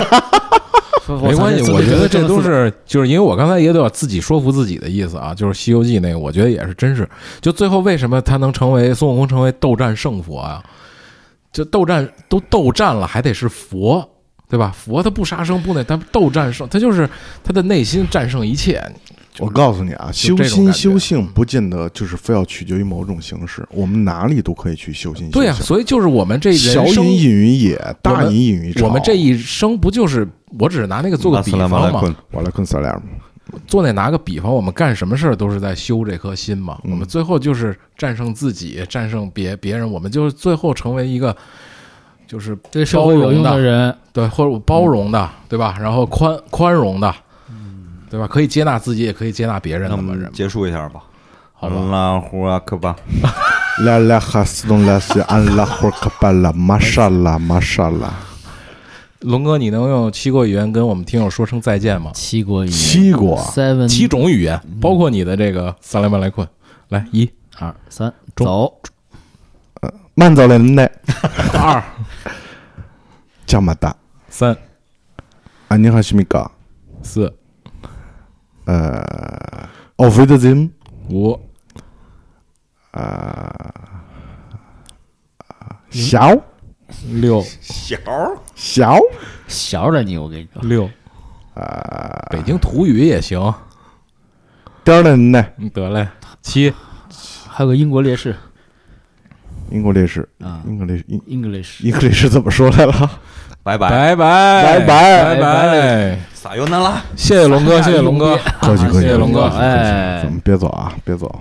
[SPEAKER 2] 没关系，
[SPEAKER 3] 操
[SPEAKER 2] 我觉得这都
[SPEAKER 3] 个
[SPEAKER 2] 是就是因为我刚才也得有自己说服自己的意思啊，就是《西游记》那个，我觉得也是真是，就最后为什么他能成为孙悟空成为斗战胜佛啊？就斗战都斗战了，还得是佛，对吧？佛他不杀生不那，他斗战胜，他就是他的内心战胜一切。
[SPEAKER 1] 我告诉你啊，
[SPEAKER 2] 就
[SPEAKER 1] 修
[SPEAKER 2] 这种
[SPEAKER 1] 心
[SPEAKER 2] 感觉
[SPEAKER 1] 修性不见得就是非要取决于某种形式，我们哪里都可以去修心修性。
[SPEAKER 2] 对呀、啊所以就是我们这
[SPEAKER 1] 小
[SPEAKER 2] 人生，
[SPEAKER 1] 隐隐于野，大隐隐于朝。
[SPEAKER 2] 我们这一生不就是我只是拿那个做
[SPEAKER 4] 啊
[SPEAKER 2] 个比方嘛，
[SPEAKER 1] 瓦拉昆萨莱姆，
[SPEAKER 2] 做那拿个比方，我们干什么事儿都是在修这颗心嘛。
[SPEAKER 1] 嗯
[SPEAKER 2] 我们最后就是战胜自己，战胜别别人，我们就是最后成为一个，就是
[SPEAKER 3] 对社会有用的人，
[SPEAKER 2] 对或者我包容的，对吧？然后宽宽容的，对吧？可以接纳自己，也可以接纳别人
[SPEAKER 4] 那
[SPEAKER 2] 的
[SPEAKER 4] 我
[SPEAKER 2] 嘛人
[SPEAKER 4] 们，嗯结束一下吧。
[SPEAKER 2] 好吧？
[SPEAKER 4] 安拉胡阿克巴，
[SPEAKER 1] 拉拉哈斯东拉西安拉霍克巴拉玛莎拉玛莎拉，
[SPEAKER 2] 龙哥，你能用七国语言跟我们听友说声再见吗？
[SPEAKER 3] 七国语言
[SPEAKER 1] 七国
[SPEAKER 3] seven
[SPEAKER 2] 七种语言，包括你的这个萨莱曼莱困，来一
[SPEAKER 3] 二三
[SPEAKER 2] 中
[SPEAKER 3] 走，
[SPEAKER 1] 慢走人呢，
[SPEAKER 2] 二
[SPEAKER 1] 加马达
[SPEAKER 2] 三
[SPEAKER 1] 安尼哈西米嘎，
[SPEAKER 2] 四
[SPEAKER 1] 呃，奥维德金，
[SPEAKER 2] 五，嗯
[SPEAKER 1] 小
[SPEAKER 2] 六
[SPEAKER 4] 小
[SPEAKER 1] 小
[SPEAKER 3] 小着你，我跟你说，
[SPEAKER 2] 六，北京土语也行。
[SPEAKER 1] 点人呢，
[SPEAKER 2] 嗯，得嘞，七
[SPEAKER 3] 还有个英国烈士
[SPEAKER 1] 英国历史，
[SPEAKER 3] 啊
[SPEAKER 1] 英国历史，英
[SPEAKER 3] ，English
[SPEAKER 1] 英国历史怎么说来 了？
[SPEAKER 4] 拜拜，
[SPEAKER 2] 拜拜拜
[SPEAKER 1] 拜拜
[SPEAKER 2] 拜拜，
[SPEAKER 4] 撒尤南拉。
[SPEAKER 2] 谢谢龙哥，谢谢龙哥，
[SPEAKER 1] 客气客气，
[SPEAKER 2] 谢谢龙哥
[SPEAKER 1] 客气客气
[SPEAKER 3] 哎
[SPEAKER 1] 咱们别走啊，别走，